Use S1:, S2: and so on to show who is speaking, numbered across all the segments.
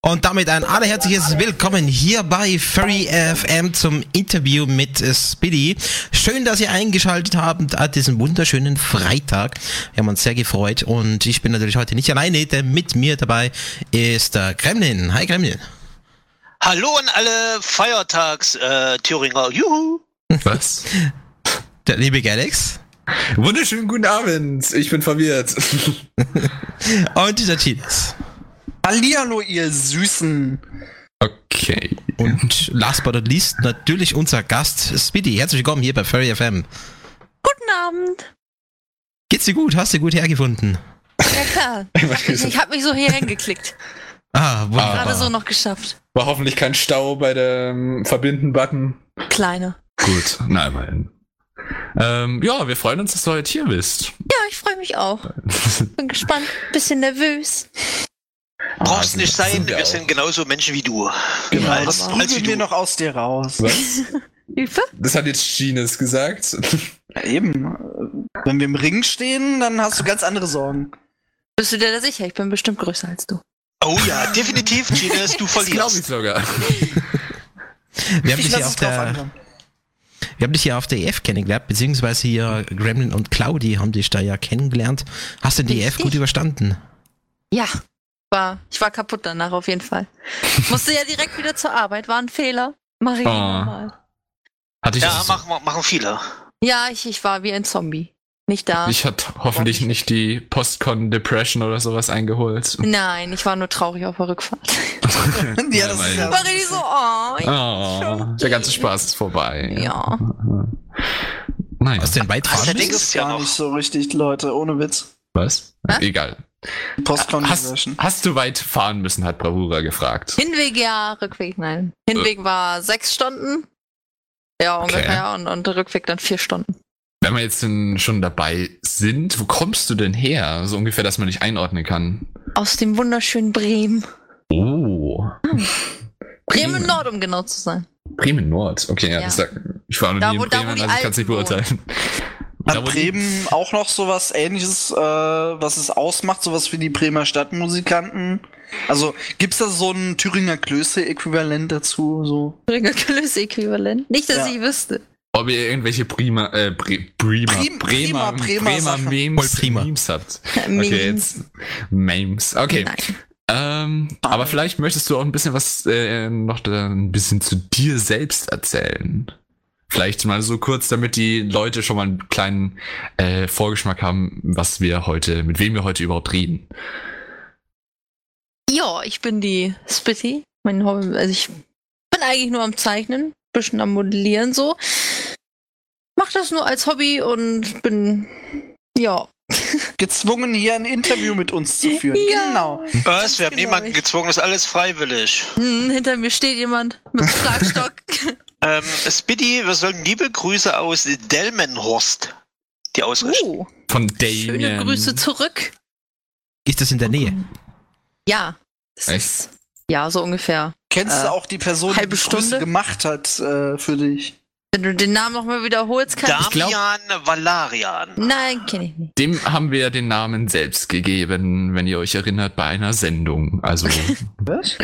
S1: Und damit ein allerherzliches Willkommen hier bei Furry FM zum Interview mit äh, Speedy. Schön, dass ihr eingeschaltet habt an diesem wunderschönen Freitag. Wir haben uns sehr gefreut und ich bin natürlich heute nicht alleine, denn mit mir dabei ist der Kremlin. Hi Kremlin.
S2: Hallo an alle Feiertags-Thüringer. Juhu!
S3: Was?
S1: Der liebe Galax.
S3: Wunderschönen guten Abend. Ich bin verwirrt.
S1: Und dieser Chiles.
S4: Hallihallo, ihr Süßen.
S3: Okay.
S1: Und last but not least natürlich unser Gast Speedy. Herzlich willkommen hier bei Furry FM.
S5: Guten Abend.
S1: Geht's dir gut? Hast du gut hergefunden?
S5: Ja klar. Ich, ich habe mich so hier hingeklickt.
S1: Ah, wunderbar.
S5: Gerade so noch geschafft.
S3: War hoffentlich kein Stau bei dem Verbinden-Button.
S5: Kleine.
S3: Gut, na immerhin. Ähm, ja, wir freuen uns, dass du heute hier bist.
S5: Ja, ich freue mich auch. Bin gespannt, bisschen nervös.
S2: Brauchst nicht
S3: das
S2: sein,
S3: Ah, sind wir
S2: wir
S3: auch.
S2: sind genauso Menschen wie du.
S3: Genau.
S5: Halt
S2: Als,
S4: Was
S2: als wie
S4: prügeln
S2: du.
S4: wir noch aus dir raus?
S3: Was?
S5: Hilfe?
S3: Das hat jetzt Gines gesagt.
S4: Ja, eben. Wenn wir im Ring stehen, dann hast du ganz andere Sorgen.
S5: Bist du dir da sicher? Ich bin bestimmt größer als du.
S2: Oh ja, definitiv, Gines, du
S3: Das glaube ich
S2: verlierst.
S3: sogar.
S1: Wir haben
S4: Ich
S1: dich hier
S4: lass es
S1: auf
S4: drauf
S1: der
S4: ankommen.
S1: Wir haben dich ja auf der EF kennengelernt, beziehungsweise hier Gremlin und Claudi haben dich da ja kennengelernt. Hast du die EF
S5: Richtig.
S1: gut überstanden?
S5: Ja. War, ich war kaputt danach auf jeden Fall. Musste ja direkt wieder zur Arbeit, war ein Fehler. Mach ich
S3: Oh.
S5: nochmal.
S3: Hatte ich,
S2: Ja,
S3: das,
S2: machen, wir- machen viele.
S5: Ja, ich, ich war wie ein Zombie. Nicht da.
S3: ich hatte hoffentlich nicht die Postcon-Depression oder sowas eingeholt.
S5: Nein, ich war nur traurig auf der Rückfahrt.
S4: ja, das ist ja
S5: War ich so, oh, ja.
S3: Oh, der ganze Spaß ist vorbei.
S5: Ja.
S3: Nein.
S1: Hast du den
S2: Hast du
S1: Weitfahren?
S2: den-
S4: das ist ja nicht so richtig, Leute, ohne Witz.
S3: Was?
S5: Hä?
S3: Egal. Hast,
S4: Postkonversion.
S3: hast du weit fahren müssen, hat Bravura gefragt.
S5: Hinweg ja, Rückweg nein.
S3: Äh.
S5: Hinweg war sechs Stunden. Ja, ungefähr. Und, und der Rückweg dann vier Stunden.
S3: Wenn wir jetzt denn schon dabei sind, wo kommst du denn her? So ungefähr, dass man dich einordnen kann.
S5: Aus dem wunderschönen Bremen.
S3: Oh.
S5: Hm. Bremen Nord, um genau zu sein.
S3: Bremen Nord. Okay, ja.
S5: Ja.
S3: Das da, ich war noch
S5: Da,
S3: nie
S5: wo-
S3: in
S5: da, wo
S3: Bremen,
S5: die
S3: also ich kann es nicht
S5: Alten
S3: beurteilen.
S4: Hat
S3: wo die-
S4: Bremen auch noch sowas ähnliches, äh, was es ausmacht, sowas wie die Bremer Stadtmusikanten? Also, gibt's da so ein Thüringer Klöße-Äquivalent dazu? So?
S5: Bremer Gelöse-Äquivalent. Nicht, dass
S4: Ja.
S5: ich wüsste.
S3: Ob ihr irgendwelche Bremer, äh, Bre Bremer,
S4: Prim-
S3: Bremer,
S4: Bremer- Bremer
S3: Bremer,
S4: Sachen.
S3: Memes,
S1: Voll prima.
S3: Memes habt.
S5: Memes.
S3: Okay, jetzt Memes. Okay.
S5: Nein.
S3: Ähm, aber vielleicht möchtest du auch ein bisschen was äh, noch da ein bisschen zu dir selbst erzählen. Vielleicht mal so kurz, damit die Leute schon mal einen kleinen äh, Vorgeschmack haben, was wir heute, mit wem wir heute überhaupt reden.
S5: Ja, ich bin die Spitty. Mein Hobby, also ich bin eigentlich nur am Zeichnen, bisschen am Modellieren so. Mach das nur als Hobby und bin, ja.
S4: Gezwungen, hier ein Interview mit uns zu führen.
S5: Ja.
S4: Genau.
S2: Was? Wir haben
S5: Genau,
S2: niemanden
S5: ich-
S2: gezwungen, das ist alles freiwillig.
S5: Hm, hinter mir steht jemand mit Schlagstock.
S2: Ähm, Spitty, wir sollen liebe Grüße aus Delmenhorst die ausrichten.
S5: oh,
S3: Von Damien.
S5: schöne Grüße zurück.
S1: Ist das in der Nähe?
S5: Ja. Es
S3: Echt?
S5: ist- Ja, so ungefähr.
S4: Kennst
S5: Äh,
S4: du auch die Person, die
S5: halbe
S4: die Grüße
S5: Stunde?
S4: gemacht hat äh, für dich?
S5: Wenn du den Namen nochmal wiederholst, kann ich.
S3: glaub-
S2: Damian Valarian.
S5: Nein, kenne ich nicht.
S3: Dem haben wir den Namen selbst gegeben, wenn ihr euch erinnert, bei einer Sendung. Also
S4: Was?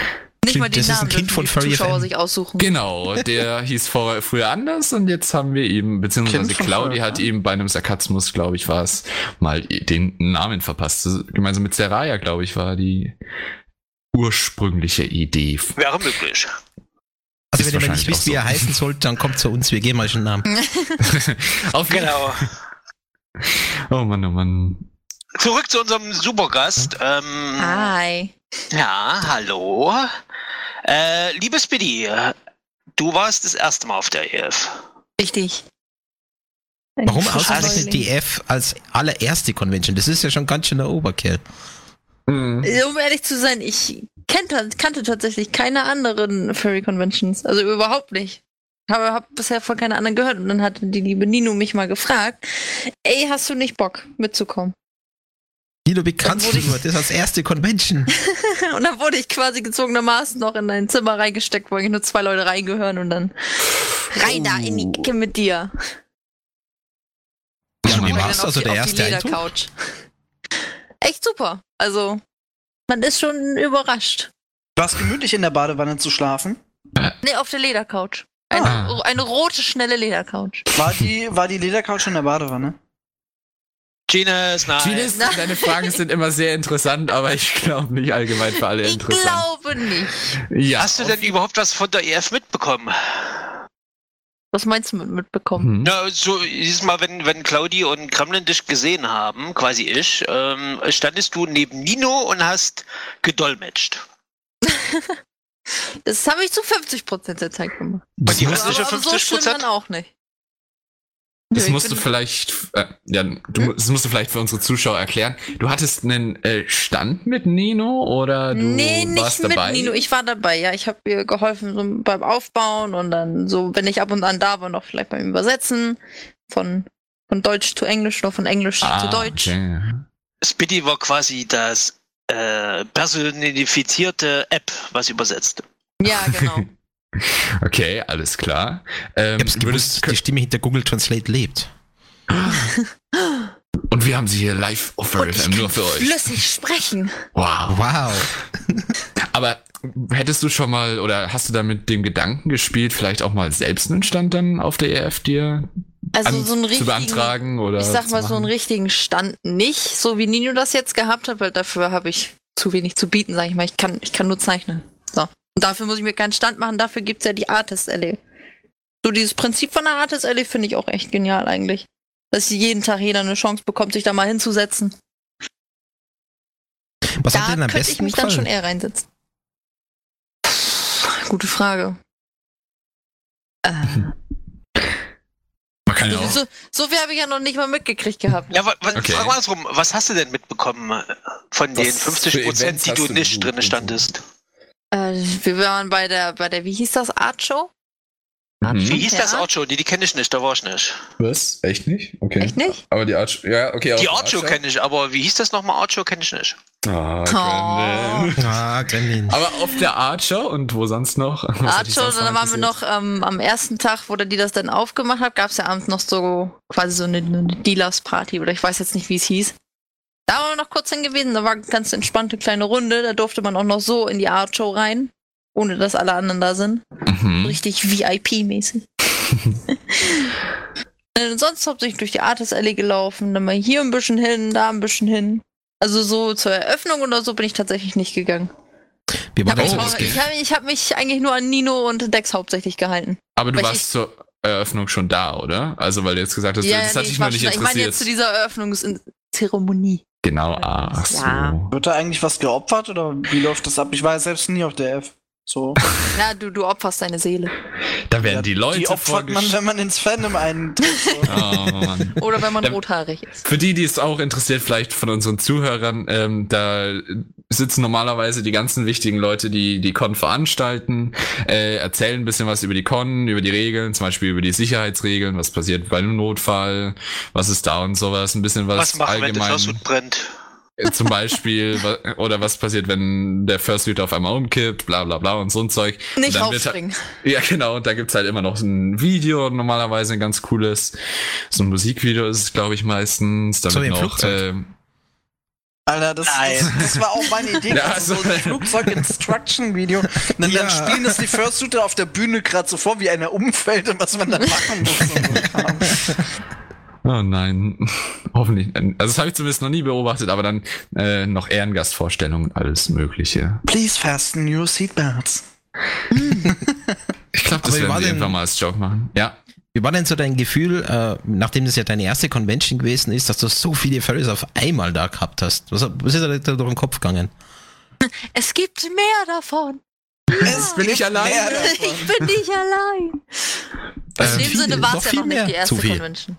S5: Nicht mal den
S1: das ist ein
S5: Namen
S1: Kind
S5: dürfen
S1: von
S5: die
S1: Furry
S5: Zuschauer
S1: FM.
S5: sich aussuchen.
S3: genau, der hieß vor, früher anders und jetzt haben wir ihm, beziehungsweise
S4: Kind von
S3: Claudi
S4: früher,
S3: hat
S4: ja.
S3: ihm bei einem Sarkasmus, glaube ich, war es, mal den Namen verpasst. Gemeinsam mit Seraya, glaube ich, war die ursprüngliche Idee.
S2: Wäre möglich.
S1: Also
S3: Ist
S1: wenn ihr mal nicht
S3: wahrscheinlich
S1: wisst,
S3: auch so.
S1: wie er heißen sollte, dann kommt zu uns, wir geben euch einen
S5: Hm,
S1: Namen.
S3: Auf
S2: Genau.
S3: Oh Mann, oh Mann.
S2: Zurück zu unserem Supergast. Ähm,
S5: Ah. Hi.
S2: Ja, hallo. Äh, liebe Spiddy, du warst das erste Mal auf der E EF.
S5: Richtig.
S1: Warum
S5: Frisch
S1: ausgerechnet
S5: Neuling.
S1: die EF als allererste Convention? Das ist ja schon ganz schön der Oberkill.
S3: Mhm.
S5: Um ehrlich zu sein, ich kannte, kannte tatsächlich keine anderen Furry Conventions. Also überhaupt nicht. Habe hab bisher von keiner anderen gehört. Und dann hatte die liebe Nino mich mal gefragt: Ey, hast du nicht Bock mitzukommen?
S1: Nilo, wie kannst du nur? Das ist als erste Convention.
S5: Ähm, Und dann wurde ich quasi gezwungenermaßen noch in ein Zimmer reingesteckt, wo eigentlich nur zwei Leute reingehören und dann rein da in die Ecke mit dir.
S1: Ja,
S3: Mann.
S1: wie
S5: Und dann
S1: warst
S5: auf
S1: also
S5: die-
S1: der
S5: auf die
S1: erste Eindruck?
S5: Ledercouch. Echt super. Also, man ist schon überrascht.
S4: War es gemütlich in der Badewanne zu schlafen?
S5: Nee, auf der Ledercouch. Eine,
S3: Ah.
S5: eine rote, schnelle Ledercouch.
S4: War die, war die Ledercouch in der Badewanne?
S2: Genius, nein.
S3: Gines,
S5: Nein.
S3: deine Fragen sind immer sehr interessant, aber ich glaube nicht allgemein für alle
S5: Ich
S3: interessant.
S5: glaube nicht.
S3: Ja.
S2: Hast du denn überhaupt was von der EF mitbekommen?
S5: Was meinst du mit mitbekommen?
S3: Hm.
S2: Na, so dieses Mal, wenn, wenn Claudi und Kremlin dich gesehen haben, quasi ich, ähm, standest du neben Nino und hast gedolmetscht.
S5: Das habe ich zu 50% der Zeit gemacht.
S2: Und die
S3: Das-
S2: restlichen
S5: Aber, aber so schlimm
S2: 50%?
S5: dann auch nicht.
S3: Das
S5: Nö, ich
S3: musst du
S5: bin-
S3: vielleicht, äh, ja, du, mu- das musst du vielleicht für unsere Zuschauer erklären. Du hattest einen äh, Stand mit Nino oder du
S5: Nee, nicht
S3: warst
S5: mit
S3: dabei?
S5: Nino. Ich war dabei, ja. Ich habe ihr geholfen so beim Aufbauen und dann so, wenn ich ab und an da war, noch vielleicht beim Übersetzen von, von Deutsch zu Englisch oder von Englisch zu
S3: ah,
S5: Deutsch.
S3: Okay.
S2: Speedy war quasi das äh, personifizierte App, was übersetzt.
S5: Ja, genau.
S3: okay, alles klar. Ähm,
S1: Ich hab's
S3: würdest-
S1: gewusst, die Stimme hinter Google Translate lebt.
S3: und wir haben sie hier live auf
S5: Und ich
S3: RFM nur
S5: kann
S3: für euch.
S5: flüssig sprechen.
S3: Wow.
S1: Wow.
S3: Aber hättest du schon mal oder hast du da mit dem Gedanken gespielt, vielleicht auch mal selbst einen Stand dann auf der ERF dir
S5: Also
S3: an-
S5: so einen
S3: zu
S5: richtigen,
S3: beantragen oder
S5: ich sag
S3: zu
S5: mal so einen
S3: machen?
S5: richtigen Stand nicht, so wie Nino das jetzt gehabt hat, weil dafür habe ich zu wenig zu bieten, sag ich mal. Ich kann, ich kann nur zeichnen. So. Und dafür muss ich mir keinen Stand machen, dafür gibt's ja die Artist Alley. So dieses Prinzip von der Artist Alley finde ich auch echt genial eigentlich. Dass jeden Tag jeder eine Chance bekommt, sich da mal hinzusetzen.
S1: Was hat
S5: da
S1: dir denn am
S5: könnte
S1: besten
S5: ich mich dann schon
S1: gefallen?
S5: eher reinsetzen. Pff, Gute Frage.
S3: Man kann ja auch.
S5: So, so viel habe ich ja noch nicht mal mitgekriegt gehabt.
S2: Ja, wa, wa,
S3: Okay.
S2: frag mal andersrum, was hast du denn mitbekommen von
S3: Was
S2: den
S3: für
S2: 50
S3: Events
S2: Prozent, die
S3: hast
S2: du
S3: du
S2: nicht
S3: besucht
S2: drin
S3: und so?
S2: standest?
S5: Äh, wir waren bei der, bei der, wie hieß das, Art Show?
S2: Wie
S3: Mhm.
S2: hieß
S5: Ja.
S2: das Art Show? Nee, die kenne ich nicht, da war ich nicht.
S3: Was? Echt nicht? Okay.
S5: Echt nicht?
S3: Aber die Arch. Ja, okay.
S2: Die Art Show kenne ich, aber wie hieß das nochmal? Art Show kenne ich nicht.
S3: Ah,
S5: Oh.
S3: Gremlin.
S1: Ah, Gremlin.
S3: Aber auf der Archer und wo sonst noch? Was hat dich
S5: Artshow,
S3: sonst
S5: dann waren wir
S3: interessiert?
S5: noch ähm, am ersten Tag, wo der Dealers dann aufgemacht hat, gab es ja abends noch so quasi so eine, eine Dealers-Party oder ich weiß jetzt nicht, wie es hieß. Da waren wir noch kurz hin gewesen, da war eine ganz entspannte kleine Runde, da durfte man auch noch so in die Artshow rein, ohne dass alle anderen da sind.
S3: Mhm.
S5: Richtig VIP-mäßig. Äh, Sonst hauptsächlich durch die Artist Alley gelaufen, dann mal hier ein bisschen hin, da ein bisschen hin. Also so zur Eröffnung oder so bin ich tatsächlich nicht gegangen.
S1: Wir
S5: Ich habe
S1: waren
S3: Ja,
S5: mich,
S1: auch
S3: aber
S5: hau-
S1: ausgehen.
S5: oh, ich hab, ich hab mich eigentlich nur an Nino und Dex hauptsächlich gehalten.
S3: Aber du
S5: Weil
S3: warst
S5: ich-
S3: zur Eröffnung schon da, oder? Also weil du jetzt gesagt hast, das hat
S5: nee,
S3: dich
S5: ich war
S3: noch nicht
S5: schon- Ich meine
S3: interessiert.
S5: jetzt zu dieser Eröffnungszeremonie.
S3: genau, ah, ach so.
S5: Ja.
S4: Wird da eigentlich was geopfert oder wie läuft das ab? Ich war ja selbst nie auf der F. So.
S5: Na, du, du opferst deine Seele.
S3: Da werden die Leute
S4: Die opfert man,
S3: vorgestellt.
S4: wenn man ins Fandom eintritt. So.
S3: Oh, Mann.
S5: Oder wenn man
S3: Dann-
S5: rothaarig ist.
S3: Für die, die es auch interessiert, vielleicht von unseren Zuhörern, ähm, da sitzen normalerweise die ganzen wichtigen Leute, die die Con veranstalten, äh, erzählen ein bisschen was über die Con, über die Regeln, zum Beispiel über die Sicherheitsregeln, was passiert bei einem Notfall, was ist da und sowas, ein bisschen was,
S2: Was machen, wenn das
S3: allgemein,
S2: Schlosswut brennt?
S3: äh, zum Beispiel, wa- oder was passiert, wenn der First Lead auf einmal umkippt, bla bla bla und so ein Zeug.
S5: Nicht
S3: dann wird- halt
S5: aufspringen.
S3: Ja, genau, und da gibt's halt immer noch so ein Video, normalerweise ein ganz cooles. So ein Musikvideo ist es, glaube ich, meistens. Da
S1: So wie
S3: wird
S1: im
S3: noch,
S1: Flugzeug.
S3: ähm,
S4: Alter, das, das,
S2: Nein.
S4: das war auch meine Idee.
S3: Ja,
S4: also so
S3: also-
S4: ein Flugzeug-Instruction-Video. Und Dann,
S1: Ja.
S4: dann spielen das die Fursuiter auf der Bühne gerade so vor, wie einer umfällt und was man dann machen muss. und so.
S3: Oh nein, hoffentlich. nicht. Also das habe ich zumindest noch nie beobachtet, aber dann äh, noch Ehrengastvorstellungen und alles Mögliche.
S4: Please fasten your seatbelts.
S3: Ich glaube,
S1: Aber wie war
S3: das werden wir
S1: denn-
S3: irgendwann mal als Job machen. Ja.
S1: Wie war denn so dein Gefühl, äh, nachdem das ja deine erste Convention gewesen ist, dass du so viele Furries auf einmal da gehabt hast? Was, was ist dir da durch den Kopf gegangen?
S5: Es gibt mehr davon.
S4: Es
S3: bin ich
S4: gibt
S3: alleine.
S4: mehr davon.
S5: Ich bin nicht allein.
S1: Also
S3: Ähm,
S5: In dem
S1: viel,
S5: Sinne war es
S1: noch
S5: ja
S1: viel
S5: noch nicht
S1: mehr.
S5: die erste
S1: Zu viel.
S5: Convention.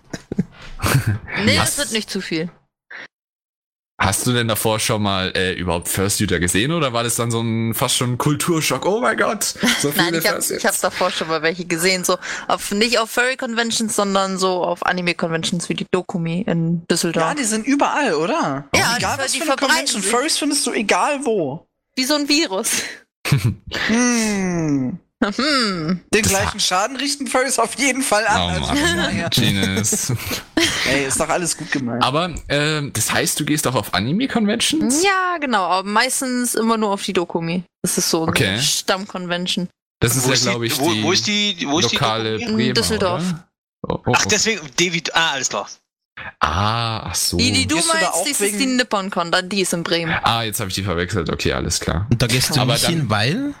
S5: Nee,
S3: Was?
S5: es wird nicht zu viel.
S3: Hast du denn davor schon mal äh, überhaupt First Shooter gesehen oder war das dann so ein fast schon ein Kulturschock? Oh mein Gott, so
S5: Nein,
S3: viele
S5: ich habe
S3: First
S5: ich hab's davor schon mal welche gesehen. So auf, nicht auf Furry-Conventions, sondern so auf Anime-Conventions wie die Dokumi in Düsseldorf.
S4: Ja, die sind überall, oder?
S5: Ja, die
S4: egal
S5: ver-
S4: was
S5: die
S4: für eine
S5: verbreiten
S4: Convention.
S5: sich.
S4: Furries findest du egal wo.
S5: wie so ein Virus.
S4: Hm.
S5: Hm.
S4: Den gleichen Schaden richten Furries auf jeden Fall
S3: Oh
S4: an. also von
S3: Mann,
S4: daher.
S3: Genius.
S4: Ey, ist doch alles gut gemeint.
S3: Aber ähm, das heißt, du gehst auch auf Anime-Conventions?
S5: Ja, genau, aber meistens immer nur auf die Dokumi. Das ist so eine
S3: Okay.
S5: Stammconvention.
S3: Das ist
S2: Wo
S3: ja,
S2: ist die-
S3: glaube ich,
S2: wo-
S3: die,
S2: wo ist die- wo ist die
S3: lokale
S5: Dokumi? In
S3: Bremer,
S5: Düsseldorf.
S3: oder? Oh, oh,
S2: Ach,
S3: oh.
S2: deswegen, David, ah, alles klar.
S3: Ah, ach so.
S5: Die, die du
S4: Gehst du da auch
S5: meinst, das ist
S4: wegen-
S5: die Nippon-Con, da- die ist in Bremen.
S3: Ah, jetzt habe ich die verwechselt. Okay, alles klar.
S1: Und da gehst du
S3: Aber
S1: nicht
S3: dann-
S1: hin, weil?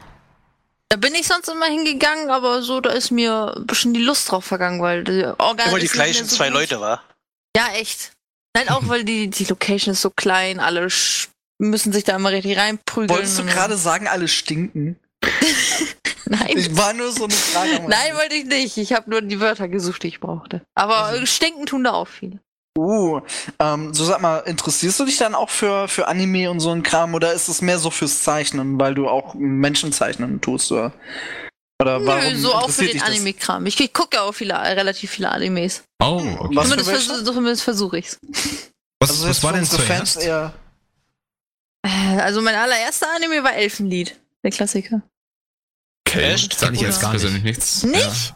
S5: Da bin ich sonst immer hingegangen, aber so, da ist mir ein bisschen die Lust drauf vergangen, weil die Organ
S2: Immer die
S5: ist nicht mehr
S2: gleichen
S5: so
S2: zwei
S5: gut.
S2: Leute, war.
S5: Ja, echt. Nein, auch weil die, die Location ist so klein, alle sch- müssen sich da immer richtig reinprügeln.
S4: Wolltest du
S5: und-
S4: gerade sagen, alle stinken?
S5: Nein.
S4: Ich war nur so eine Frage. am
S5: Nein,
S4: Rande.
S5: wollte ich nicht. Ich habe nur die Wörter gesucht, die ich brauchte. Aber
S4: Also,
S5: äh, stinken tun da auch viele.
S4: Uh, ähm, so sag mal, interessierst du dich dann auch für, für Anime und so ein Kram oder ist es mehr so fürs Zeichnen, weil du auch Menschen zeichnen tust? Oder, oder warum
S5: Nö, so auch für
S4: interessiert
S5: den
S4: dich das?
S5: Anime-Kram. Ich, ich gucke ja auch viele, äh, relativ viele Animes.
S3: Oh,
S2: Hm,
S3: okay.
S4: Was für
S5: zumindest
S4: welche?
S5: versuche zumindest versuch ich's.
S1: Was,
S4: Also
S1: was
S4: jetzt
S1: war
S4: für
S1: denn
S4: unsere Fans
S1: zuerst?
S4: eher-
S5: Äh, Also mein allererster Anime war Elfenlied. Der Klassiker.
S3: okay.
S2: Echt?
S3: Sag ich
S1: Oder-
S3: jetzt gar persönlich nichts.
S5: Nicht?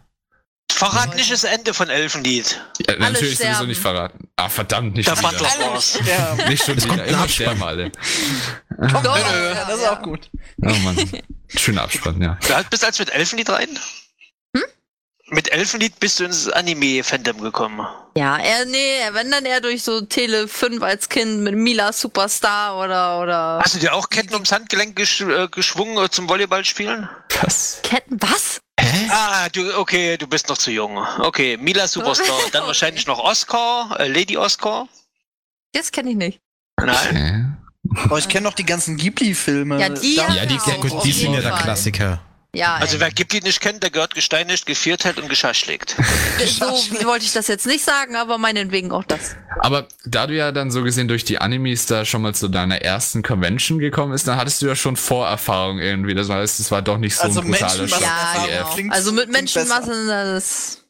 S2: Verrat nicht das Ende von Elfenlied.
S3: Ja,
S5: Alle
S3: natürlich sowieso
S5: sterben.
S3: nicht verraten. Ah, verdammt, nicht
S2: Der
S3: schon
S2: Butler
S3: wieder.
S2: war's.
S4: Ja,
S3: Nicht schon wieder.
S1: kommt ein
S3: Immer
S1: Abspann.
S3: sterben alle.
S5: Doch,
S4: ja, das ist auch gut.
S3: Oh Mann. Schöner Abspann, ja.
S2: Du bist als mit Elfenlied rein?
S5: Hm?
S2: Mit Elfenlied bist du ins Anime-Fandom gekommen.
S5: Ja, er, nee, wenn dann eher durch so Tele 5 als Kind mit Mila Superstar oder, oder.
S2: Hast du dir auch Ketten ums Handgelenk gesch äh, geschwungen äh, zum Volleyballspielen?
S3: Was?
S5: Ketten, was?
S2: Ah, du, okay, du bist noch zu jung. Okay, Mila Superstar, dann
S5: Okay.
S2: wahrscheinlich noch Oscar, äh, Lady Oscar.
S5: Das kenne ich nicht.
S2: Nein.
S3: Okay.
S4: Aber ich kenne doch die ganzen Ghibli-Filme.
S5: Ja, die
S4: Da-
S5: haben
S1: Ja, die,
S5: Ja, auf
S1: gut, die sind ja
S5: jeden
S1: der
S5: Fall.
S1: Klassiker.
S5: Ja,
S2: Also wer Ghibli nicht kennt, der gehört gesteinigt, gevierteilt und geschaschlägt.
S5: ey, äh, so wollte ich das jetzt nicht sagen, aber meinetwegen auch das.
S3: Aber da du ja dann so gesehen durch die Animes da schon mal zu deiner ersten Convention gekommen bist, dann hattest du ja schon Vorerfahrung irgendwie. Das heißt, es war doch nicht so
S4: Also
S3: ein brutaler
S4: Menschenmassen-
S3: Schock.
S5: Ja,
S4: Erfahrung
S5: genau.
S4: äh, klingt-
S5: Also mit
S4: klingt besser.
S5: Menschenmassen, das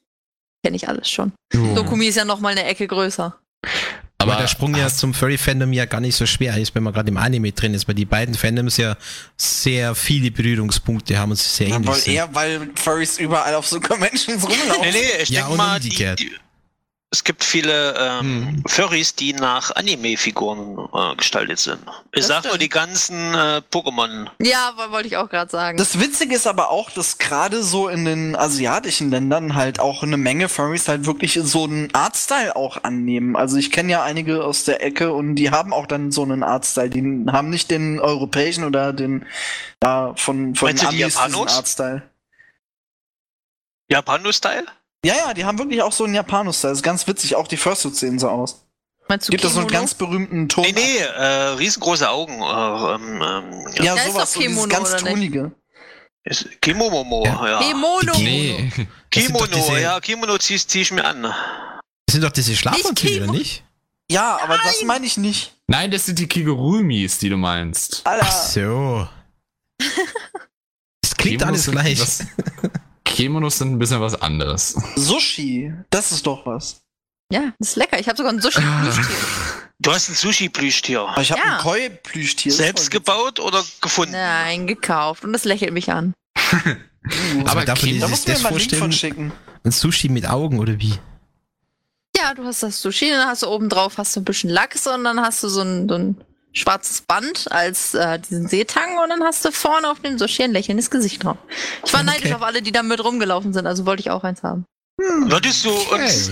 S5: kenne ich alles schon.
S4: Mhm.
S3: Jo.
S5: Dokumi ist ja noch mal eine Ecke größer.
S1: Aber,
S3: Aber
S1: der Sprung ja zum Furry-Fandom ja gar nicht so schwer ist, wenn man gerade im Anime drin ist, weil die beiden Fandoms ja sehr viele Berührungspunkte haben und sie sehr
S4: Ja,
S1: ähnlich
S4: weil,
S1: sind.
S4: eher, weil Furries überall auf so Conventions rumlaufen.
S2: Nee, nee, ich
S1: Ja,
S2: denke
S1: und
S2: mal, die,
S1: umgekehrt. Mhm.
S2: die, es gibt viele ähm, Furries, die nach Anime-Figuren äh, gestaltet sind. Ich
S5: Das
S2: sag nur
S5: stimmt.
S2: die ganzen äh, Pokémon.
S5: Ja, wo- wollte ich auch gerade sagen.
S4: Das Witzige ist aber auch, dass gerade so in den asiatischen Ländern halt auch eine Menge Furries halt wirklich so einen Artstyle auch annehmen. Also ich kenne ja einige aus der Ecke und die haben auch dann so einen Artstyle. Die haben nicht den europäischen oder den da von, von
S2: Meinst du die
S4: diesen
S2: Japanos?
S4: Artstyle.
S2: Japano-Style?
S4: Ja, ja, die haben wirklich auch so einen Japanus-Style. Ist ganz witzig. Auch die Fursuits sehen so aus.
S5: Meinst du
S4: Gibt es so einen
S5: Kimono?
S4: ganz berühmten Ton?
S2: Nee, nee, äh, riesengroße Augen. Äh, ähm, ähm, ja.
S4: Ja,
S5: Da ist
S4: sowas.
S5: doch
S4: So dieses
S5: Kimono,
S4: ganz
S5: oder nicht?
S4: tonige.
S2: Ist- Kimomomo, ja.
S5: Kimono.
S3: Nee.
S1: Das sind doch
S2: Kimono,
S1: diese-
S2: ja, Kimono zieh, zieh ich mir an.
S1: Das sind doch diese Schlafanzüge,
S5: Kimo.
S1: oder nicht?
S4: Ja, aber das meine ich nicht.
S3: Nein, das sind die Kigurumis, die du meinst.
S4: Alter.
S1: Ach so. Es klingt
S3: Kimonos
S1: alles
S3: sind
S1: gleich.
S3: was- Kimonos sind ein bisschen was anderes.
S4: Sushi, das ist doch was.
S5: Ja, das ist lecker. Ich habe sogar einen Sushi.
S3: Ah.
S2: Du hast ein Sushi-Plüschtier.
S4: Aber ich habe
S5: Ja.
S4: ein Koi-Plüschtier.
S2: Selbst gebaut oder gefunden?
S5: Nein, gekauft. Und das lächelt mich an.
S1: Aber
S3: Aber
S1: darf man
S3: Kim-
S4: Da
S1: sich
S4: muss mir
S1: das
S4: mal einen Link von
S1: vorstellen?
S4: schicken.
S1: Ein Sushi mit Augen oder wie?
S5: Ja, du hast das Sushi, dann hast du oben drauf hast du ein bisschen Lachs und dann hast du so ein, so ein schwarzes Band als äh, diesen Seetang und dann hast du vorne auf dem Sushi ein lächelndes Gesicht drauf. Ich war
S1: Okay.
S5: neidisch auf alle, die damit rumgelaufen sind, also wollte ich auch eins haben.
S2: Würdest du uns.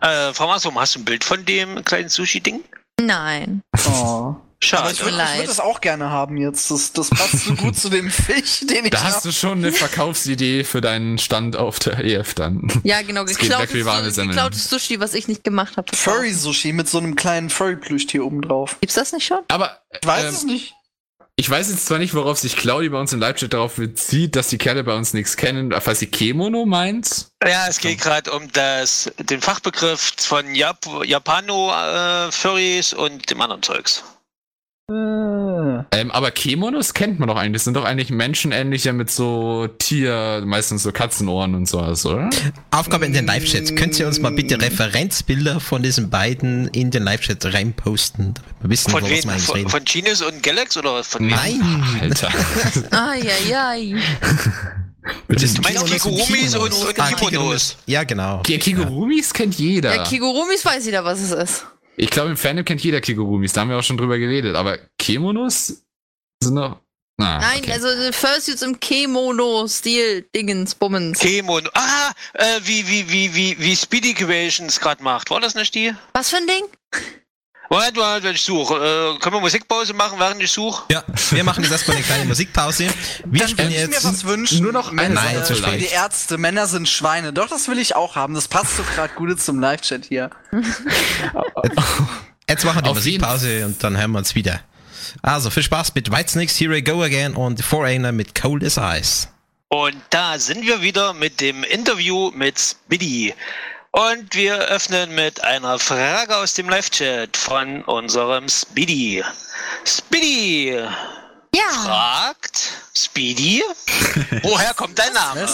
S2: Äh, Frau Masum, hast du ein Bild von dem kleinen Sushi-Ding?
S5: Nein.
S4: Oh. Aber
S2: Schade.
S4: ich würde
S5: leid.
S4: würd das auch gerne haben jetzt. Das, das passt so gut zu dem Fisch, den ich
S3: Da
S4: hab.
S3: hast du schon eine Verkaufsidee für deinen Stand auf der EF dann.
S5: Ja, genau,
S3: Es geht
S5: geklautes,
S3: weg wie warme
S5: Su-
S3: Semmeln.
S5: geklautes Sushi, was ich nicht gemacht habe.
S4: Furry-Sushi mit so einem kleinen Furry-Plüschtier oben drauf.
S5: Gibt's das nicht schon?
S3: Aber
S4: Ich weiß
S3: ähm,
S4: es nicht.
S3: Ich weiß jetzt zwar nicht, worauf sich Claudi bei uns im Live-Chat darauf bezieht, dass die Kerle bei uns nichts kennen, falls sie Kemono meint.
S2: Ja, es geht gerade um das, den Fachbegriff von Jap Japano-Furries und dem anderen Zeugs.
S4: Äh,
S3: Ähm, aber Kemonos kennt man doch eigentlich. Das sind doch eigentlich menschenähnlicher mit so Tier, meistens so Katzenohren und sowas, oder?
S1: Aufgabe in den
S2: Mm.
S1: Live-Chats. Könnt ihr uns mal bitte Referenzbilder von diesen beiden in den Live-Chat reinposten, damit wir wissen,
S2: Von
S1: worüber
S2: wem?
S1: wir eigentlich
S2: Von,
S1: reden?
S2: von Genius und Galax oder von
S1: Nein!
S3: Alter.
S5: Ai, ai, ai.
S1: Das
S2: Du meinst
S1: Kimonos
S2: Kigurumis und, und
S1: Ah,
S2: Kimonos?
S1: Ja, genau.
S3: Ja, Kigurumis kennt jeder.
S5: Ja, Kigurumis weiß jeder, was es ist.
S3: ich glaube, im Fandom kennt jeder Kigurumis. Da haben wir auch schon drüber geredet. Aber Kimonos sind noch. Ah,
S5: Nein,
S3: okay.
S5: also äh, Fursuits im Kemono-Stil, Dingens, Bummens.
S2: Kimono. Ah, äh, wie, wie, wie, wie, wie Speedy Creations gerade macht. War das nicht die?
S5: was für ein Ding?
S2: Moment, Moment, wenn ich suche. Äh, können wir Musikpause machen, während ich suche?
S1: Ja, wir machen jetzt erstmal eine kleine Musikpause. Wir
S4: Dann
S1: spielen
S4: würde ich mir
S1: jetzt.
S4: was wünschen.
S3: nur noch eine
S4: Männer,
S1: Sache
S4: äh,
S1: vielleicht.
S4: Die Ärzte, Männer sind Schweine. Doch, das will ich auch haben. Das passt so gerade gut zum Live-Chat hier.
S1: Jetzt machen wir die
S3: Auf jeden-
S1: Musikpause und dann hören wir uns wieder. Also viel Spaß mit White Snakes, Here I Go Again und Foreigner mit Cold as Ice.
S2: Und da sind wir wieder mit dem Interview mit Speedy. Und wir öffnen mit einer Frage aus dem Live-Chat von unserem Speedy. Speedy
S5: Ja.
S2: fragt, Speedy, woher kommt dein Name?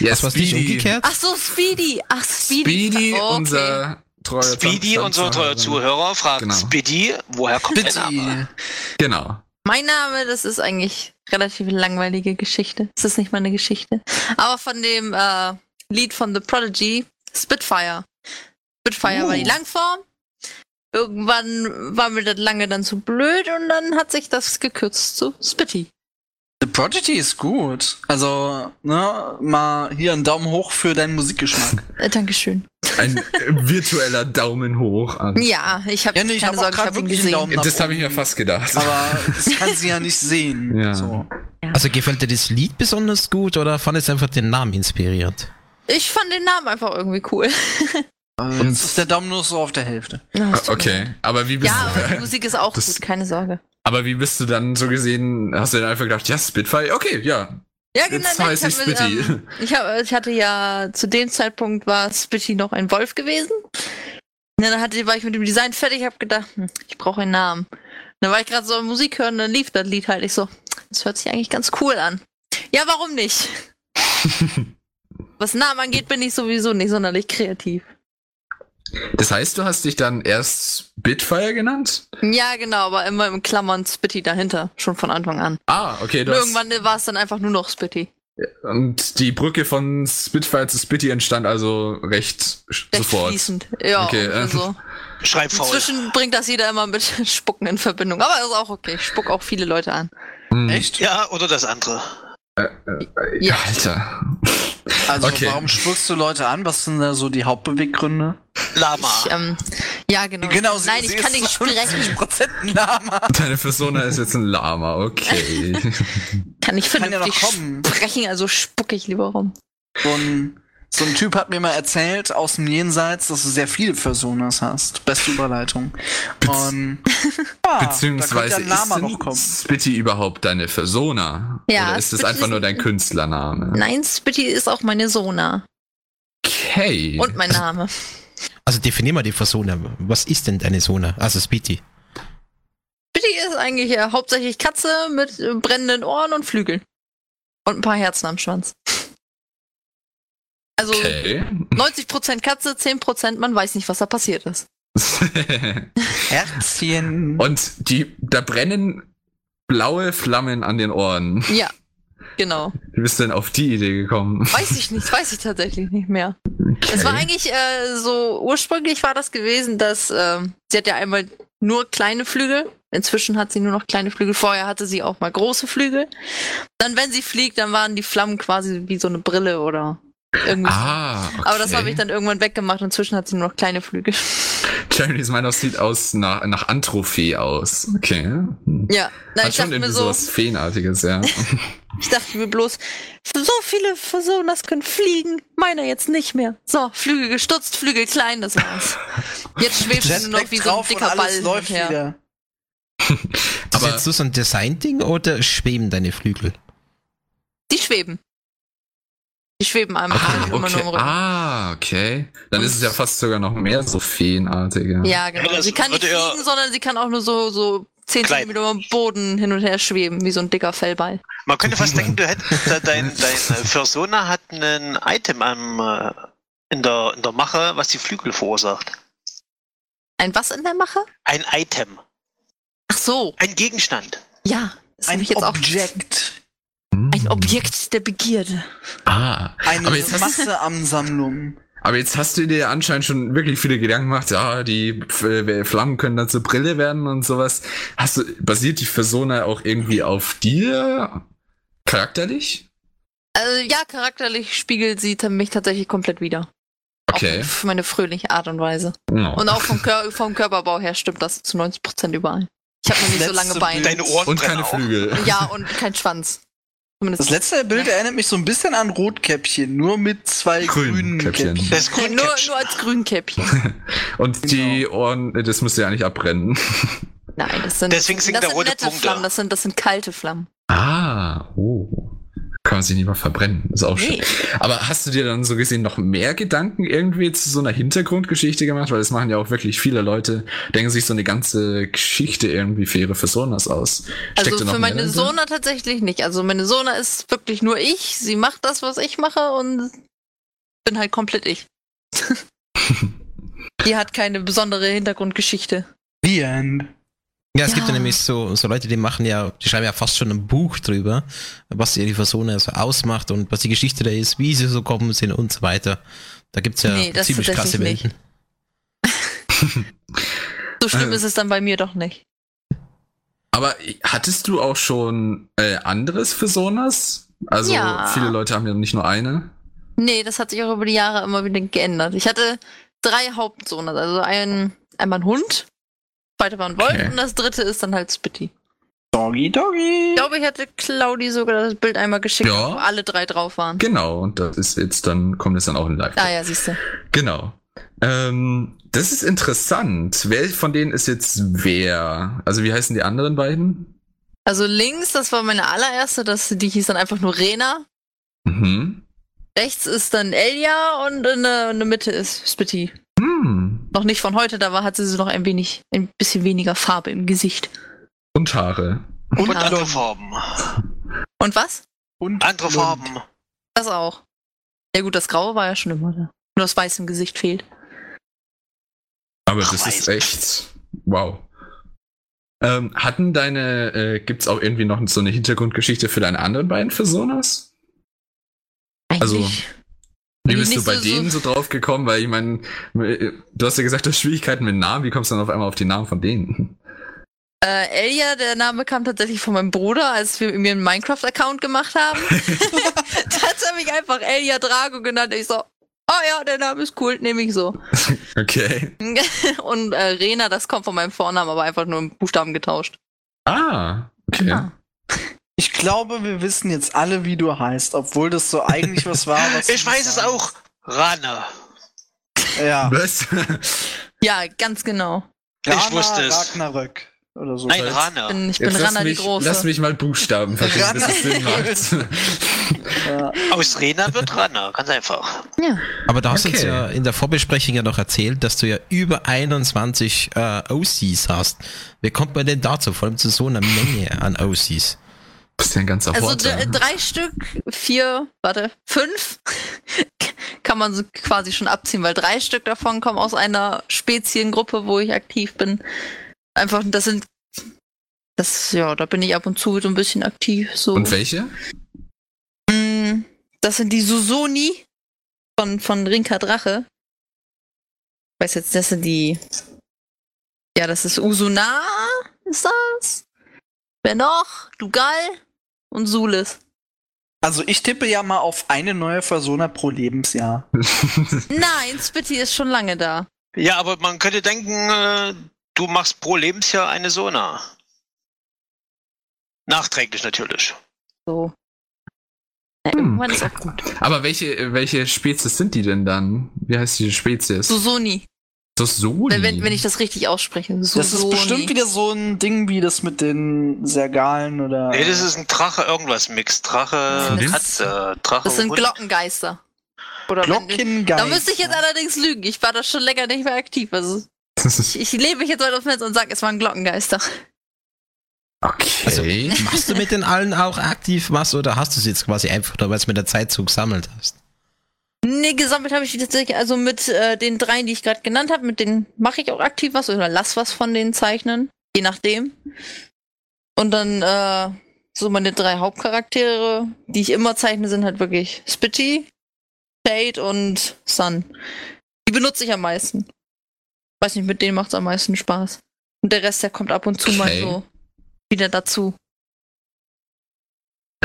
S3: ja,
S1: Das war's nicht umgekehrt?
S5: Ach so, Speedy. Ach, Speedy.
S3: Speedy,
S5: Oh, okay.
S3: unser treuer
S2: Speedy,
S3: Sam-
S2: unser treuer
S3: Zuhörer.
S2: Zuhörer, fragt
S3: Genau.
S2: Speedy, woher kommt dein Name?
S4: Die-
S3: Genau.
S5: Mein Name, das ist eigentlich relativ langweilige Geschichte. Es ist nicht mal eine Geschichte. Aber von dem äh, Lied von The Prodigy, Spitfire. Spitfire
S4: Oh.
S5: war die Langform. Irgendwann war mir das lange dann zu blöd und dann hat sich das gekürzt zu Spitty.
S4: The Prodigy ist gut. Also, ne, mal hier einen Daumen hoch für deinen Musikgeschmack.
S5: Äh, Dankeschön.
S3: Ein äh, virtueller Daumen hoch an.
S5: Ja, ich habe
S4: Ja, nee, ich
S5: keine
S4: hab auch
S5: Sorge, ich
S4: grad
S5: habe ihn
S4: wirklich einen
S5: gesehen.
S4: Daumen nach
S3: Das habe ich mir
S4: oben.
S3: fast gedacht.
S4: Aber das kann sie ja nicht sehen.
S3: Ja.
S4: So.
S1: Also gefällt dir das Lied besonders gut oder fandest du einfach den Namen inspirierend?
S5: Ich fand den Namen einfach irgendwie cool.
S4: Äh, jetzt ist der Daumen nur so auf der Hälfte.
S5: Ah,
S3: Ah, okay, aber wie bist
S5: Ja, aber die
S3: du,
S5: Musik ist auch
S3: Das-
S5: gut, keine Sorge.
S3: aber wie bist du dann so gesehen, hast du dann einfach gedacht, ja, Spitfire, okay, ja,
S5: Ja, genau.
S3: jetzt
S5: nein,
S3: heißt ich
S5: hab mir,
S3: Spitty.
S5: ähm, ich, hab, ich hatte ja, zu dem Zeitpunkt war Spitty noch ein Wolf gewesen. Und dann hatte, war ich mit dem Design fertig, hab gedacht, hm, ich brauche einen Namen. Und dann war ich gerade so am Musik hören, dann lief das Lied halt. Ich so, das hört sich eigentlich ganz cool an. Ja, warum nicht? Was Namen angeht, bin ich sowieso nicht sonderlich kreativ.
S3: Das heißt, du hast dich dann erst Spitfire genannt?
S5: Ja, genau, aber immer im Klammern Spitty dahinter, schon von Anfang an.
S3: Ah, okay,
S5: Und
S3: du
S5: irgendwann war es dann einfach nur noch Spitty.
S3: hast, und die Brücke von Spitfire zu Spitty entstand also recht, sch-
S5: Recht
S3: sofort.
S5: fließend. Ja,
S3: Okay,
S5: ungefähr
S3: ähm.
S5: so.
S2: Schreib faul.
S5: Inzwischen bringt das jeder immer mit Spucken in Verbindung. Aber ist auch okay. Ich spuck auch viele Leute an.
S3: Hm,
S4: Echt?
S2: Ja, oder das andere.
S5: Ja.
S3: Alter.
S4: Also,
S3: Okay.
S4: warum spuckst du Leute an? Was sind da so die Hauptbeweggründe?
S2: Lama.
S5: Ich, ähm, ja, genau.
S4: Genau, sie-
S5: Nein,
S4: sie
S5: ich kann
S4: ist
S5: nicht sprechen.
S4: 50% Lama.
S3: Deine Persona ist jetzt ein Lama, okay.
S5: Kann nicht
S4: Kann ja noch
S5: vernünftig
S4: kommen.
S5: sprechen, also spucke ich lieber rum.
S4: So ein, so ein Typ hat mir mal erzählt aus dem Jenseits, dass du sehr viele Personas hast. Beste Überleitung.
S3: Bez-
S4: Und ja,
S3: Beziehungsweise
S4: da könnte ja ein Lama
S3: ist denn
S4: noch kommen.
S3: Spitty überhaupt deine Persona?
S5: Ja,
S3: Oder ist das
S5: Spitty
S3: einfach
S5: ist-
S3: nur dein Künstlername?
S5: Nein, Spitty ist auch meine Sona.
S3: Okay.
S5: Und mein Name.
S1: Also definier mal die Persona. Was ist denn deine Sona? Also Speedy.
S5: Spitty ist eigentlich äh, hauptsächlich Katze mit äh, brennenden Ohren und Flügeln. Und ein paar Herzen am Schwanz. Also
S3: okay.
S5: 90% Katze, 10% man weiß nicht, was da passiert ist.
S4: Herzchen.
S3: Und die, da brennen blaue Flammen an den Ohren.
S5: Ja, genau.
S3: Wie bist du denn auf die Idee gekommen?
S5: Weiß ich nicht, weiß ich tatsächlich nicht mehr. Es war eigentlich äh, so, ursprünglich war das gewesen, dass ähm, sie hat ja einmal nur kleine Flügel. Inzwischen hat sie nur noch kleine Flügel. Vorher hatte sie auch mal große Flügel. Dann, wenn sie fliegt, dann waren die Flammen quasi wie so eine Brille oder irgendwie. so.
S3: Ah, okay.
S5: Aber das habe ich dann irgendwann weggemacht. Inzwischen hat sie nur noch kleine Flügel.
S3: Jeremy's Meinung sieht aus nach, nach Anthropie aus. Okay. Hm.
S5: ja, na,
S3: Hat
S5: ich
S3: schon
S5: dachte mir
S3: irgendwie
S5: so,
S3: sowas Feenartiges, ja.
S5: ich dachte mir bloß, so viele Personas können fliegen, meiner jetzt nicht mehr. So, Flügel gestutzt, Flügel klein, das war's. Jetzt schwebt sie nur noch
S4: Jetpack
S5: wie so ein
S4: drauf und
S5: dicker Ball.
S4: alles
S5: hin
S4: läuft
S5: und her.
S4: wieder.
S1: Das
S3: Aber-
S1: ist jetzt so ein Design-Ding oder schweben deine Flügel?
S5: Die schweben. Die schweben einmal
S3: Ah,
S5: immer nur
S3: okay.
S5: im Rücken.
S3: Ah, okay. Dann ist es ja fast sogar noch mehr so Feenartiger.
S5: Ja,
S2: Ja,
S5: genau.
S2: das
S5: Sie kann nicht
S2: würde ja-
S5: fliegen, sondern sie kann auch nur so, so 10
S2: Klein.
S5: Zentimeter am Boden hin und her schweben, wie so ein dicker Fellball.
S2: Man könnte fast denken, du hättest da dein, dein äh, Persona hat ein Item am, äh, in, der, in der Mache, was die Flügel verursacht.
S5: Ein was in der Mache?
S2: Ein Item.
S5: Ach so,
S2: Ein Gegenstand.
S5: ja. Das hab
S4: Ein
S5: ich jetzt auch.
S4: Object.
S5: Ein ein Objekt der Begierde.
S3: Hm. Ah,
S4: Eine
S3: aber jetzt hast
S4: Masse am Sammlung.
S3: Aber jetzt hast du dir anscheinend schon wirklich viele Gedanken gemacht, ja, die F- äh, Flammen können dann zur Brille werden und sowas. Hast du, basiert die Persona auch irgendwie auf dir? Charakterlich?
S5: Also ja, charakterlich spiegelt sie t- mich tatsächlich komplett wieder.
S3: Okay.
S5: Auch auf meine fröhliche Art und Weise.
S3: No.
S5: Und auch vom, Kör vom Körperbau her stimmt das zu 90% überall. Ich habe noch nicht so
S4: Letzte
S5: lange Beine.
S4: Bild.
S2: Deine Ohren
S3: Und
S2: brennen
S3: keine
S2: auch.
S3: Flügel.
S5: Ja, und kein Schwanz.
S4: Das
S5: Zumindest.
S4: letzte Bild erinnert mich so ein bisschen an Rotkäppchen, nur mit zwei
S3: Grünen
S4: grünen
S3: Käppchen.
S4: Käppchen.
S2: Das ist
S5: nur,
S2: grün,
S5: nur als Grünkäppchen.
S3: Und die
S5: Genau.
S3: Ohren, äh, das musst du ja nicht abbrennen.
S5: Nein, das sind,
S2: Deswegen singt
S5: das
S2: der
S5: sind
S2: rote
S5: nette
S2: Punkte.
S5: Flammen, das sind, das sind kalte Flammen.
S3: Ah, oh. Kann man sich nicht mal verbrennen. Ist auch schön.
S5: Nee.
S3: Aber hast du dir dann so gesehen noch mehr Gedanken irgendwie zu so einer Hintergrundgeschichte gemacht? Weil das machen ja auch wirklich viele Leute, denken sich so eine ganze Geschichte irgendwie für ihre Personas aus. Steckt da
S5: Also
S3: noch
S5: für
S3: mehr
S5: meine
S3: dahinter?
S5: Sona tatsächlich nicht. Also meine Sona ist wirklich nur ich. Sie macht das, was ich mache und bin halt komplett ich. Die hat keine besondere Hintergrundgeschichte.
S4: The End.
S1: Ja, es
S5: Ja.
S1: gibt ja nämlich so, so Leute, die machen ja, die schreiben ja fast schon ein Buch drüber, was ihre Persona so ausmacht und was die Geschichte da ist, wie sie so kommen sind und so weiter. Da gibt's ja
S5: Nee, das
S1: ziemlich krasse
S5: tatsächlich
S1: Welten.
S5: So schlimm
S3: Äh.
S5: ist es dann bei mir doch nicht.
S3: Aber hattest du auch schon äh, anderes Personas? Also
S5: Ja.
S3: viele Leute haben ja nicht nur eine.
S5: Nee, das hat sich auch über die Jahre immer wieder geändert. Ich hatte drei Hauptsonas. Also ein, einmal ein Hund, zweite war ein Wolf
S3: Okay.
S5: und das dritte ist dann halt Spitty.
S4: Doggy Doggy.
S5: Ich glaube, ich hatte Claudi sogar das Bild einmal geschickt,
S3: Ja.
S5: wo alle drei drauf waren.
S3: Genau, und das ist jetzt dann, kommt es dann auch in Live.
S5: Ah ja, siehst du.
S3: Genau. Ähm, das ist interessant. Wer von denen ist jetzt wer? Also wie heißen die anderen beiden?
S5: Also links, das war meine allererste, das, die hieß dann einfach nur Rena.
S3: Mhm.
S5: Rechts ist dann Elia und in der, in der Mitte ist Spitty.
S3: Hm.
S5: Noch nicht von heute, da war, hatte sie noch ein wenig, ein bisschen weniger Farbe im Gesicht.
S3: Und Haare.
S2: und,
S4: Und
S2: andere
S4: blond.
S2: Farben.
S5: Und was?
S4: Und
S2: Andere
S4: blond.
S2: Farben.
S5: Das auch. Ja gut, das Graue war ja schon immer da. Nur das Weiß im Gesicht fehlt.
S3: Aber
S2: Ach,
S3: das
S2: weiß.
S3: ist echt. Wow. Ähm, hatten deine, äh, gibt's auch irgendwie noch so eine Hintergrundgeschichte für deine anderen beiden Personas? Also,
S5: Eigentlich.
S3: Wie
S5: Die
S3: bist du
S5: nicht
S3: bei
S5: so- so-
S3: denen so drauf gekommen? Weil ich meine, äh, du hast ja gesagt, du hast Schwierigkeiten mit Namen. Wie kommst du dann auf einmal auf die Namen von denen?
S5: äh, Elia, der Name kam tatsächlich von meinem Bruder, als wir mir einen Minecraft-Account gemacht haben. das hat mich einfach Elia Drago genannt. Ich so, oh ja, der Name ist cool, nehme ich so.
S3: Okay.
S5: Und äh, Rena, das kommt von meinem Vornamen, aber einfach nur im Buchstaben getauscht.
S3: Ah, okay.
S5: Ah.
S4: Ich glaube, wir wissen jetzt alle, wie du heißt, obwohl das so eigentlich was war.
S2: Ich
S4: Was du nicht
S2: weiß es
S4: sagst.
S2: auch. Rana.
S4: Ja.
S3: Was?
S5: Ja, ganz genau.
S2: Ich wusste es.
S4: Ragnarök oder so.
S2: Nein,
S3: jetzt-
S5: Ich
S2: Rana.
S5: bin, ich bin
S3: Jetzt
S5: Rana
S3: lass, mich,
S5: die Große.
S3: lass mich mal Buchstaben verstehen, bis es Sinn macht.
S4: Ja.
S2: Aus Rena wird Rana. Ganz einfach.
S5: ja.
S1: Aber du hast
S3: Okay.
S1: uns ja in der Vorbesprechung ja noch erzählt, dass du ja über 21 äh, OCs hast. Wie kommt man denn dazu? Vor allem zu so einer Menge an OCs.
S3: Das ist ja ein ganzer
S5: Also
S3: Vorteil.
S5: d- drei Stück, vier, warte, fünf kann man so quasi schon abziehen, weil drei Stück davon kommen aus einer Speziengruppe, wo ich aktiv bin. Einfach, das sind, das, ja, da bin ich ab und zu so ein bisschen aktiv. So.
S3: Und welche?
S5: Mm, Das sind die Susoni von, von Rinka Drache. Ich weiß jetzt, das sind die. Ja, das ist Usuna, ist das? Wer noch? Dugal und Sulis.
S4: Also ich tippe ja mal auf eine neue Persona pro Lebensjahr.
S5: Nein, Spitty ist schon lange da.
S2: Ja, aber man könnte denken, äh, du machst pro Lebensjahr eine Sona. Nachträglich natürlich.
S5: So. Ja,
S3: Hm.
S5: irgendwann ist auch gut.
S3: Aber welche, welche Spezies sind die denn dann? Wie heißt die Spezies?
S5: Susoni.
S3: Das Soli.
S5: Wenn, wenn, wenn ich das richtig ausspreche. Susoni.
S4: Das ist bestimmt wieder so ein Ding wie das mit den Sergalen oder.
S2: Nee, das ist ein Drache irgendwas Mix. Drache,
S5: Was sind das?
S2: Katze, Drache.
S5: Das sind
S2: Hund.
S5: Glockengeister. Oder wenn-
S4: Glockengeist.
S5: Da müsste ich jetzt allerdings lügen. Ich war da schon länger nicht mehr aktiv. Also Ich, ich lebe mich jetzt weit auf dem Netz und sage, es waren Glockengeister.
S3: okay.
S1: Also, Machst du mit den allen auch aktiv was oder hast du es jetzt quasi einfach nur, weil es mit der Zeit so gesammelt hast?
S5: Nee, gesammelt habe ich die tatsächlich, also mit äh, den dreien, die ich gerade genannt habe, mit denen mache ich auch aktiv was oder lass was von denen zeichnen. Je nachdem. Und dann äh, So meine drei Hauptcharaktere, die ich immer zeichne, sind halt wirklich Spitty, Shade und Sun. Die benutze ich am meisten. Weiß nicht, mit denen macht's am meisten Spaß. Und der Rest, der kommt ab und zu mal
S3: Okay.
S5: so wieder dazu.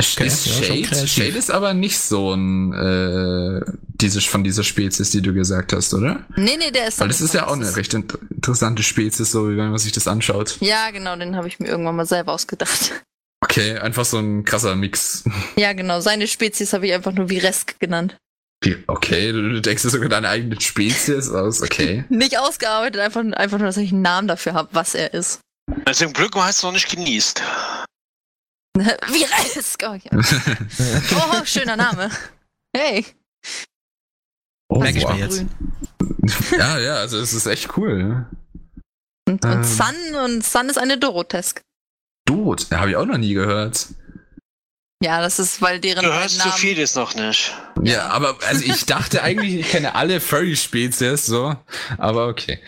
S1: Okay,
S3: ist
S1: ja, schon
S3: Shade?
S1: kreativ.
S3: Shade ist aber nicht so ein äh, diese, von dieser Spezies, die du gesagt hast, oder?
S5: Nee, nee, der ist
S3: Weil
S5: dann
S3: das ist ja auch eine recht int interessante Spezies, so wie wenn man sich das anschaut.
S5: Ja, genau, den habe ich mir irgendwann mal selber ausgedacht.
S3: Okay, einfach so ein krasser Mix.
S5: Ja, genau, seine Spezies habe ich einfach nur Viresk genannt.
S3: Die- Okay, du, du denkst dir sogar deine eigene Spezies aus, okay.
S5: Nicht ausgearbeitet, einfach, einfach nur, dass ich einen Namen dafür habe, was er ist.
S2: Na, Zum Also Glück hast du es noch nicht genießt.
S5: Viresk! Oh, ja. oh schöner Name. Hey,
S3: Oh,
S1: Merke ich
S3: wow.
S1: mir jetzt.
S5: grün.
S3: Ja, ja, also es ist echt cool.
S5: Und, und
S1: Ah.
S3: Ähm.
S5: Sun, und Sun ist eine Dorotesk.
S3: Dot, habe ich auch noch nie gehört.
S5: Ja, das ist, weil deren
S2: Du
S5: beiden
S2: hörst so
S5: Namen...
S2: vieles noch nicht.
S3: Ja, aber also ich dachte eigentlich, ich kenne alle Furry-Spezies, so, aber okay.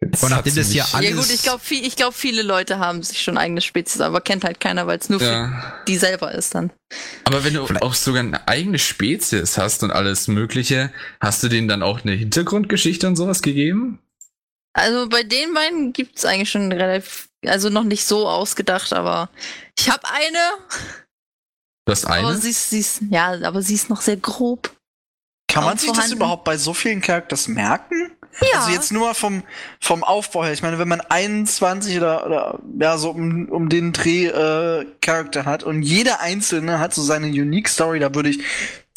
S3: Jetzt
S1: Und
S3: hat's
S1: nachdem das
S3: mich-
S1: ja alles.
S5: ja gut, ich glaube, viel, ich glaub, viele Leute haben sich schon eigene Spezies, aber kennt halt keiner, weil es nur für
S3: Ja.
S5: die selber ist dann.
S3: Aber wenn du
S1: Vielleicht-
S3: auch sogar eine eigene Spezies hast und alles Mögliche, hast du denen dann auch eine Hintergrundgeschichte und sowas gegeben?
S5: Also bei den beiden gibt's eigentlich schon relativ, also noch nicht so ausgedacht, aber ich habe eine,
S3: Du hast
S5: aber
S3: eine?
S5: Oh, sie ist, sie ist, ja, aber sie ist noch sehr grob.
S4: Kann man
S5: Auch
S4: sich das
S5: vorhanden.
S4: überhaupt bei so vielen Charakters merken?
S5: Ja,
S4: Also jetzt nur mal vom, vom Aufbau her. Ich meine, wenn man 21 oder, oder ja, so um, um den Dreh äh, Charakter hat und jeder einzelne hat so seine Unique Story, da würde ich.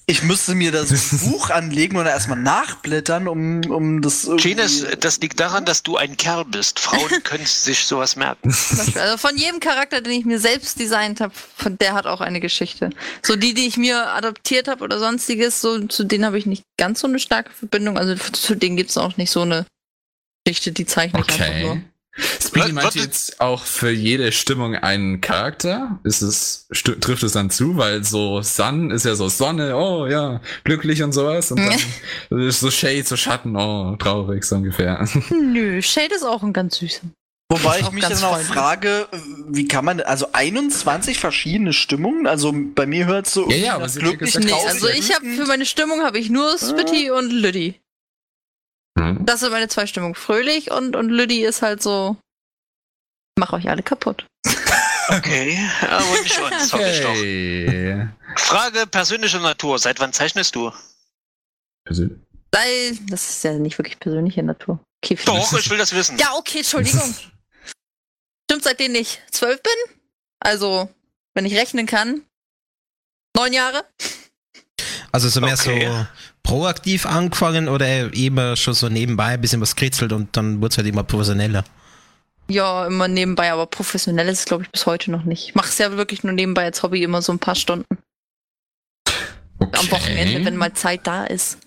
S4: Ich müsste mir das Buch anlegen oder erstmal nachblättern, um, um das irgendwie.
S2: Genius, das liegt daran, dass du ein Kerl bist. Frauen können sich sowas merken.
S5: zum Beispiel, also von jedem Charakter, den ich mir selbst designt habe, von der hat auch eine Geschichte. So die, die ich mir adoptiert habe oder sonstiges, so zu denen habe ich nicht ganz so eine starke Verbindung. Also zu denen gibt's auch nicht so eine Geschichte, die zeichne ich einfach nur.
S3: Okay. Speedy
S2: Was-
S3: meint
S2: was ist-
S3: jetzt auch für jede Stimmung einen Charakter. Ist es, st- trifft es dann zu, weil so Sun ist ja so Sonne, oh ja, glücklich und sowas. Und dann ist so Shade, so Schatten, oh, traurig, so ungefähr.
S5: Nö, Shade ist auch ein ganz süßer.
S4: Wobei ich
S5: Auch
S4: mich
S5: ganz
S4: dann auch
S5: freundlich.
S4: frage, wie kann man, also 21 verschiedene Stimmungen, also bei mir hört so
S3: Ja, ja,
S4: irgendwie
S3: aber
S4: nach
S3: sie hat ja
S4: glücklich,
S3: gesagt,
S5: Nee,
S4: traurig,
S5: also ich habe für
S4: wütend.
S5: meine Stimmung habe ich nur Spitty und Lüdi.
S3: Hm.
S5: Das sind meine zwei Stimmungen. Fröhlich und, und Lüdi ist halt so. Mach euch alle kaputt.
S2: Okay, aber nicht uns, hoffe ich doch.
S3: Okay.
S2: Frage persönlicher Natur. Seit wann zeichnest du?
S3: Persön-
S5: Weil, das ist ja nicht wirklich persönliche Natur. Okay, vielleicht-
S2: Doch, ich will das wissen.
S5: Ja, okay, Entschuldigung. Stimmt, seitdem ich zwölf bin? Also, wenn ich rechnen kann. Neun Jahre?
S1: Also so mehr so
S2: Okay.
S1: proaktiv angefangen oder eben schon so nebenbei ein bisschen was kritzelt und dann wurde es halt immer professioneller.
S5: Ja, immer nebenbei, aber professionell ist es, glaube ich, bis heute noch nicht. Ich mache es ja wirklich nur nebenbei als Hobby immer so ein paar Stunden.
S3: okay.
S5: Am Wochenende, wenn mal Zeit da ist.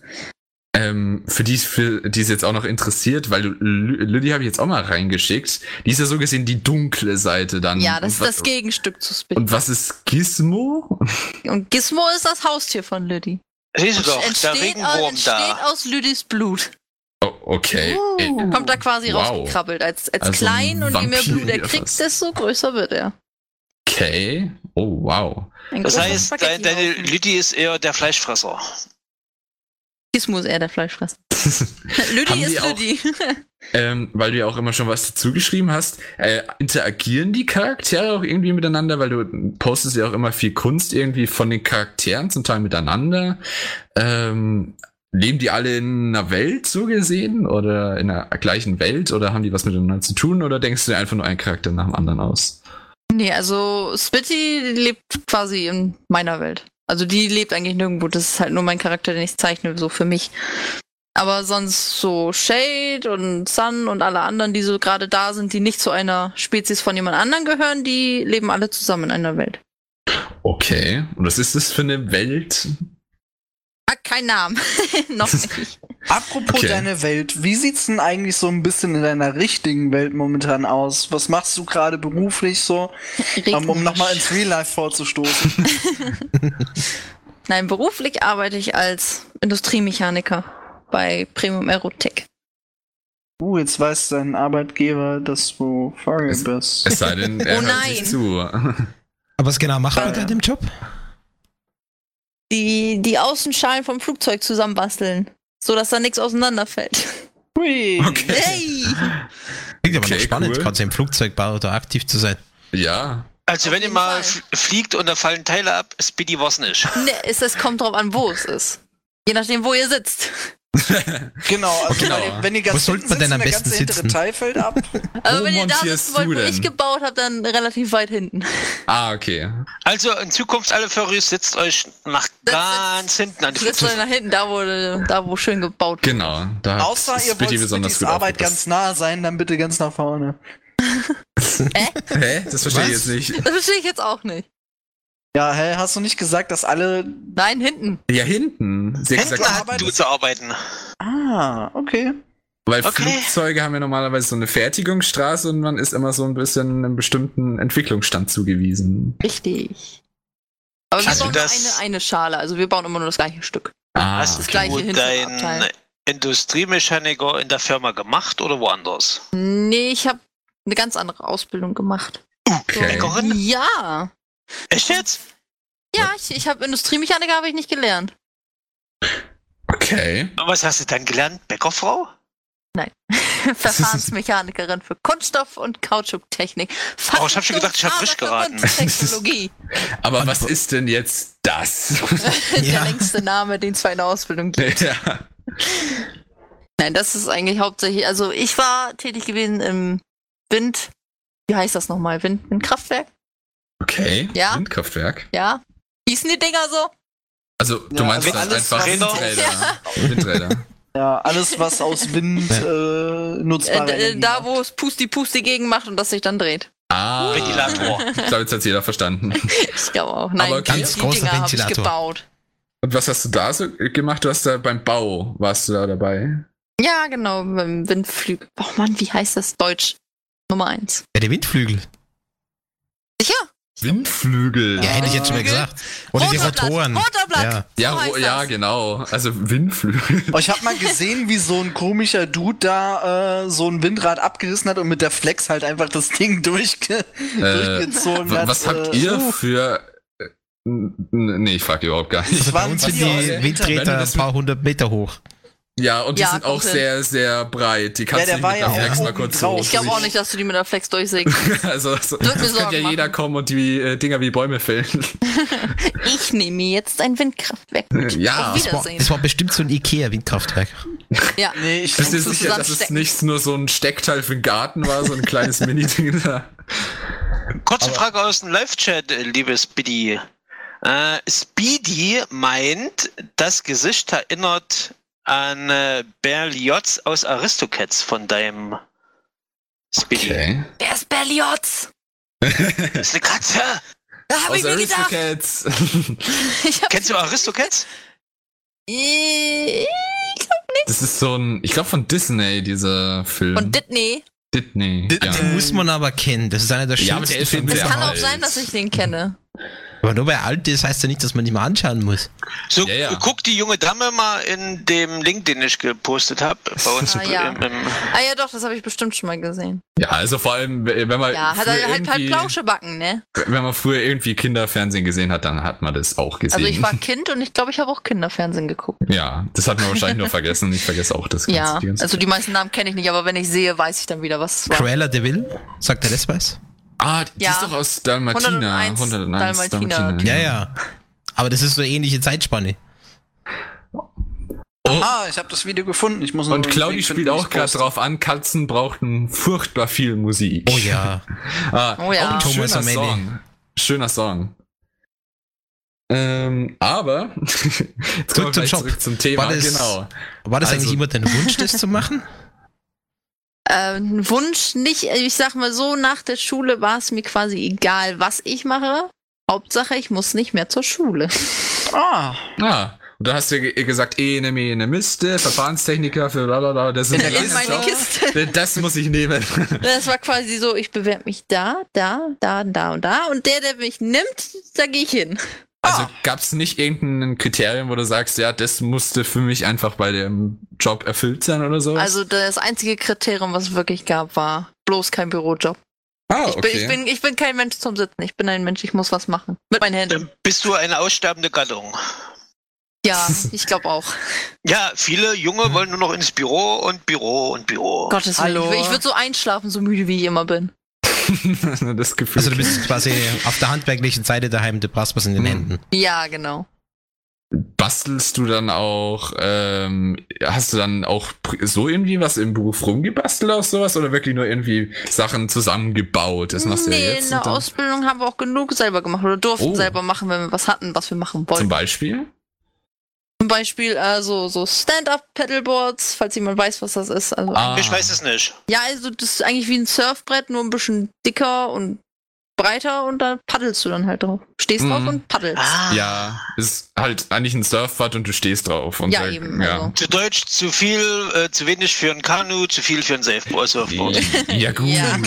S3: Ähm, für die, für die es jetzt auch noch interessiert, weil du- Lü- Lüdi habe ich jetzt auch mal reingeschickt. Die ist ja so gesehen die dunkle Seite dann.
S5: Ja, das
S3: Und
S5: ist
S3: wa-
S5: das Gegenstück zu Spitty.
S3: Und was ist Gizmo?
S5: Und Gizmo ist das Haustier von Lüdi.
S2: Siehst du doch, der
S5: entsteht au-
S2: Regenwurm
S5: entsteht
S2: da.
S5: aus Lüdis Blut.
S3: Oh, okay.
S5: Uh.
S3: Äh,
S5: Kommt da quasi
S3: Wow.
S5: rausgekrabbelt. Als, als
S3: Also
S5: klein
S3: ein
S5: und je mehr
S3: Vampir
S5: Blut er
S3: oder was?
S5: kriegt, desto größer wird er.
S3: Okay. Oh, wow.
S5: Ein
S2: Das
S5: großer
S2: heißt, dein- deine
S5: Spaghettihaufen.
S2: Lüdi ist eher der Fleischfresser.
S5: Gizmo ist eher der Fleischfresser. Lüdi
S3: Haben die
S5: ist
S3: auch-
S5: Lüdi.
S3: Ähm, weil du ja auch immer schon was dazu geschrieben hast, äh, interagieren die Charaktere auch irgendwie miteinander, weil du postest ja auch immer viel Kunst irgendwie von den Charakteren, zum Teil miteinander. Ähm, leben die alle in einer Welt so gesehen oder in einer gleichen Welt oder haben die was miteinander zu tun oder denkst du dir einfach nur einen Charakter nach dem anderen aus?
S5: Nee, also Spitty lebt quasi in meiner Welt. Also die lebt eigentlich nirgendwo. Das ist halt nur mein Charakter, den ich zeichne, so für mich. Aber sonst so Shade und Sun und alle anderen, die so gerade da sind, die nicht zu einer Spezies von jemand anderen gehören, die leben alle zusammen in einer Welt.
S3: Okay, und was ist das für eine Welt?
S5: Hat keinen Ah, Namen. Noch nicht.
S4: Apropos
S3: Okay.
S4: deine Welt, wie sieht's denn eigentlich so ein bisschen in deiner richtigen Welt momentan aus? Was machst du gerade beruflich so, um, um nochmal ins Real Life vorzustoßen?
S5: Nein, beruflich arbeite ich als Industriemechaniker bei Premium Aerotech.
S4: Uh, jetzt weiß dein Arbeitgeber, dass du Furry
S3: Es-
S4: bist.
S3: Es sei denn, er
S5: Oh
S3: hört sich
S5: nein.
S3: zu.
S1: Aber was genau macht man
S4: Ja.
S1: da in dem Job?
S5: Die, die Außenschalen vom Flugzeug zusammenbasteln, sodass da nichts auseinanderfällt.
S4: Hui.
S3: Okay.
S5: Hey!
S1: Klingt aber
S3: Okay,
S1: noch spannend,
S3: cool.
S1: gerade so im Flugzeugbau da aktiv zu sein.
S3: Ja.
S2: Also wenn ihr
S5: jeden
S2: mal
S5: Fall.
S2: f- fliegt und da fallen Teile ab, Speedy war's nicht.
S5: Ne, es, es kommt drauf an, wo es ist. Je nachdem, wo ihr sitzt.
S4: Genau, also
S3: Genau.
S4: Wenn, ihr- wenn ihr ganz
S1: sollte
S4: hinten
S1: man denn am
S4: sitzt, der
S1: besten
S4: ganze hintere
S1: sitzen?
S4: Teil fällt ab.
S5: Also
S3: Wo
S5: wenn ihr da
S3: montierst
S5: sitzen wollt,
S3: du
S5: wo
S3: denn?
S5: ich gebaut habe, dann relativ weit hinten.
S3: Ah, okay.
S2: Also in Zukunft alle Furries sitzt euch nach
S5: Das
S2: ganz hinten an die
S5: Sitzt
S2: Flugzeuge.
S5: euch nach hinten, da wo, da wo schön gebaut wird.
S3: Genau. Da hat
S4: Außer ihr
S3: Spitty
S4: wollt Spittys Arbeit ganz nah sein, dann bitte ganz nach vorne.
S3: aufgepasst. Hä? Das verstehe ich
S1: Was?
S3: jetzt nicht.
S5: Das verstehe ich jetzt auch nicht.
S4: Ja, hä, hast du nicht gesagt, dass alle...
S5: Nein, hinten.
S3: Ja, hinten. Sie hat
S4: Hinten
S3: gesagt,
S4: nach
S2: Hinten
S4: arbeiten.
S2: du zu arbeiten.
S4: Ah, okay.
S3: Weil
S2: Okay.
S3: Flugzeuge haben ja normalerweise so eine Fertigungsstraße und man ist immer so ein bisschen einem bestimmten Entwicklungsstand zugewiesen.
S5: Richtig. Aber wir
S2: Also
S5: bauen nur
S2: das-
S5: eine, eine Schale, also wir bauen immer nur das gleiche Stück.
S3: Ah,
S2: Hast
S5: okay. gleiche
S2: du
S5: hinten
S2: deinen
S5: Abteil.
S2: Industriemechaniker in der Firma gemacht oder woanders?
S5: Nee, ich habe eine ganz andere Ausbildung gemacht.
S3: okay.
S2: Gott. Bäckerin?
S5: Ja.
S2: Echt jetzt?
S5: Ja, ich, ich habe Industriemechaniker habe ich nicht gelernt.
S3: Okay.
S2: Und was hast du dann gelernt? Bäckerfrau?
S5: Verfahrensmechanikerin für Kunststoff- und Kautschuktechnik.
S2: Oh, ich hab schon gedacht, ich hab frisch geraten.
S5: Technologie.
S3: Aber was ist denn jetzt das?
S5: Der
S1: Ja.
S5: längste Name, den es für eine Ausbildung gibt.
S3: ja.
S5: Nein, das ist eigentlich hauptsächlich. Also ich war tätig gewesen im Wind. Wie heißt das nochmal? Wind, Windkraftwerk?
S3: Okay.
S5: Ja.
S3: Windkraftwerk.
S5: Ja. Hießen die Dinger so?
S3: Also, du
S4: Ja,
S3: meinst
S4: also
S3: dann
S4: alles,
S3: einfach
S2: was-
S3: Windräder.
S5: Ja.
S3: Windräder.
S4: Ja, alles, was aus Wind äh,
S5: Äh,
S4: nutzbar
S5: d- äh,
S4: ist.
S5: da, wo es Pusti-Pusti gegen macht und das sich dann dreht.
S3: Ah.
S2: Ventilator.
S3: Ich glaube, jetzt hat jeder verstanden.
S5: Ich glaube auch. Nein,
S3: Aber ganz
S5: die, die
S1: großer
S5: Dinger habe ich
S1: Ventilator.
S5: gebaut.
S3: Und was hast du da so gemacht? Du hast da beim Bau, warst du da dabei?
S5: Ja, genau, beim Windflügel. Oh Mann, wie heißt das Deutsch? Nummer eins.
S1: Ja, die Windflügel.
S5: Sicher?
S3: Windflügel.
S1: Ja,
S3: Ja,
S1: hätte ich jetzt schon mal
S5: Flügel?
S1: gesagt. Oder die
S5: Rotorblatt,
S1: Rotoren.
S5: Rotorblatt.
S1: Ja.
S3: ja,
S5: so
S3: ro-
S5: heißt
S3: ja
S5: das.
S3: genau. Also Windflügel.
S4: Oh, ich habe mal gesehen, wie so ein komischer Dude da äh, so ein Windrad abgerissen hat und mit der Flex halt einfach das Ding durchge durchgezogen
S3: W-
S4: hat.
S3: Äh, was habt
S4: äh,
S3: ihr für. äh, n- n- Nee, ich frag überhaupt gar nicht.
S1: Also
S4: Das war
S1: bei
S4: ein
S1: uns sind
S4: Bier aus
S1: die
S4: der
S3: Hinterwelt.
S1: Windräter ein paar hundert Meter hoch.
S3: Ja, und die
S5: Ja,
S3: sind auch
S5: komplett.
S3: sehr, sehr breit. Die
S4: Ja,
S3: kannst
S4: der
S3: du nicht
S4: war
S3: mit
S4: ja
S3: der
S1: auch
S3: Flex mal
S4: oben
S3: kurz
S4: drauf.
S3: so.
S5: Ich glaube auch nicht, dass du die mit der Flex durchsägst.
S3: Also, so,
S5: Wird mir
S3: das
S5: Sorgen
S3: könnte ja jeder
S5: machen.
S3: kommen und die äh, Dinger wie Bäume fällen.
S5: Ich nehme mir jetzt ein Windkraftwerk.
S3: ja. Ah.
S5: Auf Wiedersehen.
S1: Das war bestimmt so ein Ikea-Windkraftwerk.
S5: Ja.
S4: Nee, ich
S3: Bist du
S5: Kannst du
S3: sicher, dass es
S5: zusammenstecken.
S3: nicht nur so ein Steckteil für den Garten war, so ein kleines Mini-Ding da?
S2: Kurze Frage aus dem Live-Chat, äh, liebe Speedy. Äh, Speedy meint, das Gesicht erinnert an äh, Berlioz aus Aristocats von deinem Speedy.
S5: Wer ist Berlioz?
S2: Das ist eine Katze.
S5: Da habe
S3: Aus
S5: ich mir gedacht.
S3: Aristocats.
S5: Ich hab,
S2: Kennst du Aristocats?
S5: Äh,
S3: Das ist so ein, ich glaube von Disney, dieser Film.
S5: von Disney.
S3: Disney. ja.
S1: Den muss man aber kennen. Das ist einer der
S3: Ja, aber
S1: schönsten
S3: der ist schon
S1: Filme.
S5: Es
S3: wieder- Der
S5: kann auch
S3: Hals.
S5: sein, dass ich den kenne.
S1: Aber nur weil er alt ist, heißt ja nicht, dass man ihn mal anschauen muss.
S2: So,
S3: Ja, ja.
S2: guck die junge Dame mal in dem Link, den ich gepostet habe, bei uns
S5: Ah,
S2: im,
S5: ja.
S2: im, im
S5: Ah ja, doch, das habe ich bestimmt schon mal gesehen.
S3: ja, also vor allem, wenn man,
S5: Ja, hat
S3: früher
S5: er halt, halt
S3: irgendwie-
S5: Plauschebacken, ne?
S3: wenn man früher irgendwie Kinderfernsehen gesehen hat, dann hat man das auch gesehen.
S5: Also ich war Kind und ich glaube, ich habe auch Kinderfernsehen geguckt.
S3: ja, das hat man wahrscheinlich nur vergessen. Ich vergesse auch das
S5: Ja,
S3: die ganze
S5: also die meisten Namen kenne ich nicht, aber wenn ich sehe, weiß ich dann wieder, was es war.
S1: Cruella de Vil, sagt er das was?
S3: Ah, die
S5: Ja.
S3: ist doch aus Dalmatina.
S5: 101
S1: Ja,
S5: Dalmatina.
S3: genau.
S1: ja. Aber das ist so eine ähnliche Zeitspanne.
S3: Oh,
S4: Ah, ich habe das Video gefunden. Ich muss nur
S3: und
S4: den
S3: Claudi
S4: Link
S3: spielt
S4: finden,
S3: auch
S4: ich
S3: gerade
S4: poste.
S3: drauf an, Katzen brauchten furchtbar viel Musik.
S1: Oh ja.
S3: Ah,
S5: Oh ja.
S3: auch ein
S1: Thomas
S3: schöner
S1: O'Malley.
S3: Song. Schöner Song. Ähm, aber jetzt
S1: Zurück zum
S3: kommen wir gleich
S1: Job.
S3: zurück zum Thema.
S1: War das-
S3: genau.
S1: War das
S3: Also-
S1: eigentlich immer dein Wunsch, das zu machen?
S5: Ähm, Wunsch nicht, ich sag mal so, nach der Schule war es mir quasi egal, was ich mache. Hauptsache, ich muss nicht mehr zur Schule.
S4: Ah,
S3: Ja. Und da hast du ge- gesagt, ene, mene, Miste, Verfahrenstechniker für lalala, das ist
S5: In
S3: der ganze
S5: meine
S3: Job. Äh,
S5: Kiste.
S3: Das muss ich nehmen.
S5: Das war quasi so, ich bewerbe mich da, da, da, da und da. Und der, der mich nimmt, da gehe ich hin.
S3: Also gab es nicht irgendein Kriterium, wo du sagst, ja, das musste für mich einfach bei dem Job erfüllt sein oder so?
S5: Also das einzige Kriterium, was es wirklich gab, war bloß kein Bürojob.
S3: Ah,
S5: Ich, bin, ich, bin, ich bin kein Mensch zum Sitzen. Ich bin ein Mensch, ich muss was machen. Mit meinen Händen.
S2: Dann bist du eine aussterbende Gattung.
S5: Ja, ich glaube auch.
S2: Ja, viele Junge wollen nur noch ins Büro und Büro und Büro.
S5: Gottes Willen.
S4: Hallo.
S5: Ich, ich würde so einschlafen, so müde wie ich immer bin.
S3: das Gefühl.
S1: Also du bist quasi auf der handwerklichen Seite daheim, du brauchst was in den
S3: Mhm.
S1: Händen.
S5: Ja, genau.
S3: Bastelst du dann auch, ähm, hast du dann auch pr- so irgendwie was im Beruf rumgebastelt oder sowas oder wirklich nur irgendwie Sachen zusammengebaut? Das machst du
S5: nee,
S3: ja jetzt.
S5: in der
S3: und dann-
S5: Ausbildung haben wir auch genug selber gemacht oder durften
S3: Oh.
S5: selber machen, wenn wir was hatten, was wir machen
S3: zum
S5: wollten.
S3: Beispiel?
S5: Zum Beispiel äh, so, so Stand-Up-Pedalboards, falls jemand weiß, was das ist. Also,
S3: Ah.
S2: Ich weiß es nicht.
S5: Ja, also das ist eigentlich wie ein Surfbrett, nur ein bisschen dicker und breiter und da paddelst du dann halt drauf. Stehst
S3: Mhm.
S5: drauf und paddelst.
S3: Ja, ist halt eigentlich ein Surfpad und du stehst drauf. Und
S5: Ah. Ja,
S3: da-
S5: eben, also.
S2: Zu Deutsch zu viel, äh, zu wenig für ein Kanu, zu viel für ein also Surfboard. Surfboard.
S3: Ja, gut.
S5: Ja. also.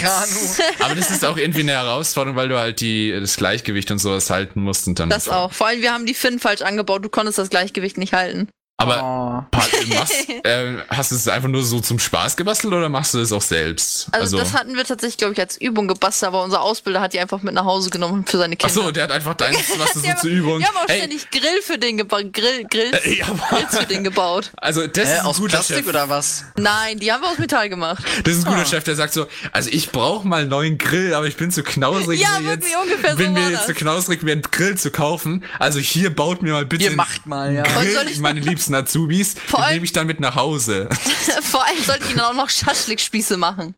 S4: Kanu.
S3: Aber das ist auch irgendwie eine Herausforderung, weil du halt die, das Gleichgewicht und sowas halten musst und dann.
S5: Das auch. Vor allem, wir haben die Finnen falsch angebaut. Du konntest das Gleichgewicht nicht halten.
S3: Aber
S4: Oh.
S3: pa- machst, äh, hast du es einfach nur so zum Spaß gebastelt oder machst du das auch selbst?
S5: Also, das hatten wir tatsächlich, glaube ich, als Übung gebastelt, aber unser Ausbilder hat die einfach mit nach Hause genommen für seine
S3: ach
S5: Kinder.
S3: so, der hat einfach deins, was du so
S5: Ja,
S3: zur Übung.
S5: Wir haben auch
S3: Ey,
S5: ständig Grill für den gebaut. Grill, Grills,
S3: Äh, ja, aber-
S5: Grills für den gebaut.
S3: also das
S4: Äh,
S3: ist ein
S4: aus
S3: guter
S4: Plastik
S3: Chef.
S4: oder was?
S5: Nein, die haben wir aus Metall gemacht.
S3: Das ist ein guter
S5: Ah.
S3: Chef, der sagt so, also ich brauche mal einen neuen Grill, aber ich bin zu knausrig.
S5: Ja,
S3: mir
S5: wirklich,
S3: jetzt,
S5: ungefähr so
S3: bin mir
S5: war
S3: jetzt
S5: das.
S3: zu knausrig, mir einen Grill zu kaufen. Also hier baut mir mal bitte
S4: Ihr
S3: einen
S4: macht mal, ja.
S5: Und soll
S3: Grill,
S5: ich-
S3: meine liebsten Azubis,
S5: Vor
S3: den
S5: allem-
S3: nehme ich dann mit nach Hause.
S5: Vor allem sollten die dann auch noch Schaschlikspieße machen.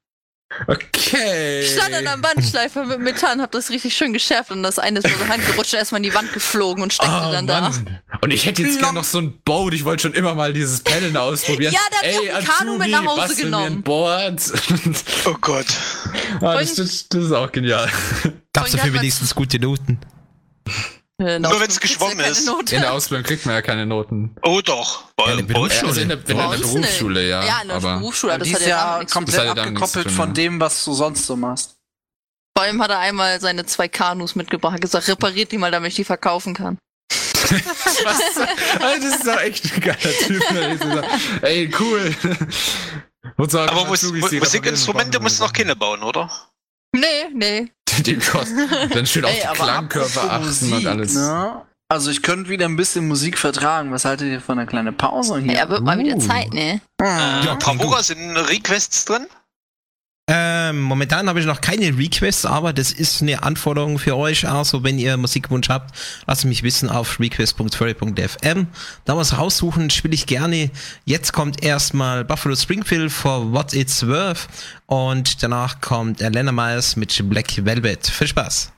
S3: Okay.
S5: Ich stand an einem Bandschleifer mit Metall und hab das richtig schön geschärft und das eine ist mit der Hand gerutscht, erstmal in die Wand geflogen und steckte
S3: Ah,
S5: dann da.
S3: Mann. Und ich hätte jetzt gerne noch so ein Board. Ich wollte schon immer mal dieses Paddeln ausprobieren.
S5: Ja, da hat die auch ein Kanu mit nach Hause
S3: bastel Mir ein
S5: genommen.
S3: Board.
S2: Oh Gott.
S3: ah, das, das, das ist auch genial.
S1: Darfst du
S5: hat
S1: für
S5: man-
S1: wenigstens gute Noten.
S5: Genau.
S2: Nur wenn's
S5: Du kriegst
S2: geschwommen
S5: ja keine
S2: ist.
S5: Note.
S3: In der Ausbildung kriegt man ja keine Noten.
S2: Oh doch. Bei
S1: Eine
S2: einem Boot.
S1: Berufsschule.
S3: Also in der, wenn
S5: Bei
S3: in der
S5: uns
S3: Berufsschule,
S5: nicht.
S3: ja.
S5: Ja, in der
S3: aber
S5: Berufsschule, aber das
S4: Dies
S5: hat ja damit
S4: Jahr
S5: nichts zu tun.
S3: Das
S4: komplett
S3: hat ja damit nichts
S4: abgekoppelt
S3: zu tun, ja.
S4: von dem, was du sonst so machst.
S5: Vor allem hat er einmal seine zwei Kanus mitgebracht, hat gesagt, repariert die mal, damit ich die verkaufen kann.
S3: Was? Alter, das ist doch echt ein geiler Typ. ne? Das ist doch- Ey, cool. Und so
S2: Aber Mus Mu- Musikinstrumente musst du noch Kinder bauen, oder?
S5: Nee, nee.
S3: Den Kosten. Dann schön auf
S4: Ey,
S3: die
S4: aber
S3: Klangkörper
S4: apropos
S3: achten und
S4: Musik,
S3: alles.
S4: Ne? Also ich könnte wieder ein bisschen Musik vertragen. Was haltet ihr von einer kleinen Pause hier?
S5: Ja, wird mal wieder
S3: Uh.
S5: Zeit, ne?
S2: Äh,
S1: Ja,
S2: Frau
S1: klingt gut.
S2: Burger, sind Requests drin?
S1: Ähm, momentan habe ich noch keine Requests, aber das ist eine Anforderung für euch. Also, wenn ihr Musikwunsch habt, lasst mich wissen auf request.furry.fm. Da was raussuchen, spiele ich gerne. Jetzt kommt erstmal Buffalo Springfield for What It's Worth und danach kommt Elena Miles mit Black Velvet. Viel Spaß!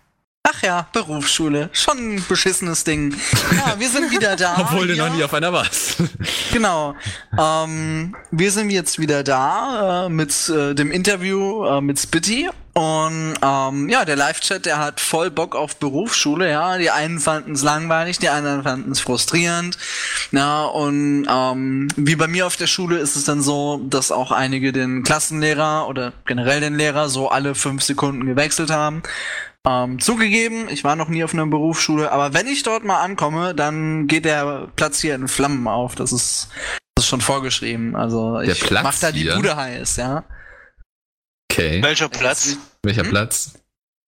S4: Ach ja, Berufsschule. Schon ein beschissenes Ding. Ja, wir sind wieder da.
S3: Obwohl du
S4: ja.
S3: noch nie auf einer warst.
S4: Genau. Ähm, wir sind jetzt wieder da äh, mit äh, dem Interview äh, mit Spitty. Und ähm, ja, der Live-Chat, der hat voll Bock auf Berufsschule, ja. Die einen fanden es langweilig, die anderen fanden es frustrierend. Ja, und ähm, wie bei mir auf der Schule ist es dann so, dass auch einige den Klassenlehrer oder generell den Lehrer so alle fünf Sekunden gewechselt haben. Ähm, zugegeben, ich war noch nie auf einer Berufsschule, aber wenn ich dort mal ankomme, dann geht der Platz hier in Flammen auf. Das ist, das ist schon vorgeschrieben. Also
S3: Der
S4: ich
S3: Platz
S4: mach da die
S3: hier?
S4: Bude heiß, ja.
S3: Okay.
S2: Welcher Platz?
S3: Welcher Platz?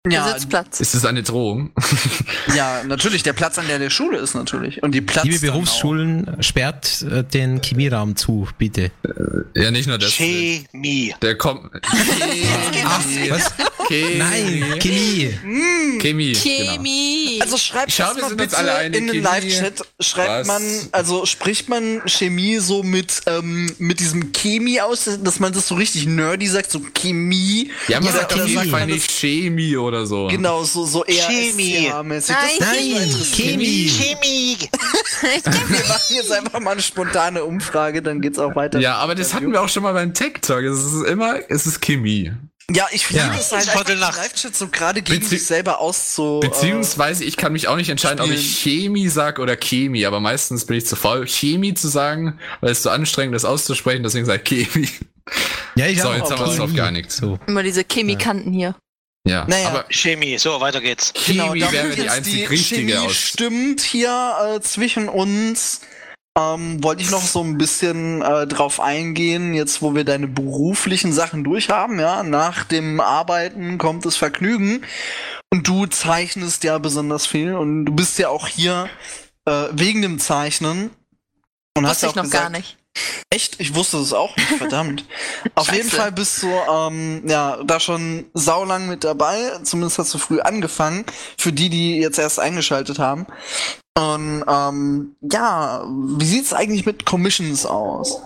S4: Ja,
S5: Sitzplatz.
S3: Ist das eine Drohung?
S4: ja, natürlich. Der Platz an der der Schule ist natürlich. Und die Platz.
S1: Liebe
S4: dann auch.
S1: Berufsschulen, sperrt äh, den Chemieraum zu, bitte.
S3: Ja, nicht nur das.
S2: Chemie.
S3: Der kommt.
S1: Ach, was?
S3: Chemie.
S1: Nein, Chemie!
S3: Chemie. Genau.
S5: Chemie.
S4: Also schreibt
S3: Ich glaube, wir
S4: das mal
S3: sind uns
S4: bitte
S3: alle einig,
S4: in den
S3: Chemie.
S4: Live-Chat. Schreibt
S3: Was?
S4: man, also spricht man Chemie so mit ähm, mit diesem Chemie aus, dass man das so richtig nerdy sagt, so Chemie.
S3: Ja, man
S4: Oder-
S3: sagt
S4: oder
S3: auf jeden
S4: sagt
S3: Fall
S4: man das-
S3: nicht Chemie oder so.
S4: Genau, so, so eher
S2: Chemie.
S4: SCA-mäßig.
S5: Nein,
S4: Das-
S1: Nein, Chemie!
S2: Chemie.
S5: Also,
S4: Wir machen jetzt einfach mal eine spontane Umfrage, dann geht's auch weiter.
S3: Ja, aber das hatten wir auch schon mal beim Tech Talk. Es ist immer, es ist Chemie.
S4: Ja, ich finde
S1: Ja.
S4: es halt
S2: Viertel
S4: einfach im
S2: nach.
S4: Live-Chat so gerade gegen
S3: Bezieh-
S4: sich selber auszu...
S5: äh,
S3: Beziehungsweise ich kann mich auch nicht entscheiden, ob ich Chemie sag oder Chemie, aber meistens bin ich zu faul, Chemie zu sagen, weil es so anstrengend ist auszusprechen, deswegen sag ich Chemie.
S1: Ja, ich
S3: So,
S1: auch.
S3: jetzt haben wir uns drauf
S1: Chemie.
S3: geeinigt.
S1: So.
S5: Immer diese Chemikanten hier.
S3: Ja.
S4: Naja.
S3: Aber
S2: Chemie. So, weiter geht's.
S4: Äh, genau,
S3: Chemie
S4: damit
S3: wäre die
S4: jetzt
S3: einzig
S4: die
S3: richtige
S4: Chemie
S3: aus.
S4: stimmt hier äh, zwischen uns. ähm, wollte ich noch so ein bisschen äh, drauf eingehen, jetzt wo wir deine beruflichen Sachen durchhaben, ja, nach dem Arbeiten kommt das Vergnügen. Und du zeichnest ja besonders viel und du bist ja auch hier äh, wegen dem Zeichnen. Und hast
S5: Wusste ich
S4: ja auch
S5: noch
S4: gesagt,
S5: gar nicht.
S4: Echt? Ich wusste es auch nicht, verdammt. Auf jeden
S5: Scheiße.
S4: Fall bist du ähm, ja da schon saulang mit dabei. Zumindest hast du früh angefangen. Für die, die jetzt erst eingeschaltet haben. Und ähm, ja, wie sieht's eigentlich mit Commissions aus?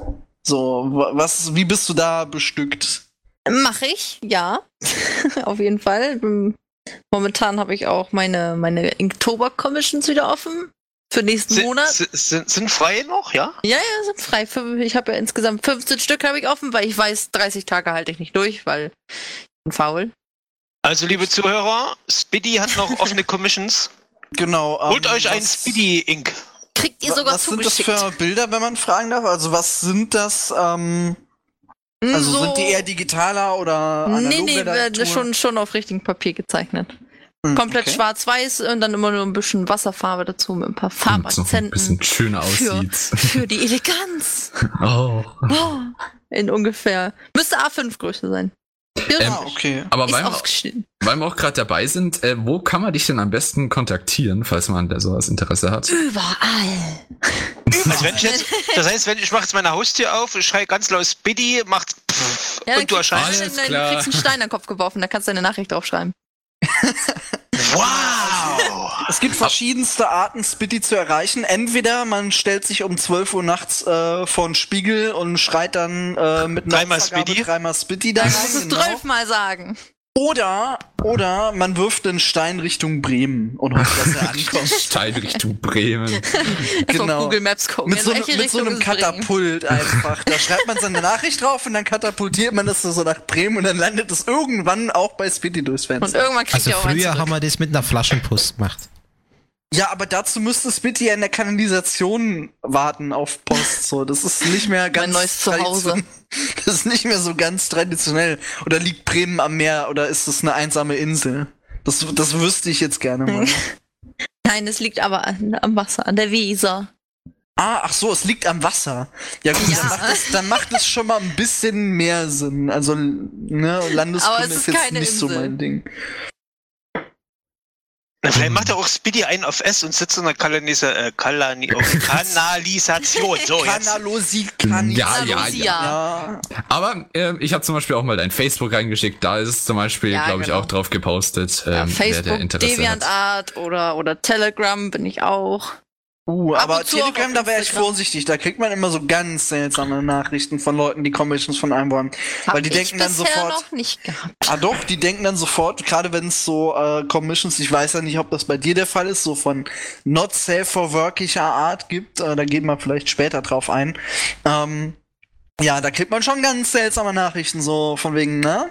S4: So, wa- was, wie bist du da bestückt?
S5: Mache ich, ja. Auf jeden Fall. Hm, Momentan habe ich auch meine, meine Inktober-Commissions wieder offen. Für nächsten
S2: Sind,
S5: Monat.
S2: sind- sind, sind freie noch, ja?
S5: Ja, ja, sind frei. Fünf- Ich habe ja insgesamt 15 Stück habe ich offen, weil ich weiß, 30 Tage halte ich nicht durch, weil ich bin faul.
S2: Also, liebe Zuhörer, Speedy hat noch offene Commissions.
S4: Genau. ähm,
S2: Holt euch einen
S4: was-
S2: Speedy Inc.
S5: Kriegt ihr
S4: wa-
S5: sogar
S4: Was sind das
S5: zugeschickt.
S4: für Bilder, wenn man fragen darf? Also was sind das? Ähm,
S5: Hm,
S4: also
S5: so-
S4: sind die eher digitaler oder analog?
S5: Mm, Nee, nee,
S4: Literatur?
S5: wird schon, schon auf richtigem Papier gezeichnet.
S4: Hm,
S5: Komplett
S4: okay.
S5: schwarz-weiß und dann immer nur ein bisschen Wasserfarbe dazu mit ein paar
S3: Damit's noch ein
S5: Farbakzenten.
S3: bisschen schöner
S5: für-
S3: aussieht.
S5: Für die Eleganz.
S3: Oh.
S5: Oh, in ungefähr. Müsste A5 Größe sein.
S3: Ähm,
S5: Ja,
S4: Ah, okay.
S3: Aber
S5: ist
S3: weil wir,
S5: aufgeschnitten.
S3: weil wir auch gerade dabei sind, äh, wo kann man dich denn am besten kontaktieren, falls man da sowas Interesse hat?
S5: Überall.
S2: Also wenn ich jetzt, das heißt, wenn ich mache jetzt meine Haustür auf, ich schreie ganz laut Speedy, macht pff,
S5: Ja, dann
S2: und du
S5: kriegst, du
S2: erscheinst.
S5: einen,
S3: Alles
S5: dann
S3: klar.
S5: kriegst du einen Stein in den Kopf geworfen, da kannst du deine Nachricht draufschreiben.
S2: Wow!
S4: Es gibt verschiedenste Arten, Spitty zu erreichen. Entweder man stellt sich um 12 Uhr nachts äh, vor den Spiegel und schreit dann äh, mit einer
S2: Dreimal
S4: Aufgabe
S2: Spitty?
S4: dreimal Spitty da
S5: Das
S4: rein.
S5: ist
S4: Genau.
S5: zwölfmal sagen.
S4: Oder, oder man wirft den Stein Richtung Bremen und hofft, dass er ankommt.
S3: Stein Richtung Bremen.
S5: Erstmal
S4: Genau.
S5: auf Google Maps gucken.
S4: Mit
S5: in
S4: so, ne-
S5: welche
S4: mit so
S5: Richtung
S4: einem
S5: es bringt.
S4: Katapult einfach. Da schreibt man seine Nachricht drauf und dann katapultiert man das so nach Bremen und dann landet es irgendwann auch bei Spitty durchs
S5: Und
S4: Fenster.
S5: irgendwann kriegt
S1: Also
S5: ihr auch einen
S1: früher
S5: zurück.
S1: haben wir das mit einer Flaschenpost gemacht.
S4: Ja, aber dazu müsste Spitty ja in der Kanalisation warten auf Post. So, das ist nicht mehr ganz
S5: neues Zuhause.
S4: tradition- Das ist nicht mehr so ganz traditionell. Oder liegt Bremen am Meer oder ist es eine einsame Insel? Das, das wüsste ich jetzt gerne mal.
S5: Nein, es liegt aber an, am Wasser, an der Weser.
S4: ah, ach so, es liegt am Wasser. Ja gut,
S5: Ja.
S4: Dann, macht es, dann macht es schon mal ein bisschen mehr Sinn. Also, ne,
S5: Aber
S4: Landeskunde
S5: es
S4: ist
S5: ist
S4: jetzt
S5: keine
S4: nicht so
S5: Insel.
S4: mein Ding.
S2: Na, Vielleicht macht er auch Speedy einen auf S und sitzt in der Kalanisa, äh, Kalani, oh, Kanalisation. So, jetzt.
S4: Kanalosikanis.
S3: Oh, Ja, ja, ja.
S5: Lucia.
S4: ja.
S3: Aber ähm, ich habe zum Beispiel auch mal dein Facebook reingeschickt. Da ist es zum Beispiel,
S5: Ja,
S3: glaube ich,
S5: genau.
S3: auch drauf gepostet. Ähm,
S5: Ja,
S3: wer der
S5: Facebook,
S3: Interesse hat.
S5: DeviantArt oder, oder Telegram bin ich auch.
S4: Uh,
S5: Ab und
S4: aber
S5: zu auch
S4: Telegram,
S5: auf
S4: da wäre ich
S5: Instagram.
S4: vorsichtig. Da kriegt man immer so ganz seltsame Nachrichten von Leuten, die Commissions von einräumen.
S5: Hab
S4: Weil die
S5: ich
S4: denken dann
S5: bisher
S4: sofort-
S5: noch nicht gehabt.
S4: Ah doch, die denken dann sofort, gerade wenn es so äh, Commissions, ich weiß ja nicht, ob das bei dir der Fall ist, so von not safe for workischer Art gibt, äh, da gehen wir vielleicht später drauf ein. Ähm, ja, da kriegt man schon ganz seltsame Nachrichten, so von wegen, ne?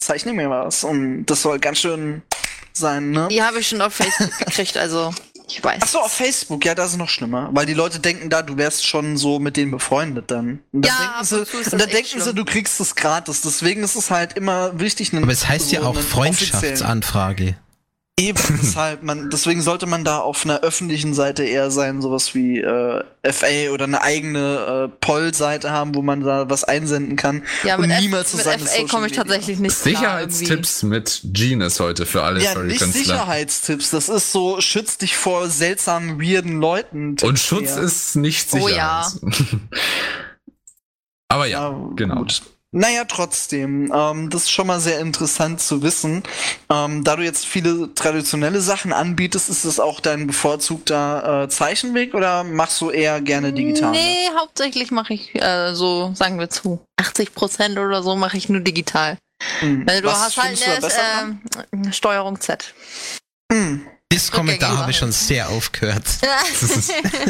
S4: Zeichne mir was. Und das soll ganz schön sein, ne?
S5: Die habe ich schon auf Facebook gekriegt, also ich weiß.
S4: Ach so, auf Facebook, ja, das ist noch schlimmer, weil die Leute denken da, du wärst schon so mit denen befreundet dann. Und dann
S5: Ja,
S4: denken
S5: ab
S4: sie,
S5: und zu ist das
S4: und dann
S5: echt
S4: denken sie,
S5: schlimm.
S4: du kriegst es gratis. Deswegen ist es halt immer wichtig, einen,
S1: Aber es heißt ja
S4: so
S1: auch
S4: einen offiziellen-
S1: Freundschaftsanfrage.
S4: Eben, deshalb, halt, man, deswegen sollte man da auf einer öffentlichen Seite eher sein, sowas wie äh, FA oder eine eigene äh, Poll-Seite haben, wo man da was einsenden kann.
S5: ja,
S4: und
S5: mit F-
S4: niemals zu
S5: mit
S4: seinen
S5: FA komme ich
S4: Social Media.
S5: tatsächlich nicht klar irgendwie.
S3: Sicherheitstipps mit Genius heute für alle
S4: Ja, nicht
S3: Story-Künstler.
S4: Sicherheitstipps, das ist so, schütz dich vor seltsamen, weirden Leuten.
S3: Und Schutz
S4: Ja.
S3: ist nicht
S5: Oh,
S3: Sicherheit. Aber ja, genau.
S4: gut. Naja, trotzdem, ähm, das ist schon mal sehr interessant zu wissen. Ähm, da du jetzt viele traditionelle Sachen anbietest, ist das auch dein bevorzugter äh, Zeichenweg oder machst du eher gerne digital?
S5: Nee, hauptsächlich mache ich äh, so, sagen wir zu, 80% oder so mache ich nur digital.
S4: Hm.
S5: Weil du
S4: Was
S5: hast halt
S4: findest du da besser dran?
S5: eine äh, Steuerung Z.
S4: Hm.
S1: Das Kommentar
S5: Rückgängig
S1: habe ich schon
S5: machen.
S1: sehr aufgehört.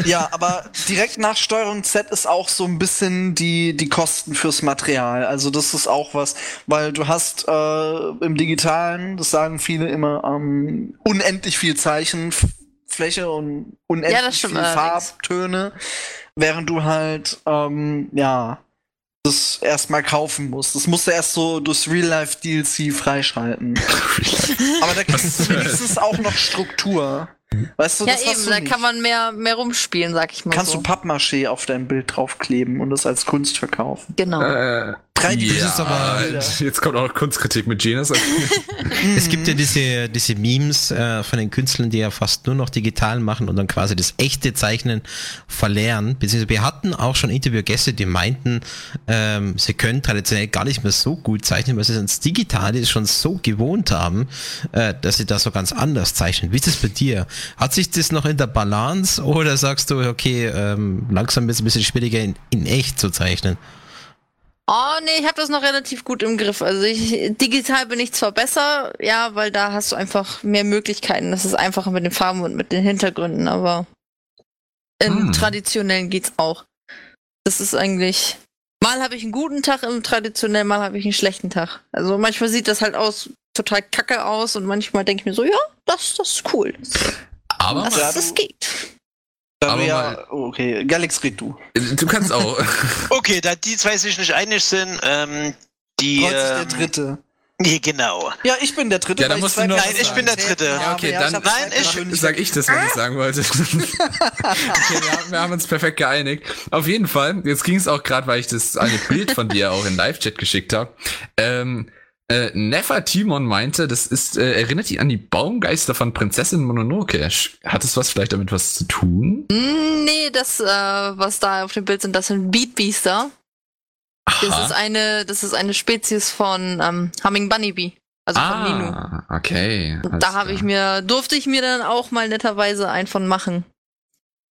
S4: Ja, aber direkt nach Steuerung Z ist auch so ein bisschen die, die Kosten fürs Material. Also das ist auch was, weil du hast äh, im Digitalen, das sagen viele immer, ähm, unendlich viel Zeichenfläche und unendlich
S5: Ja, das stimmt
S4: viel
S5: allerdings.
S4: Farbtöne, während du halt, ähm, ja, das erstmal kaufen musst. Das musst du erst so durchs Real-Life-DLC freischalten. aber da kriegst du wenigstens auch noch Struktur. Weißt du,
S5: ja,
S4: das hast
S5: eben,
S4: du
S5: da
S4: nicht.
S5: kann man mehr, mehr rumspielen, sag ich mal.
S4: Kannst
S5: so.
S4: du Pappmaché auf dein Bild draufkleben und das als Kunst verkaufen?
S5: Genau.
S3: Äh,
S4: 3D
S1: ist aber-
S3: jetzt kommt auch noch Kunstkritik mit Genes.
S1: Es gibt ja diese, diese Memes äh, von den Künstlern, die ja fast nur noch digital machen und dann quasi das echte Zeichnen verlernen. Beziehungsweise wir hatten auch schon Interviewgäste, die meinten, ähm, sie können traditionell gar nicht mehr so gut zeichnen, weil sie es ans Digitale schon so gewohnt haben, äh, dass sie da so ganz anders zeichnen. Wie ist es bei dir? Hat sich das noch in der Balance oder sagst du, okay, ähm, langsam wird es ein bisschen schwieriger, in, in echt zu zeichnen?
S5: Oh nee, ich habe das noch relativ gut im Griff. Also ich, digital bin ich zwar besser, ja, weil da hast du einfach mehr Möglichkeiten. Das ist einfacher mit den Farben und mit den Hintergründen, aber im
S3: Hm.
S5: traditionellen geht's auch. Das ist eigentlich. Mal habe ich einen guten Tag im traditionellen, mal habe ich einen schlechten Tag. Also manchmal sieht das halt aus total kacke aus und manchmal denke ich mir so, ja, das, das ist cool.
S3: Aber
S5: Das,
S3: man-
S4: Ja,
S5: das
S4: du-
S5: geht.
S4: Da
S3: Aber
S4: wir
S3: mal-
S4: ja, Oh, okay, Galax red du.
S3: du kannst auch.
S2: Okay, da die zwei sich nicht einig sind, ähm, die.
S4: Freut sich der
S2: Ähm,
S4: Dritte.
S2: nee, genau.
S4: Ja, ich bin der Dritte.
S3: Ja, dann
S4: weil
S3: musst
S4: zwei
S3: du noch
S4: Plätze
S2: Nein, ich bin der
S4: erzählt
S2: Dritte.
S4: habe,
S3: Ja, okay,
S4: ich
S3: dann-
S4: hab
S2: Nein,
S4: zwei
S2: ich-
S4: Plätze
S3: Sag ich das,
S5: Ah.
S3: was ich sagen wollte. okay, wir haben, wir haben uns perfekt geeinigt. Auf jeden Fall, jetzt ging es auch gerade, weil ich das eine Bild von dir auch in Live-Chat geschickt habe. Ähm, äh, Neffer Timon meinte, das ist, äh, erinnert ihn an die Baumgeister von Prinzessin Mononoke. Sch- Hat es was vielleicht damit was zu tun?
S5: Mm, Nee, das, äh, was da auf dem Bild sind, das sind Beatbeaster. Das ist also eine, das ist eine Spezies von ähm, Humming Bunnybee, also von Nino.
S3: ah, okay.
S5: Und
S3: alles
S5: da habe
S3: klar.
S5: ich mir, durfte ich mir dann auch mal netterweise einen von machen.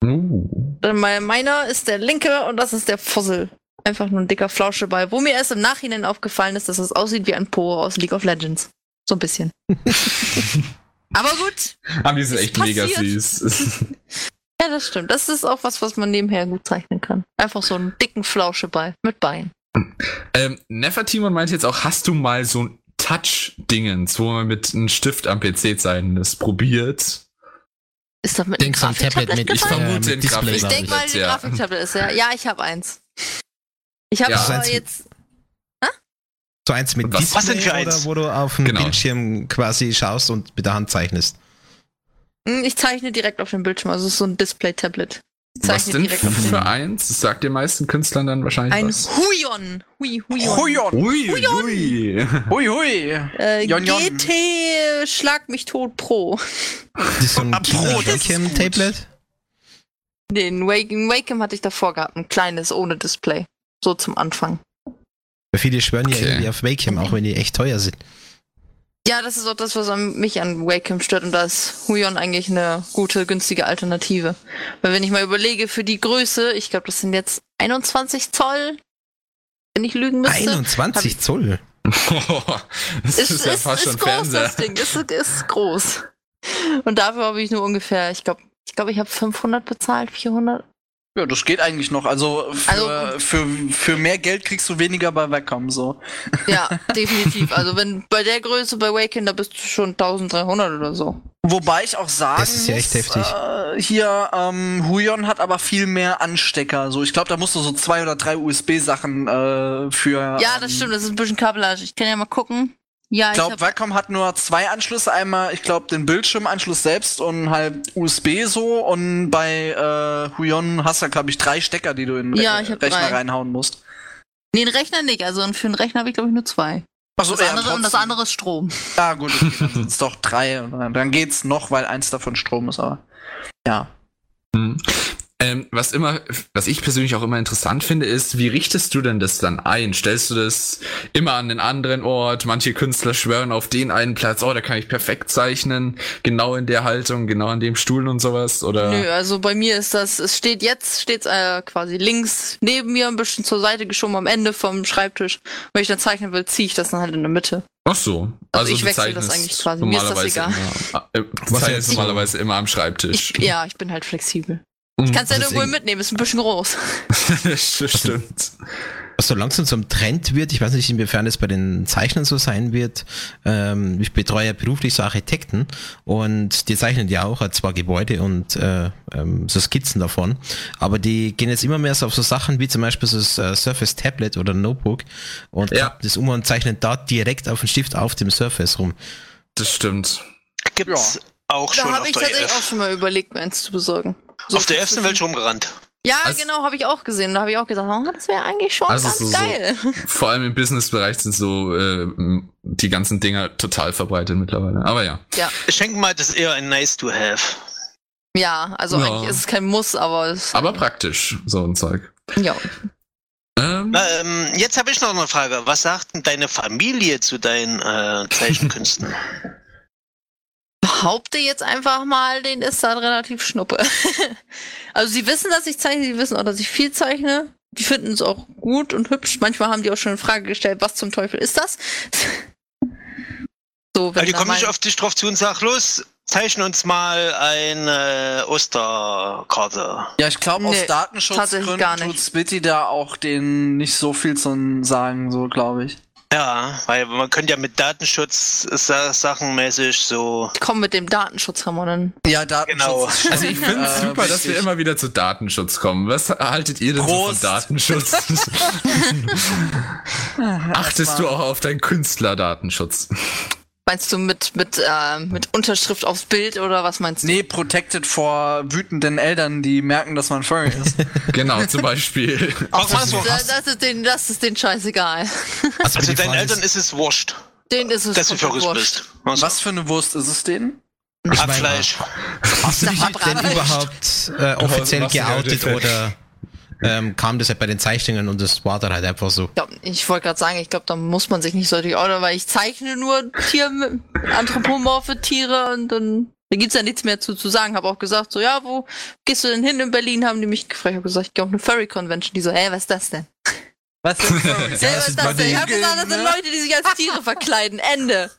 S3: Uh,
S5: Denn mein, meiner ist der linke und das ist der Fussel. Einfach nur ein dicker Flauscheball, wo mir erst im Nachhinein aufgefallen ist, dass es aussieht wie ein Po aus League of Legends. So ein bisschen. Aber gut.
S3: aber Ah, die sind
S5: Ist
S3: echt mega
S5: passiert.
S3: süß.
S5: Ja, das stimmt. Das ist auch was, was man nebenher gut zeichnen kann. Einfach so einen dicken Flauscheball mit Beinen.
S3: Ähm, Nefertimon meint jetzt auch, hast du mal so ein Touch-Dingens, wo man mit einem Stift am PC zeichnen das probiert?
S5: Ist doch mit
S1: Denkst du an Tablet mit,
S5: gemeint?
S3: vermute
S1: mit
S3: den Grafik.
S5: Ich
S1: glaub
S5: denke mal,
S3: jetzt,
S5: die
S3: ja.
S5: Grafiktablet ist ja. Ja, ich habe eins. Ich habe
S3: Ja.
S5: aber
S1: Eins mit-
S5: jetzt.
S1: So eins mit
S3: Was-
S1: Display
S2: was denn für
S1: oder
S2: eins?
S1: wo du auf dem
S3: Genau.
S1: Bildschirm quasi schaust und mit der Hand zeichnest.
S5: Hm, Ich zeichne direkt auf dem Bildschirm, also es ist so ein Display-Tablet. Ich
S3: Was
S5: zeichne
S3: denn
S5: direkt auf dem
S3: für eins? Das sagt den meisten Künstlern dann wahrscheinlich
S5: Ein
S3: was.
S5: Huion. Hui, Huion.
S4: Huion.
S3: Ui, ui.
S4: Hui, hui.
S5: Äh,
S4: Jon, Jon.
S5: GT äh, Schlag mich tot Pro.
S1: Das ist so ein
S4: Ah, Pro, das ist
S1: Wacom
S4: gut.
S1: Tablet.
S5: Den Wacom, Wacom hatte ich davor gehabt, ein kleines ohne Display. So zum Anfang.
S1: Weil viele schwören
S3: Okay.
S1: ja irgendwie auf Wacom, auch wenn die echt teuer sind.
S5: Ja, das ist auch das, was an, mich an Wacom stört und da ist Huion eigentlich eine gute, günstige Alternative. Weil wenn ich mal überlege, für die Größe, ich glaube, das sind jetzt 21 Zoll, wenn ich lügen müsste.
S1: 21 Zoll.
S3: das ist, ja fast schon
S5: groß,
S3: Fernseher.
S5: das Ding. Ist, ist groß. Und dafür habe ich nur ungefähr, ich glaube, ich glaube, ich habe 500 bezahlt, 400.
S4: Ja, das geht eigentlich noch. Also für,
S5: Also-
S4: für, für mehr Geld kriegst du weniger bei Wacom so.
S5: Ja, definitiv. Also wenn bei der Größe bei Waken, da bist du schon 1300 oder so.
S4: Wobei ich auch sagen
S1: Das ist ja echt
S4: muss,
S1: heftig.
S4: Äh, hier ähm, Huion hat aber viel mehr Anstecker. So, ich glaube, da musst du so zwei oder drei USB-Sachen äh, für.
S5: Ja,
S4: ähm,
S5: das stimmt. Das ist ein bisschen kabelage. Ich kann ja mal gucken. Ja,
S4: Ich
S5: ich,
S4: glaube,
S5: hab,
S4: Wacom hat nur zwei Anschlüsse. Einmal, ich glaube, den Bildschirmanschluss selbst und halt USB so. Und bei äh, Huion hast du, glaube ich, drei Stecker, die du in den
S5: Ja,
S4: Re-
S5: ich hab
S4: Rechner
S5: drei.
S4: reinhauen musst.
S5: nee, einen Rechner nicht. Also für einen Rechner habe ich glaube ich nur zwei.
S4: Achso,
S5: Das andere und das andere ist Strom.
S4: Ah, gut, okay, dann sind es doch drei. Und dann- Dann geht's noch, weil eins davon Strom ist, aber. Ja.
S3: Ähm, was immer, was ich persönlich auch immer interessant finde, ist, wie richtest du denn das dann ein? Stellst du das immer an einen anderen Ort? Manche Künstler schwören auf den einen Platz, oh, da kann ich perfekt zeichnen, genau in der Haltung, genau an dem Stuhl und sowas, oder?
S5: Nö, also bei mir ist das, es steht jetzt, steht's äh, quasi links neben mir, ein bisschen zur Seite geschoben am Ende vom Schreibtisch. Wenn ich dann zeichnen will, ziehe ich das dann halt in der Mitte.
S3: Ach so. Also,
S5: Also ich
S3: du
S5: wechsle das
S3: zeichnest
S5: eigentlich quasi. Mir ist das
S3: normalerweise
S5: egal.
S3: Immer, äh, du
S1: Was
S3: zeichnest
S1: jetzt?
S3: normalerweise immer am
S5: Ich,
S3: Schreibtisch.
S5: ja, ich bin halt flexibel.
S3: Mhm.
S5: Kannst ja
S1: das ist
S5: irgendwo
S1: eng.
S5: mitnehmen, ist ein bisschen groß.
S3: Stimmt.
S1: Was so langsam zum Trend wird, ich weiß nicht, inwiefern es bei den Zeichnern so sein wird. Ähm, ich betreue ja beruflich so Architekten und die zeichnen ja auch äh, zwar Gebäude und äh, ähm, so Skizzen davon, aber die gehen jetzt immer mehr so auf so Sachen wie zum Beispiel so das äh, Surface Tablet oder Notebook und
S3: Ja.
S1: klappen das um und zeichnen da direkt auf den Stift auf dem Surface rum.
S3: Das stimmt.
S2: Gibt's Auch
S5: Da
S2: schon
S5: habe
S2: auf
S5: ich
S2: der
S5: tatsächlich auch
S2: EF.
S5: schon mal überlegt, mir eins zu besorgen. So
S2: auf der EF sind
S5: zwischen-
S2: welche rumgerannt.
S5: Ja,
S3: Also-
S5: genau, habe ich auch gesehen. Da habe ich auch gesagt, oh, das wäre eigentlich schon
S3: Also
S5: ganz
S3: so- so-
S5: geil.
S3: Vor allem im Businessbereich sind so äh, die ganzen Dinger total verbreitet mittlerweile. Aber ja.
S2: Schenken mal das eher ein nice to have.
S5: Ja, also
S3: Ja.
S5: eigentlich ist es kein Muss, aber es
S3: Aber praktisch, so ein Zeug.
S5: ja.
S3: Ähm,
S2: Na, ähm, jetzt habe ich noch eine Frage. Was sagt denn deine Familie zu deinen äh, Zeichenkünsten?
S5: behaupte jetzt einfach mal, den ist da relativ schnuppe. also sie wissen, dass ich zeichne, sie wissen auch, dass ich viel zeichne. Die finden es auch gut und hübsch. Manchmal haben die auch schon in Frage gestellt, was zum Teufel ist das?
S2: Weil
S5: so,
S2: Also die
S5: da
S2: kommen nicht
S5: mein-
S2: auf dich drauf zu und sagen, los, zeichne uns mal eine Osterkarte.
S4: Ja, ich glaube, aus
S5: Nee, tatsächlich gar
S4: Datenschutzgründen
S5: nicht.
S4: tut Spitty da auch den nicht so viel zu sagen, so glaube ich.
S2: Ja, weil man könnte ja mit Datenschutz sa- sachenmäßig so.
S5: Ich komme mit dem Datenschutz, Ramonen.
S4: Ja, Datenschutz.
S2: Genau.
S4: ist schon,
S3: also ich finde es
S4: äh,
S3: super, dass wir
S4: wichtig.
S3: immer wieder zu Datenschutz kommen. Was haltet ihr denn so von
S4: Prost.
S3: Datenschutz? Achtest du auch auf deinen Künstlerdatenschutz?
S5: Meinst du mit, mit, äh, mit Unterschrift aufs Bild oder was meinst du?
S4: Nee, protected vor wütenden Eltern, die merken, dass man Furry ist.
S3: Genau, zum Beispiel.
S2: Mach mal so.
S5: Das, das, ist den, das ist den scheißegal.
S1: Also,
S2: Also
S1: die
S2: deinen
S1: Frage
S2: Eltern ist es wurscht,
S5: Den ist es
S2: dass du
S5: komplett
S2: verrückt
S5: wurscht.
S2: bist. Also,
S4: Was für eine Wurst ist es denen?
S1: ich mein,
S2: Abfleisch.
S1: Hast du dich
S5: Sag mal,
S1: denn
S5: Brat.
S1: überhaupt äh, offiziell
S3: machst du ja
S1: geoutet
S3: Defekt.
S1: oder ähm, kam das halt bei den Zeichnungen und das war dann halt einfach so?
S5: Ich, glaub, ich wollte gerade sagen, ich glaube, da muss man sich nicht so richtig ordnen, weil ich zeichne nur Tier anthropomorphe Tiere und dann da gibt's ja nichts mehr zu, zu sagen. Habe auch gesagt, so, ja, wo gehst du denn hin in Berlin? Haben die mich gefragt. Ich habe gesagt, ich gehe auf eine Furry-Convention. Die so, hä, was ist das denn?
S4: Was sind
S1: das
S5: Ja, was
S4: Furries?
S5: ist
S1: ist
S5: das
S1: bei
S5: denn? Ich
S1: den-
S5: habe gesagt, das sind
S4: Ne?
S5: Leute, die sich als Tiere verkleiden. Ende.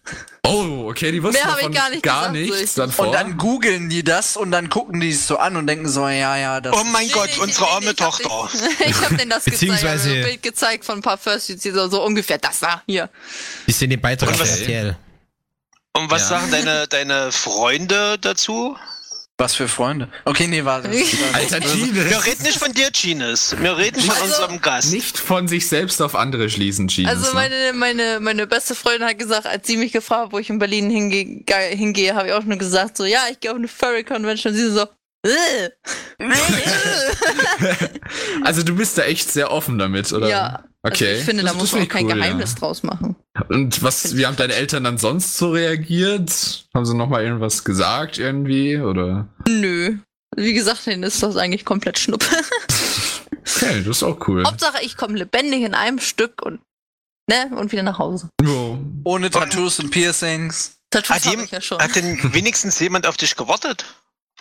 S3: Oh, okay, die wussten
S5: Mehr hab ich
S3: davon
S5: gar nicht gesagt, so
S3: nichts.
S5: ich-
S3: Dann vor.
S4: Und dann googeln die das und dann gucken die es so an und denken so, ja, ja, das
S2: Oh mein
S5: Nee,
S2: Gott,
S5: nee, ich-
S2: unsere
S5: nee, nee,
S2: arme
S5: ich hab
S2: Tochter.
S5: den- Ich habe denen das gezeigt,
S1: Beziehungsweise-
S5: ich hab ein Bild gezeigt von ein paar Fursuits, die so, so ungefähr, das war hier.
S1: Ist in dem Beitrag
S2: Und
S1: auf
S2: was-
S1: RTL.
S2: Und was
S3: Ja.
S2: sagen deine, deine Freunde dazu?
S4: Was für Freunde. Okay, nee, warte.
S2: Wir
S3: Alternative.
S2: reden nicht von dir, Chines. Wir reden von
S5: Also-
S2: unserem Gast.
S3: Nicht von sich selbst auf andere schließen, Jeans. ne?
S5: Also meine, meine, meine beste Freundin hat gesagt, als sie mich gefragt hat, wo ich in Berlin hinge ge- hingehe, habe ich auch nur gesagt, so, ja, ich gehe auf eine Furry-Convention. Und sie so, äh.
S3: ne? also du bist da echt sehr offen damit, oder?
S5: Ja.
S3: Okay.
S5: Also ich finde, da
S3: Das-
S5: muss
S3: das
S5: man auch
S3: find
S5: kein
S3: ich cool,
S5: Geheimnis draus machen.
S3: Ja. Und was, wie haben deine Eltern dann sonst so reagiert? Haben sie nochmal irgendwas gesagt irgendwie? Oder?
S5: Nö. Wie gesagt, denen ist das eigentlich komplett schnuppe.
S3: Okay, das ist auch cool.
S5: Hauptsache, ich komme lebendig in einem Stück und, ne, und wieder nach Hause.
S3: Jo.
S4: Ohne Tattoos und Piercings.
S5: Tattoos
S2: Hat
S5: habe
S2: jem-
S5: ich ja schon.
S2: Hat denn wenigstens jemand auf dich gewartet,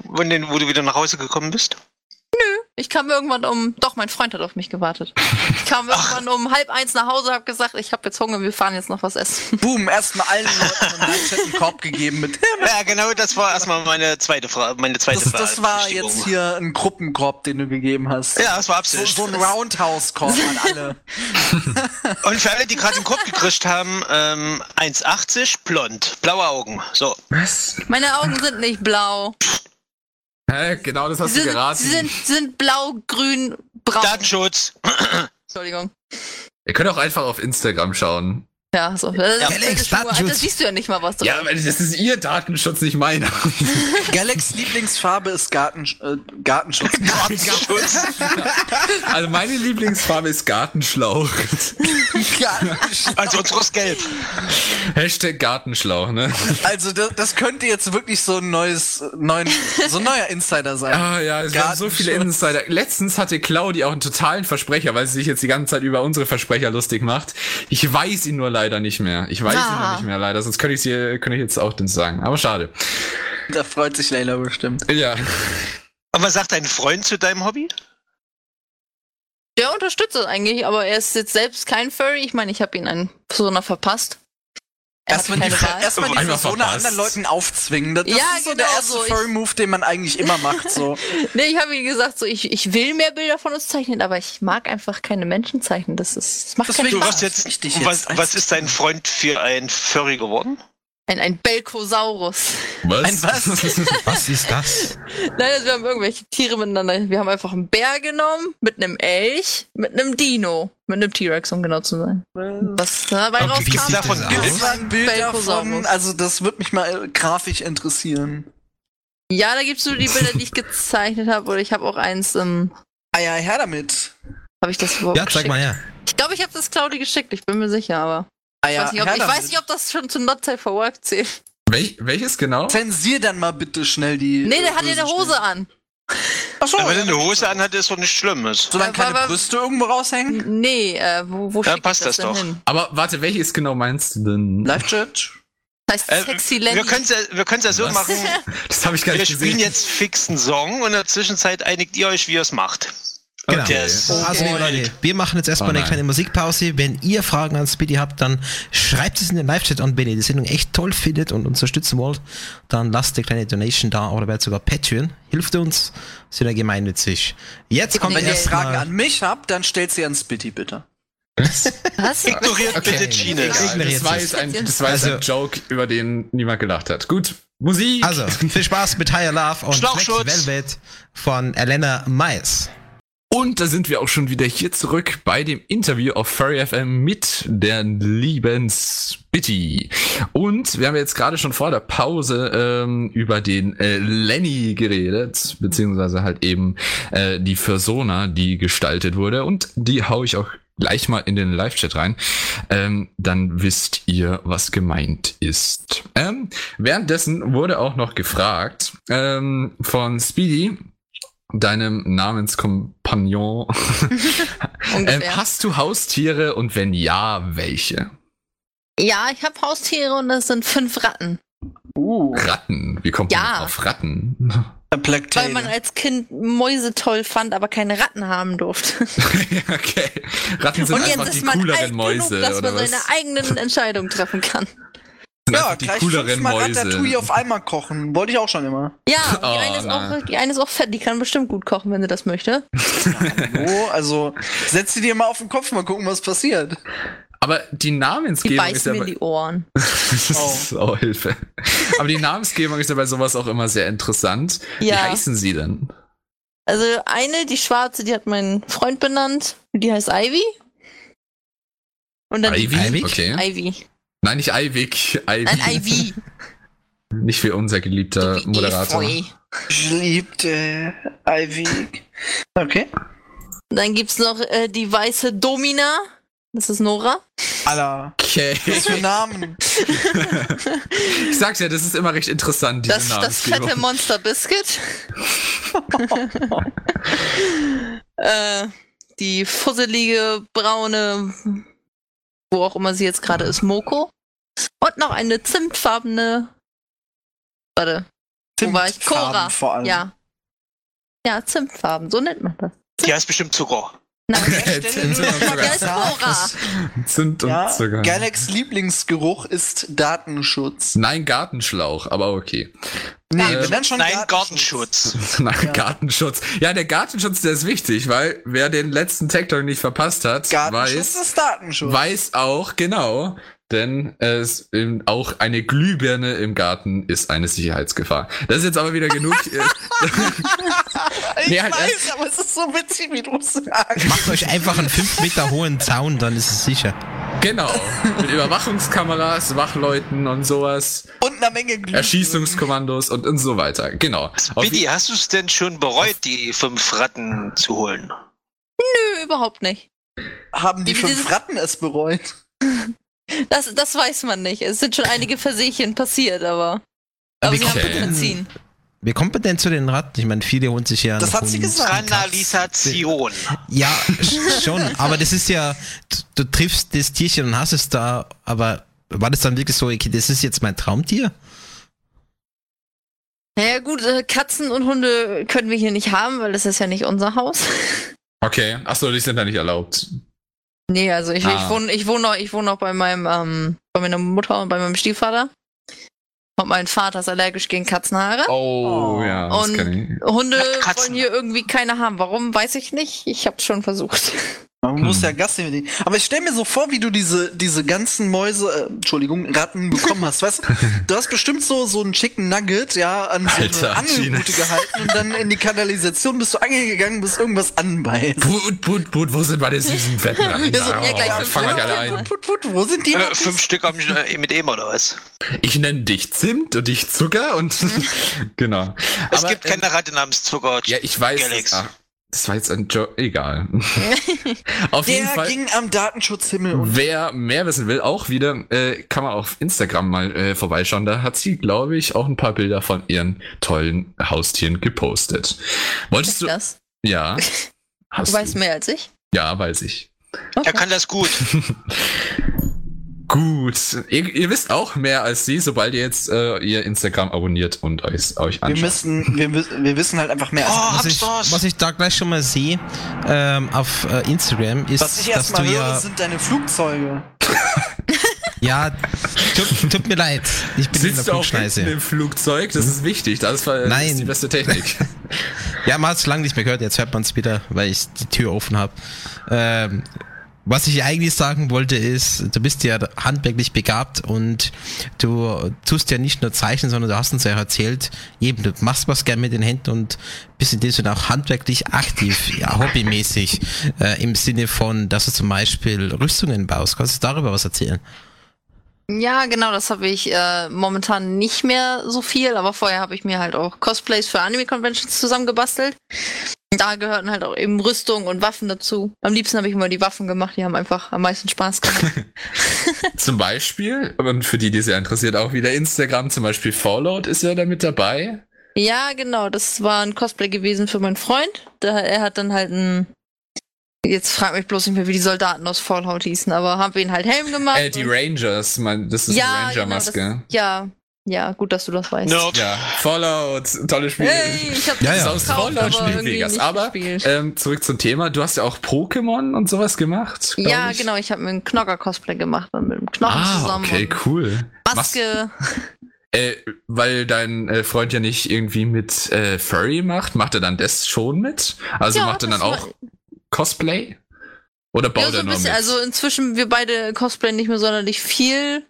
S2: wenn denn, wo du wieder nach Hause gekommen bist?
S5: Ich kam irgendwann um, doch, mein Freund hat auf mich gewartet. Ich kam irgendwann um halb eins nach Hause, habe gesagt, ich habe jetzt Hunger, wir fahren jetzt noch was essen.
S4: Boom, erstmal allen Leuten im Live-Chat einen Korb gegeben mit
S2: Ja, genau, das war erstmal meine zweite Frage. Meine zweite
S4: Das, das war
S2: Berechtigung.
S4: jetzt hier ein Gruppenkorb, den du gegeben hast.
S2: Ja, das war
S4: So,
S2: Absicht.
S4: so ein Roundhouse-Korb an alle.
S2: Und für alle, die gerade den Kopf gekriegt haben, ähm, 1,80, blond, blaue Augen. So,
S3: Was?
S5: Meine Augen sind nicht blau.
S3: Hä, genau das hast
S5: Sie
S3: du
S5: sind,
S3: geraten.
S5: sie sind, sie sind blau, grün, braun.
S2: Datenschutz.
S5: Entschuldigung.
S3: Ihr könnt auch einfach auf Instagram schauen.
S5: Ja, so. Das,
S1: Ja,
S5: das,
S1: Felix,
S5: ist Schwur.
S1: Datenschutz.
S5: das siehst du ja nicht mal, was drauf
S3: Ja, aber das ist ihr Datenschutz, nicht meiner.
S4: Galax Lieblingsfarbe ist Garten, äh, Gartenschutz.
S2: Datenschutz.
S3: Also meine Lieblingsfarbe ist Gartenschlauch.
S4: Gartenschutz.
S2: Also unseres Gelb.
S3: Hashtag Gartenschlauch, ne?
S4: Also das, das könnte jetzt wirklich so ein neues, äh, neuen, so ein neuer Insider sein.
S3: Ah ja, es werden so viele
S4: Gartenschutz.
S3: Insider. Letztens hatte Claudi auch einen totalen Versprecher, weil sie sich jetzt die ganze Zeit über unsere Versprecher lustig macht. Ich weiß ihn nur leider nicht mehr. Ich weiß ihn
S5: Ah.
S3: nur nicht mehr leider, sonst könnte ich sie könnte ich jetzt auch den sagen. Aber schade.
S4: Da freut sich Leila bestimmt.
S3: Ja.
S2: Und was sagt dein Freund zu deinem Hobby?
S5: Der unterstützt das eigentlich, aber er ist jetzt selbst kein Furry. Ich meine, ich habe ihn an Persona verpasst. Er hat
S4: Erstmal die,
S5: keine Wahl.
S4: erstmal die
S3: Einmal
S4: Persona
S3: verpasst.
S4: anderen Leuten aufzwingen. Das, das
S5: Ja,
S4: ist so
S5: genau
S4: der erste
S5: so. Ich-
S4: Furry-Move, den man eigentlich immer macht. So.
S5: Nee, ich habe ihm gesagt, so, ich, ich will mehr Bilder von uns zeichnen, aber ich mag einfach keine Menschen zeichnen. Das, ist, das macht keinen
S4: Deswegen-
S2: Du
S5: Spaß.
S2: warst jetzt,
S4: Genau, Richtig jetzt.
S2: Was, was ist dein Freund für ein Furry geworden?
S5: Ein, ein Belkosaurus.
S3: Was?
S4: Ein was?
S1: Was ist das?
S5: Nein, also wir haben irgendwelche Tiere miteinander. Wir haben einfach einen Bär genommen, mit einem Elch, mit einem Dino. Mit einem T-Rex, um genau zu sein. Was dabei
S1: Okay, wie
S5: rauskam.
S1: sieht das
S2: davon
S1: aus?
S2: gibt's
S4: Gibt's da ein Bild davon?
S5: Belkosaurus.
S4: Also das wird mich mal äh, grafisch interessieren.
S5: Ja, da gibt's nur die Bilder, die ich gezeichnet habe. Oder ich habe auch eins, ähm,
S4: Ah ja, her damit.
S5: habe ich das überhaupt
S1: Ja, zeig mal her.
S5: Ich glaube, ich habe das Claudi geschickt. Ich bin mir sicher, aber.
S4: Ah
S5: Ich,
S4: ja,
S5: weiß, nicht, ob,
S4: her
S5: ich
S4: damit.
S5: weiß nicht, ob das schon zu Not Safe for Work zählt.
S3: Welch, welches genau?
S4: Zensier dann mal bitte schnell die.
S5: Nee, der hat ja
S4: bösen
S5: eine Hose
S4: Stimmen.
S5: an.
S4: Achso,
S2: Wenn er
S4: ja,
S2: eine Hose anhat, ist doch nichts Schlimmes.
S4: solange
S5: Ja,
S4: keine
S5: aber-
S4: Brüste irgendwo raushängen.
S5: N- Nee, äh, wo, wo
S2: Dann
S5: schicke
S2: passt
S5: ich
S2: das
S5: das, denn
S2: doch.
S5: hin?
S3: Aber warte, welches genau meinst du denn?
S4: Live-Chat.
S5: Das heißt
S2: Äh,
S5: Sexy
S2: Wir
S5: Lenny.
S2: können es ja, wir können's ja so
S3: Was?
S2: machen.
S3: Das habe ich gar
S2: Wir
S3: nicht
S2: spielen
S3: gesehen.
S2: jetzt fix einen Song und in der Zwischenzeit einigt ihr euch, wie ihr es macht.
S1: Genau.
S2: Yes.
S1: Also, liebe Leute, wir machen jetzt erstmal
S3: Oh
S1: eine
S3: nein.
S1: kleine Musikpause. Wenn ihr Fragen an Speedy habt, dann schreibt es in den Live-Chat an, wenn ihr die Sendung echt toll findet und unterstützen wollt, dann lasst eine kleine Donation da oder werdet sogar Patreon. Hilft uns, sind ja gemeinnützig. Jetzt kommt
S4: Wenn ihr
S1: erstmal-
S4: Fragen an mich habt, dann stellt sie an Spitty bitte.
S5: Was?
S2: Ignoriert
S3: Okay.
S2: bitte Gene.
S3: Egal,
S1: Ignoriert
S3: das war
S1: es.
S3: jetzt ein, das war jetzt
S1: Also-
S3: ein Joke, über den niemand gelacht hat. Gut, Musik.
S1: Also, viel Spaß mit Higher Love und
S2: Schlauchschutz.
S1: Black Velvet von Elena Miles.
S3: Und da sind wir auch schon wieder hier zurück bei dem Interview auf Furry FM mit der lieben Spitty. Und wir haben jetzt gerade schon vor der Pause ähm, über den äh, Lenny geredet, beziehungsweise halt eben äh, die Persona, die gestaltet wurde. Und die hau ich auch gleich mal in den Live-Chat rein. Ähm, dann wisst ihr, was gemeint ist. Ähm, währenddessen wurde auch noch gefragt ähm, von Speedy, deinem Namenskompagnon. ähm,
S5: Ungefähr.
S3: hast du Haustiere und wenn ja, welche?
S5: ja, ich habe Haustiere und das sind fünf Ratten.
S4: Uh.
S3: Ratten. Wie kommt
S5: Ja.
S3: man auf Ratten?
S4: Black
S5: Weil
S4: Tail.
S5: man als Kind Mäuse toll fand, aber keine Ratten haben durfte.
S3: okay. Ratten sind
S5: und
S3: einfach
S5: jetzt
S3: die
S5: ist man alt
S3: cooleren
S5: genug,
S3: Mäuse,
S5: dass
S3: oder
S5: man
S3: was?
S5: seine eigenen Entscheidungen treffen kann.
S3: Sind
S4: ja,
S3: einfach die
S4: gleich
S3: cooleren
S4: fünfmal Ratatouille
S3: Mäuse.
S4: auf einmal kochen. Wollte ich auch schon immer.
S5: Ja, die,
S3: Oh,
S5: eine ist
S3: nein.
S5: auch, die eine ist auch fett, die kann bestimmt gut kochen, wenn sie das möchte.
S4: Oh, also setz sie dir mal auf den Kopf, mal gucken, was passiert.
S3: Aber die
S5: Die
S3: Namensgebung ist
S5: beißt
S3: ja
S5: mir
S3: bei,
S5: die Ohren.
S3: oh. Hilfe. Aber die Namensgebung ist ja bei sowas auch immer sehr interessant. Wie
S5: Ja,
S3: heißen sie denn?
S5: also eine, die schwarze, die hat mein Freund benannt, die heißt Ivy. Und dann
S3: Ivy?
S1: Ivy?
S3: Okay.
S5: Ivy.
S3: Nein, nicht Eivig. Ivy.
S5: Nein, Ivy.
S3: Nicht wie unser geliebter
S5: Wie
S3: Äh, Moderator.
S5: Efeu.
S4: Ich liebte Ivy. Okay.
S5: Und Dann gibt's noch äh, die weiße Domina. Das ist Nora.
S4: Aller.
S3: Okay.
S4: Was für Namen.
S3: Ich sag's ja, das ist immer recht interessant, diese
S5: Das, das
S3: Namensgebung.
S5: fette Monster Biscuit. äh, die fusselige, braune, wo auch immer sie jetzt gerade ist, Moko. Und noch eine zimtfarbene. Warte, wo war ich?
S4: Zimtfarben
S5: Cora.
S4: Vor allem.
S5: Ja. Ja, Zimtfarben, so nennt man das.
S2: Die heißt bestimmt Zucker.
S5: Nein,
S3: Zimt und
S5: der
S3: Zucker.
S5: ist Cora.
S3: Zimt und
S4: Ja,
S3: Zucker.
S4: Galax Lieblingsgeruch ist Datenschutz.
S3: Nein, Gartenschlauch, aber okay.
S4: Nee,
S3: Ähm,
S4: wenn dann schon
S2: Nein, Gartenschutz.
S3: Nein,
S4: Ja.
S3: Gartenschutz. Ja, der Gartenschutz, der ist wichtig, weil wer den letzten Tech Talk nicht verpasst hat,
S4: Gartenschutz
S3: weiß,
S4: ist Datenschutz.
S3: weiß auch, genau, denn es, ähm, auch eine Glühbirne im Garten ist eine Sicherheitsgefahr. Das ist jetzt aber wieder genug. äh,
S4: Ich
S3: Nee, halt
S4: weiß, aber es ist so witzig, wie du es sagst.
S1: Macht euch einfach einen 5 Meter hohen Zaun, dann ist es sicher.
S3: genau. Mit Überwachungskameras, Wachleuten und sowas,
S4: Und eine Menge Glück.
S3: Erschießungskommandos und, und so weiter. Genau.
S4: Also
S3: Auf
S2: Biddy, hast du es denn schon bereut, die fünf Ratten zu holen?
S5: Nö, überhaupt nicht.
S4: Haben die
S5: Wie
S4: fünf
S5: dieses-
S4: Ratten es bereut?
S5: Das, das weiß man nicht. Es sind schon einige Versehchen passiert, aber. Aber
S1: Wie
S5: sie haben
S1: kommt, man
S3: Okay.
S1: denn,
S5: Benzin.
S1: wie kommt man denn zu den Ratten? Ich meine, viele holen sich ja.
S4: Das
S1: noch
S4: hat sie
S1: Hunde.
S4: gesagt.
S2: Kanalisation.
S1: Ja, sch- schon. Aber das ist ja, du, du triffst das Tierchen und hast es da, aber war das dann wirklich so, okay, das ist jetzt mein Traumtier?
S5: Naja gut, äh, Katzen und Hunde können wir hier nicht haben, weil das ist ja nicht unser Haus.
S3: Okay, achso, die sind da nicht erlaubt.
S5: Nee, also ich,
S3: Ah.
S5: ich wohne ich wohne noch, ich wohne noch bei meinem ähm, bei meiner Mutter und bei meinem Stiefvater. Und mein Vater ist allergisch gegen Katzenhaare.
S3: Oh,
S4: Oh.
S3: ja, das
S5: Und-
S3: kann ich.
S5: Hunde
S2: Katzen.
S5: wollen hier irgendwie keine haben. Warum, weiß ich nicht. Ich hab's schon versucht.
S4: Man man muss ja Gast nehmen. Aber ich stell mir so vor, wie du diese, diese ganzen Mäuse, äh, Entschuldigung, Ratten bekommen hast. Weißt du, du hast bestimmt so, so einen Chicken Nugget, ja, an so
S3: Alter,
S4: eine Angelrute gehalten und dann in die Kanalisation bist du angegangen, bist irgendwas anbeißt.
S3: Put, put, put, wo sind meine süßen Fetten?
S5: Wir sind ja gleich
S3: Oh,
S5: fünf
S3: fang mich
S5: Minuten
S3: alle ein.
S4: Put, put, wo sind die?
S2: Äh, fünf Stück haben schon, äh, mit ihm oder was?
S3: Ich nenne dich Zimt und dich Zucker und
S5: Mhm.
S3: genau.
S2: Es
S3: Aber,
S2: gibt
S3: ähm,
S2: keine Ratte namens Zucker.
S3: Ja, ich weiß.
S2: Galax.
S3: Ach, das war jetzt ein Joke. Egal. Auf jeden
S4: Der
S3: Fall.
S4: ging am Datenschutzhimmel und
S3: Wer mehr wissen will, auch wieder, äh, kann man auf Instagram mal äh, vorbeischauen. Da hat sie, glaube ich, auch ein paar Bilder von ihren tollen Haustieren gepostet. Wolltest du?
S5: Das.
S3: Ja. Hast
S5: Du weißt mehr als ich.
S3: Ja, weiß ich.
S2: Er kann das gut. Oh,
S3: Gut. Ihr, ihr wisst auch mehr als sie, sobald ihr jetzt äh, ihr Instagram abonniert und euch, euch
S4: wir
S3: anschaut.
S4: müssen, wir, wiss- wir wissen halt einfach mehr.
S2: Oh,
S4: als-
S1: Was ich,
S2: Hamsters!
S1: was ich da gleich schon mal sehe ähm, auf äh, Instagram ist,
S4: Was ich
S1: dass du
S4: erstmal höre,
S1: ja.
S4: sind deine Flugzeuge.
S1: Ja, tut, tut mir leid. Ich bin in
S3: Sitzt
S1: der
S3: du auch hinten
S1: Flugschneise.
S3: im Flugzeug? Das ist wichtig. Das war das
S1: Nein.
S3: ist die beste Technik.
S1: Ja, man hat's lange nicht mehr gehört. Jetzt hört man es wieder, weil ich die Tür offen habe. Ähm, was ich eigentlich sagen wollte ist, du bist ja handwerklich begabt und du tust ja nicht nur Zeichen, sondern du hast uns ja erzählt, eben, du machst was gern mit den Händen und bist in dem Sinne auch handwerklich aktiv, ja, hobbymäßig, äh, im Sinne von, dass du zum Beispiel Rüstungen baust. Kannst du darüber was erzählen?
S5: Ja, genau, das habe ich äh, momentan nicht mehr so viel, aber vorher habe ich mir halt auch Cosplays für Anime-Conventions zusammengebastelt. Da gehörten halt auch eben Rüstung und Waffen dazu. Am liebsten habe ich immer die Waffen gemacht, die haben einfach am meisten Spaß gemacht.
S3: Zum Beispiel, und für die, die sehr interessiert, auch wieder Instagram, zum Beispiel Fallout ist ja da mit dabei.
S5: ja, genau, das war ein Cosplay gewesen für meinen Freund. Da, er hat dann halt ein. Jetzt frag mich bloß nicht mehr, wie die Soldaten aus Fallout hießen, aber habe ihn halt Helm gemacht.
S3: Äh, die
S5: und-
S3: Rangers, man, das ist
S5: Ja,
S3: eine Ranger-Maske.
S5: genau, das- ja, ja, gut, dass du das weißt.
S2: Nope.
S3: ja, Fallout, tolle Spiele.
S5: Hey, ich habe
S1: Ja,
S5: das
S1: ja.
S3: Aus
S5: gekauft,
S3: Fallout
S5: aber
S3: spielt
S5: irgendwie
S3: Vegas.
S5: nicht
S3: Aber
S5: gespielt.
S3: ähm, zurück zum Thema, du hast ja auch Pokémon und sowas gemacht. glaub
S5: Ja,
S3: ich.
S5: genau, ich habe mir einen Knocker-Cosplay gemacht und mit dem Knochen
S3: Ah,
S5: zusammen.
S3: okay,
S5: und
S3: cool.
S5: Maske.
S3: Äh, weil dein äh, Freund ja nicht irgendwie mit äh, Furry macht, macht er dann das schon mit? Also
S5: Ja,
S3: macht er
S5: das
S3: dann auch
S5: war-
S3: Cosplay? Oder baut
S5: ja, so
S3: er
S5: ein
S3: nur
S5: bisschen.
S3: mit?
S5: Also inzwischen, wir beide cosplayen nicht mehr sonderlich viel,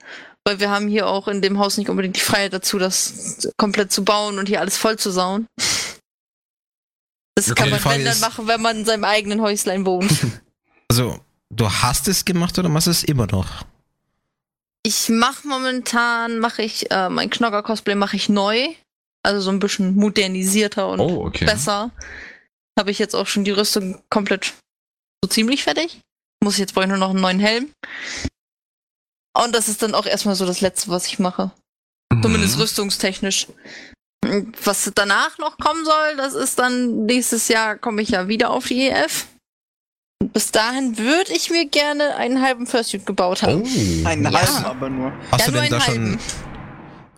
S5: weil wir haben hier auch in dem Haus nicht unbedingt die Freiheit dazu, das komplett zu bauen und hier alles voll zu sauen. Das
S3: Okay,
S5: kann
S1: die
S5: man
S1: Frage
S5: wenn dann
S1: ist-
S5: machen, wenn man in seinem eigenen Häuslein wohnt.
S1: Also, du hast es gemacht oder machst du es immer noch?
S5: Ich mache momentan, mache ich, äh, mein Knocker-Cosplay mache ich neu. Also so ein bisschen modernisierter und
S3: oh, okay.
S5: besser. Habe ich jetzt auch schon die Rüstung komplett so ziemlich fertig. Muss ich jetzt brauche ich nur noch einen neuen Helm. Und das ist dann auch erstmal so das Letzte, was ich mache.
S3: Mhm.
S5: Zumindest rüstungstechnisch. Und Was danach noch kommen soll, das ist dann nächstes Jahr komme ich ja wieder auf die EF. Und Bis dahin würde ich mir gerne einen halben Fursuit gebaut haben.
S3: Oh.
S4: Einen
S1: Ja.
S4: halben aber nur.
S1: Hast
S5: Ja,
S1: du denn
S5: nur einen
S1: da schon.
S5: halben.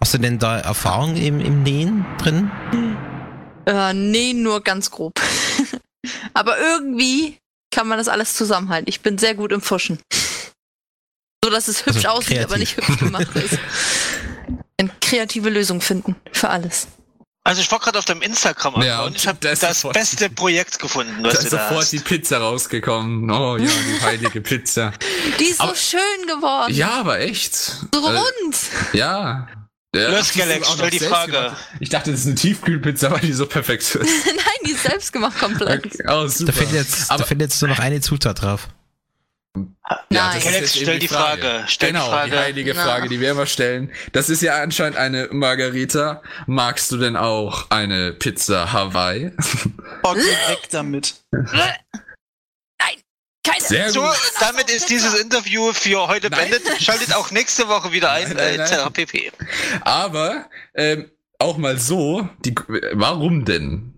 S1: Hast du denn da Erfahrung im, im Nähen drin?
S5: Äh, nee, nur ganz grob. Aber irgendwie kann man das alles zusammenhalten. Ich bin sehr gut im Fuschen. So dass es hübsch
S1: Also
S5: aussieht, aber
S1: kreativ.
S5: nicht hübsch gemacht ist. Eine kreative Lösung finden für alles.
S2: Also ich war gerade auf deinem Instagram
S3: Ja,
S2: und ich habe
S3: da ist
S2: das
S3: sofort-
S2: beste Projekt gefunden,
S3: Da
S2: was
S3: ist
S2: du da
S3: sofort
S2: hast.
S3: die Pizza rausgekommen. Oh ja, die heilige Pizza.
S5: Die ist so
S3: Aber-
S5: schön geworden.
S3: Ja, aber echt.
S5: So
S3: Äh,
S5: rund.
S3: ja. Ja,
S2: Los,
S3: das ist
S2: Galax,
S3: auch noch
S2: stell die
S3: selbst
S2: Frage.
S3: gemacht. Ich dachte, das ist eine Tiefkühlpizza, weil die so perfekt ist.
S5: Nein, die ist selbst gemacht komplett.
S3: Okay. Oh, super.
S1: Da fehlt, jetzt,
S3: Aber-
S1: da fehlt jetzt nur noch eine Zutat drauf.
S5: Nein.
S3: das
S2: Alex,
S3: ist jetzt eben
S2: stell die Frage. Stell die
S3: genau,
S2: Frage.
S3: die heilige
S5: Na.
S3: Frage, die wir immer stellen. Das ist ja anscheinend eine Margarita. Magst du denn auch eine Pizza Hawaii?
S4: Oh, geh weg damit.
S5: Keine
S3: Sehr
S2: So,
S3: gut.
S2: damit ist dieses Interview für heute
S3: Nein.
S2: beendet. Schaltet auch nächste Woche wieder ein,
S3: Nein, nein,
S2: äh,
S3: nein.
S2: etc. pp.
S3: Aber ähm, auch mal so, die, warum denn?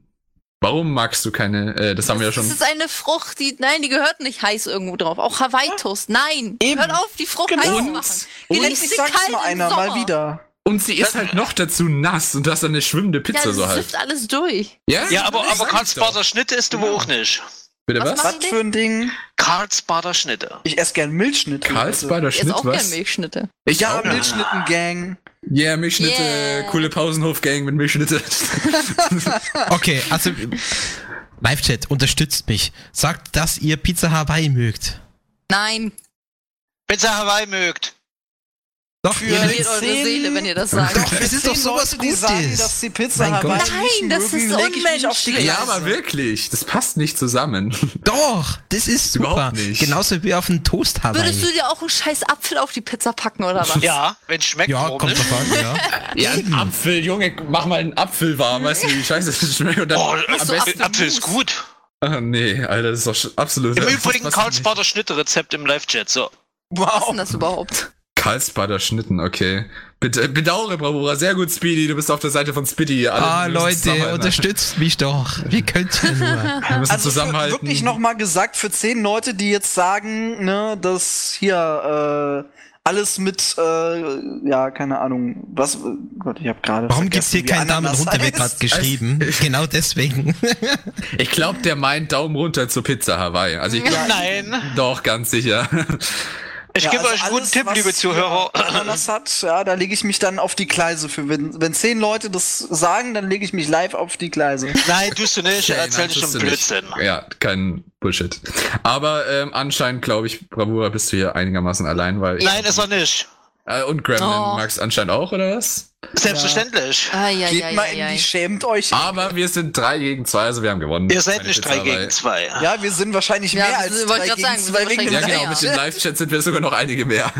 S3: Warum magst du keine, äh, das haben wir ja
S5: Das
S3: schon.
S5: ist eine Frucht, die. Nein, die gehört nicht heiß irgendwo drauf. Auch Hawaii-Toast. Nein.
S4: Eben.
S5: Hört auf, die Frucht
S4: Genau.
S5: heiß zu
S4: Und-
S5: machen. Die
S4: Und
S5: lässt
S4: ich
S5: sie
S4: sag's
S5: kalt
S4: mal
S5: im
S4: einer
S5: Sommer.
S4: mal wieder.
S3: Und sie ist halt noch dazu nass und du hast dann eine schwimmende
S5: Ja,
S3: Pizza
S5: das
S3: so halt.
S5: trifft alles durch.
S2: Ja, aber,
S3: das
S2: aber
S3: sag ich doch.
S2: Karlsbader Schnitte isst du wohl auch nicht.
S3: Bitte
S5: Was
S3: was?
S5: machst
S4: Was für ein Ding?
S2: Karlsbader Schnitte.
S4: Ich esse gern Milchschnitte.
S3: Karlsbader
S5: Ich esse
S3: Schnitt,
S5: Also, auch gerne
S3: was?
S5: Milchschnitte.
S3: Ich
S4: Ja,
S3: auch nicht.
S4: Milchschnitten-Gang.
S3: Yeah, Milchschnitte,
S5: Yeah.
S3: coole Pausenhof-Gang mit Milchschnitte.
S1: Okay, also Live-Chat, unterstützt mich. Sagt, dass ihr Pizza Hawaii mögt.
S5: Nein,
S2: Pizza Hawaii mögt.
S1: Doch,
S4: Für-
S1: ihr
S5: ihr
S4: Ja,
S1: mögt.
S5: verliert eure
S4: sehen-
S5: Seele, wenn ihr das sagt.
S1: Doch, es ist doch sowas
S4: die sagen,
S1: Gutes.
S4: dass die Pizza
S1: Mein Gott.
S4: Hawaii nicht
S5: Nein, das
S4: mögen,
S5: ist
S4: leg ich mich auf die
S5: unmenschlich.
S3: Ja,
S4: Glatze.
S3: aber wirklich, das passt nicht zusammen.
S1: Doch, das ist super.
S3: Überhaupt nicht.
S1: Genauso wie auf einen Toast Hawaii.
S5: Würdest du dir auch einen scheiß Apfel auf die Pizza packen oder was?
S2: Ja, wenn schmeckt,
S1: ja,
S2: warum
S1: kommt
S2: nicht?
S1: drauf an, ja.
S3: Ja, ein Apfel, Junge, mach mal einen Apfel warm, weißt du, wie scheiße das schmeckt. Und dann,
S2: Oh,
S3: am
S2: Apfel,
S3: besten,
S2: Apfel, ist gut.
S3: Ah, nee, Alter, das ist doch sch- absolut.
S2: Im
S3: das
S2: Übrigen
S3: passt nicht.
S2: Karlsbader Schnitte-Rezept im Live-Chat. So.
S5: Was ist
S4: Wow.
S5: denn das überhaupt?
S3: Karlsbader Schnitten, okay. Bitte, bedauere, Bravura, sehr gut, Speedy, du bist auf der Seite von Speedy. Alle
S1: Ah,
S3: müssen
S1: Leute,
S3: zusammenhalten.
S1: unterstützt mich doch. Wie könnt ihr nur?
S3: Wir müssen
S4: Also für,
S3: zusammenhalten.
S1: hm.
S4: wirklich nochmal gesagt, für zehn Leute, die jetzt sagen, ne, dass hier äh, alles mit, äh, ja, keine Ahnung, was, Gott, ich habe gerade
S1: Warum gibt's hier
S4: vergessen, wie
S1: keinen Daumen
S4: Ananas
S1: runter? Wird gerade
S4: heißt.
S1: geschrieben. Genau deswegen.
S3: Ich glaube, der meint Daumen runter zur Pizza Hawaii. Also ich glaub,
S2: Nein,
S3: doch, ganz sicher.
S2: ich gebe
S4: also
S2: euch einen guten
S4: alles,
S2: Tipp,
S4: was
S2: liebe Zuhörer.
S4: hier Ananas hat, ja, da lege ich mich dann auf die Gleise für. Wenn, wenn zehn Leute das sagen, dann lege ich mich live auf die Gleise.
S2: Nein, tust du nicht, erzähl
S3: nein,
S2: dich schon
S3: tust du nicht.
S2: Blödsinn.
S3: Ja, kein Bullshit. Aber ähm, anscheinend, glaube ich, Bravura, bist du hier einigermaßen allein, weil. ich-
S2: Nein, ist er nicht.
S3: Äh, und Gremlin
S5: Oh.
S3: magst anscheinend auch, oder was?
S2: Selbstverständlich.
S5: Ah, ja,
S4: Geht
S5: ja, ja,
S4: mal in
S5: ja.
S4: die, schämt euch.
S2: Ah.
S3: Aber wir sind drei gegen zwei, also wir haben gewonnen.
S2: Ihr seid
S3: Eine
S2: nicht
S3: Pizza
S2: drei gegen
S3: Hawaii.
S2: zwei.
S4: Ja, wir sind wahrscheinlich
S5: Ja,
S4: mehr
S5: wir
S4: als
S5: sind- wollte
S4: drei
S5: grad
S4: gegen
S5: sagen, wir sind
S4: zwei wegen
S5: wahrscheinlich
S3: Ja,
S4: dem
S5: mehr.
S3: genau,
S5: Ja.
S3: mit dem Live-Chat sind wir sogar noch einige mehr.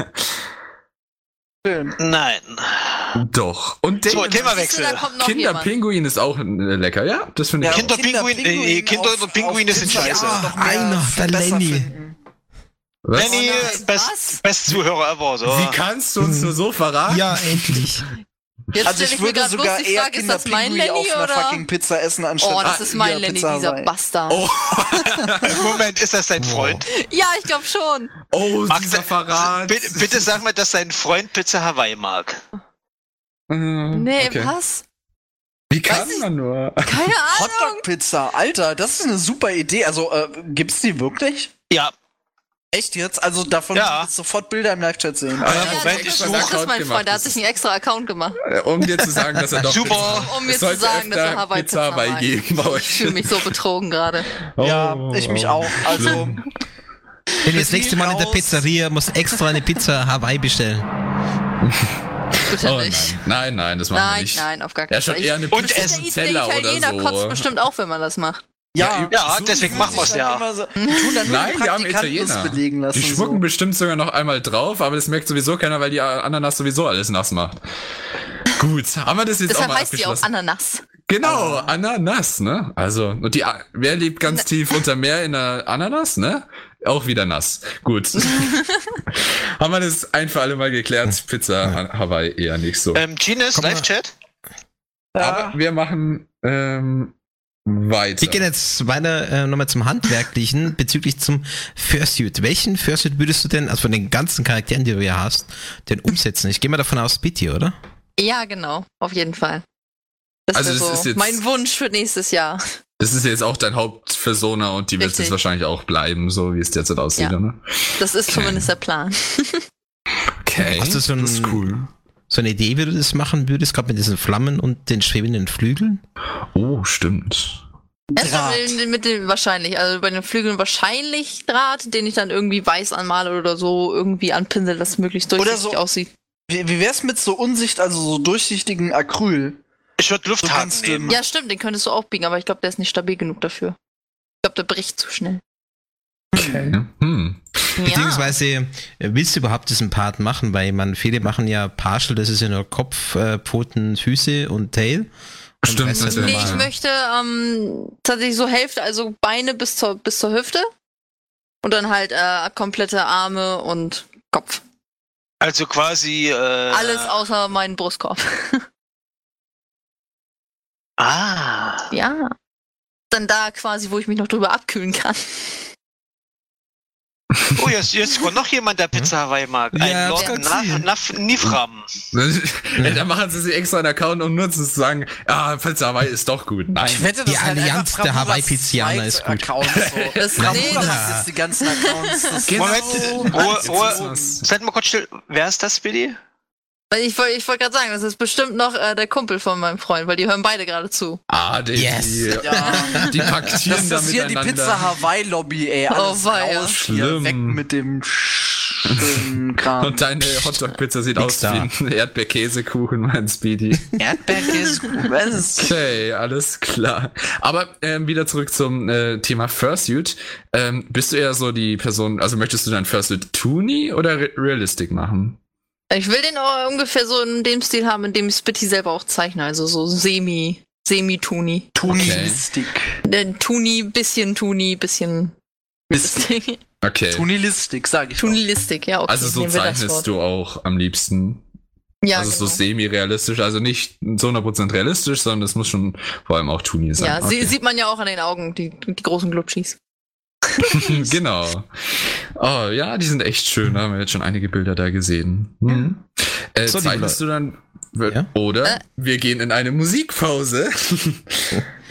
S4: Film.
S2: Nein.
S3: Doch. Und
S2: So,
S3: der
S5: Siehst du,
S2: Themawechsel.
S5: da kommt noch jemand.
S3: Kinderpinguin ist auch äh, lecker, ja? Das finde ich
S4: Ja,
S3: auch.
S2: Kinder- Kinderpinguin- äh, Kinder-
S4: auf-
S2: und Pinguine
S4: auf
S2: sind
S4: Pizza
S2: scheiße.
S4: kann man noch mehr
S1: Einer, der
S4: besser
S1: Lenny.
S4: finden.
S3: Was?
S2: Lenny,
S5: Oh Was?
S2: best, best Zuhörer ever. So.
S3: Wie kannst du uns nur so verraten?
S1: ja, endlich.
S5: Jetzt
S4: Also
S5: stell
S4: ich würde sogar
S5: die
S4: eher
S5: Frage, ist das mein
S4: Kinderpinguin
S5: Lenny
S4: auf einer
S5: oder?
S4: fucking Pizza essen, anstatt
S5: Oh, das ist mein
S4: hier
S5: Lenny,
S4: Pizza
S5: dieser
S4: Hawaii.
S5: Bastard.
S3: Oh,
S2: Moment, ist das dein Freund?
S5: Ja, ich glaube schon.
S3: oh
S2: Mag
S3: dieser
S2: se-
S3: Verrat.
S2: Bitte, bitte sag mal, dass dein Freund Pizza Hawaii mag.
S3: Ähm,
S5: Nee,
S3: okay.
S5: was?
S3: Wie kann
S5: Weiß ich-
S3: man nur?
S5: Keine Ahnung.
S4: Hotdog-Pizza, Alter, das ist eine super Idee. Also, äh, gibt's die wirklich?
S2: Ja,
S4: Echt jetzt? Also davon
S2: Ja.
S4: will ich jetzt sofort Bilder im Live-Chat sehen.
S3: Aber
S5: Ja,
S2: Moment,
S5: das
S2: ich
S5: ist-
S2: suche-
S5: das ist mein Freund, der hat sich einen extra Account gemacht.
S3: Äh, Um dir zu sagen, dass er doch
S2: Super.
S3: Pizza-
S5: Um
S3: Es
S5: mir zu
S3: sollte
S5: sagen, dass er
S3: öfter
S5: Hawaii
S3: Pizza
S5: Pizza
S3: Hawaii
S5: mag.
S3: geben bei
S5: Ich
S3: euch.
S5: fühle mich so betrogen gerade.
S2: Oh.
S4: ja, ich mich auch. Also,
S1: Wenn du das
S4: Mit
S1: nächste Mal in der
S4: raus.
S1: Pizzeria musst extra eine Pizza Hawaii bestellen.
S5: Bitte
S3: Oh, nein.
S5: nicht.
S3: nein, nein, das machen wir
S5: Nein,
S3: nicht.
S5: nein, oh auf gar
S3: Ja,
S5: keinen
S3: schon
S5: Fall.
S3: eher eine
S2: Und
S3: Pizza
S2: es-
S3: im
S5: der
S3: Zeller
S5: Italiener kotzt
S3: oder so.
S5: bestimmt auch, wenn man das macht.
S4: ja.
S2: ja, deswegen machen wir es
S4: ja.
S2: ja.
S4: Immer so, tun dann
S3: Nein,
S4: nur
S3: wir haben
S4: Praktikanten das
S3: Italiener.
S4: belegen lassen.
S3: Die schmucken
S4: so.
S3: bestimmt sogar noch einmal drauf, aber das merkt sowieso keiner, weil die Ananas sowieso alles nass macht. Gut, haben wir das jetzt auch
S5: Deshalb
S3: mal
S5: halt heißt die auch
S3: abgeschlossen?
S5: Ananas.
S3: Genau, Ananas, ne? Also, und die, A- wer lebt ganz tief unter Meer in der Ananas, ne? Auch wieder nass. Gut. haben wir das ein für alle Mal geklärt? Pizza Ha- Hawaii eher nicht so.
S1: Äh,
S2: Ähm, Genius,
S1: Komm mal.
S2: Live-Chat?
S4: Ja.
S3: Aber wir machen ähm, weiter.
S1: Wir gehen jetzt weiter äh, nochmal zum Handwerklichen bezüglich zum Fursuit. Welchen Fursuit würdest du denn, also von den ganzen Charakteren, die du hier hast, denn umsetzen? Ich gehe mal davon aus, Bitty, oder?
S5: Ja, genau. Auf jeden Fall. Das
S3: Also
S5: also,
S3: das
S5: so
S3: ist jetzt-
S5: mein Wunsch für nächstes Jahr.
S3: Das ist jetzt auch dein Hauptpersona und die wird
S5: Richtig.
S3: es wahrscheinlich auch bleiben, so wie es derzeit aussieht,
S5: Ja.
S3: ne?
S5: Das ist
S3: Okay.
S5: zumindest der Plan.
S3: Okay.
S1: Hast du so ein-
S3: das ist cool.
S1: So eine Idee, wie du das machen würdest, gerade mit diesen Flammen und den schwebenden Flügeln?
S3: Oh, stimmt.
S5: Erstmal mit den- mit dem wahrscheinlich, also bei den Flügeln wahrscheinlich Draht, den ich dann irgendwie weiß anmale oder so, irgendwie anpinsel, dass es möglichst durchsichtig
S4: so-
S5: aussieht.
S4: Wie, wie wär's mit so Unsicht, also so durchsichtigen Acryl?
S2: Ich würde Lufthaken
S4: kannst du-
S2: nehmen.
S5: Ja, stimmt, den könntest du auch biegen, aber ich glaube, der ist nicht stabil genug dafür. Ich glaube, der bricht zu schnell.
S3: Okay. Hm.
S5: Ja.
S1: Beziehungsweise äh, willst du überhaupt diesen Part machen, weil man viele machen ja Partial, das ist ja nur Kopf, äh, Pfoten, Füße und Tail. Und
S3: Stimmt,
S1: Rest
S3: das
S1: halt
S5: Nee,
S3: Ja,
S5: ich
S3: ja.
S1: normal.
S5: möchte ähm, tatsächlich so Hälfte, also Beine bis zur, bis zur Hüfte und dann halt äh, komplette Arme und Kopf.
S2: Also quasi. Äh,
S5: Alles außer meinen Brustkorb.
S2: Ah.
S5: ja. Dann da quasi, wo ich mich noch drüber abkühlen kann.
S2: Oh, jetzt, jetzt kommt noch jemand, der Pizza Hawaii mag. Ein
S1: Ja,
S2: Lord
S1: hab's
S2: Na,
S1: gesehen.
S2: Na, Nifram.
S3: Ey, Dann machen sie sich extra einen Account, um nur zu sagen, ah, Pizza Hawaii ist doch gut. Nein.
S4: wette, halt
S1: Die Allianz
S4: einfach
S1: der
S4: Bravuras
S1: Hawaii-Pizzianer
S4: zweiter
S1: ist gut.
S4: Account, so.
S5: Das,
S1: Ja,
S5: nee,
S1: Bruder.
S5: das,
S4: Das ist jetzt die ganzen Accounts. Das Oh,
S2: Moment,
S3: Mann,
S2: Ruhe,
S3: Genau. jetzt
S2: Ruhe.
S3: ist das.
S2: Seid mal kurz still. Wer ist das, Billy?
S5: Weil Ich wollte ich wollt gerade sagen, das ist bestimmt noch äh, der Kumpel von meinem Freund, weil die hören beide gerade zu.
S3: Ah, die,
S1: Yes.
S3: die,
S4: Ja.
S3: die paktieren
S4: Das
S3: da
S4: ist hier die
S3: miteinander.
S4: Pizza Hawaii Lobby, ey. Alles
S5: Oh, weia.
S4: raus
S3: Schlimm.
S4: hier, weg mit dem schönen Kram.
S3: Und deine Hotdog-Pizza sieht aus
S1: da.
S3: wie ein Erdbeerkäsekuchen, mein Speedy.
S4: Erdbeerkäse.
S3: Okay, alles klar. Aber ähm, wieder zurück zum äh, Thema Fursuit. Ähm, bist du eher so die Person, also möchtest du dein Fursuit Toonie oder re Realistic machen?
S5: Ich will den auch ungefähr so in dem Stil haben, in dem ich Spitty selber auch zeichne, also so semi, semi-Tuni.
S4: Tunilistik.
S5: Äh, Tuni, bisschen Tuni, bisschen
S3: Okay.
S4: Tunilistik, sag ich. doch.
S5: Tunilistik, ja, okay.
S3: also so
S5: nehmen wir das Wort.
S3: zeichnest du auch am liebsten.
S5: Ja,
S3: also so
S5: genau.
S3: semi-realistisch, also nicht zu 100% realistisch, sondern es muss schon vor allem auch Toonie sein.
S5: ja, sie,
S3: Okay.
S5: sieht man ja auch an den Augen, die, die großen Glubschis.
S3: genau. Oh, ja, die sind echt schön. Da haben wir jetzt schon einige Bilder da gesehen. Hm. Äh,
S1: So, liebe
S3: zeichnest du dann.
S1: Ja?
S3: Oder
S5: Äh.
S3: wir gehen in eine Musikpause.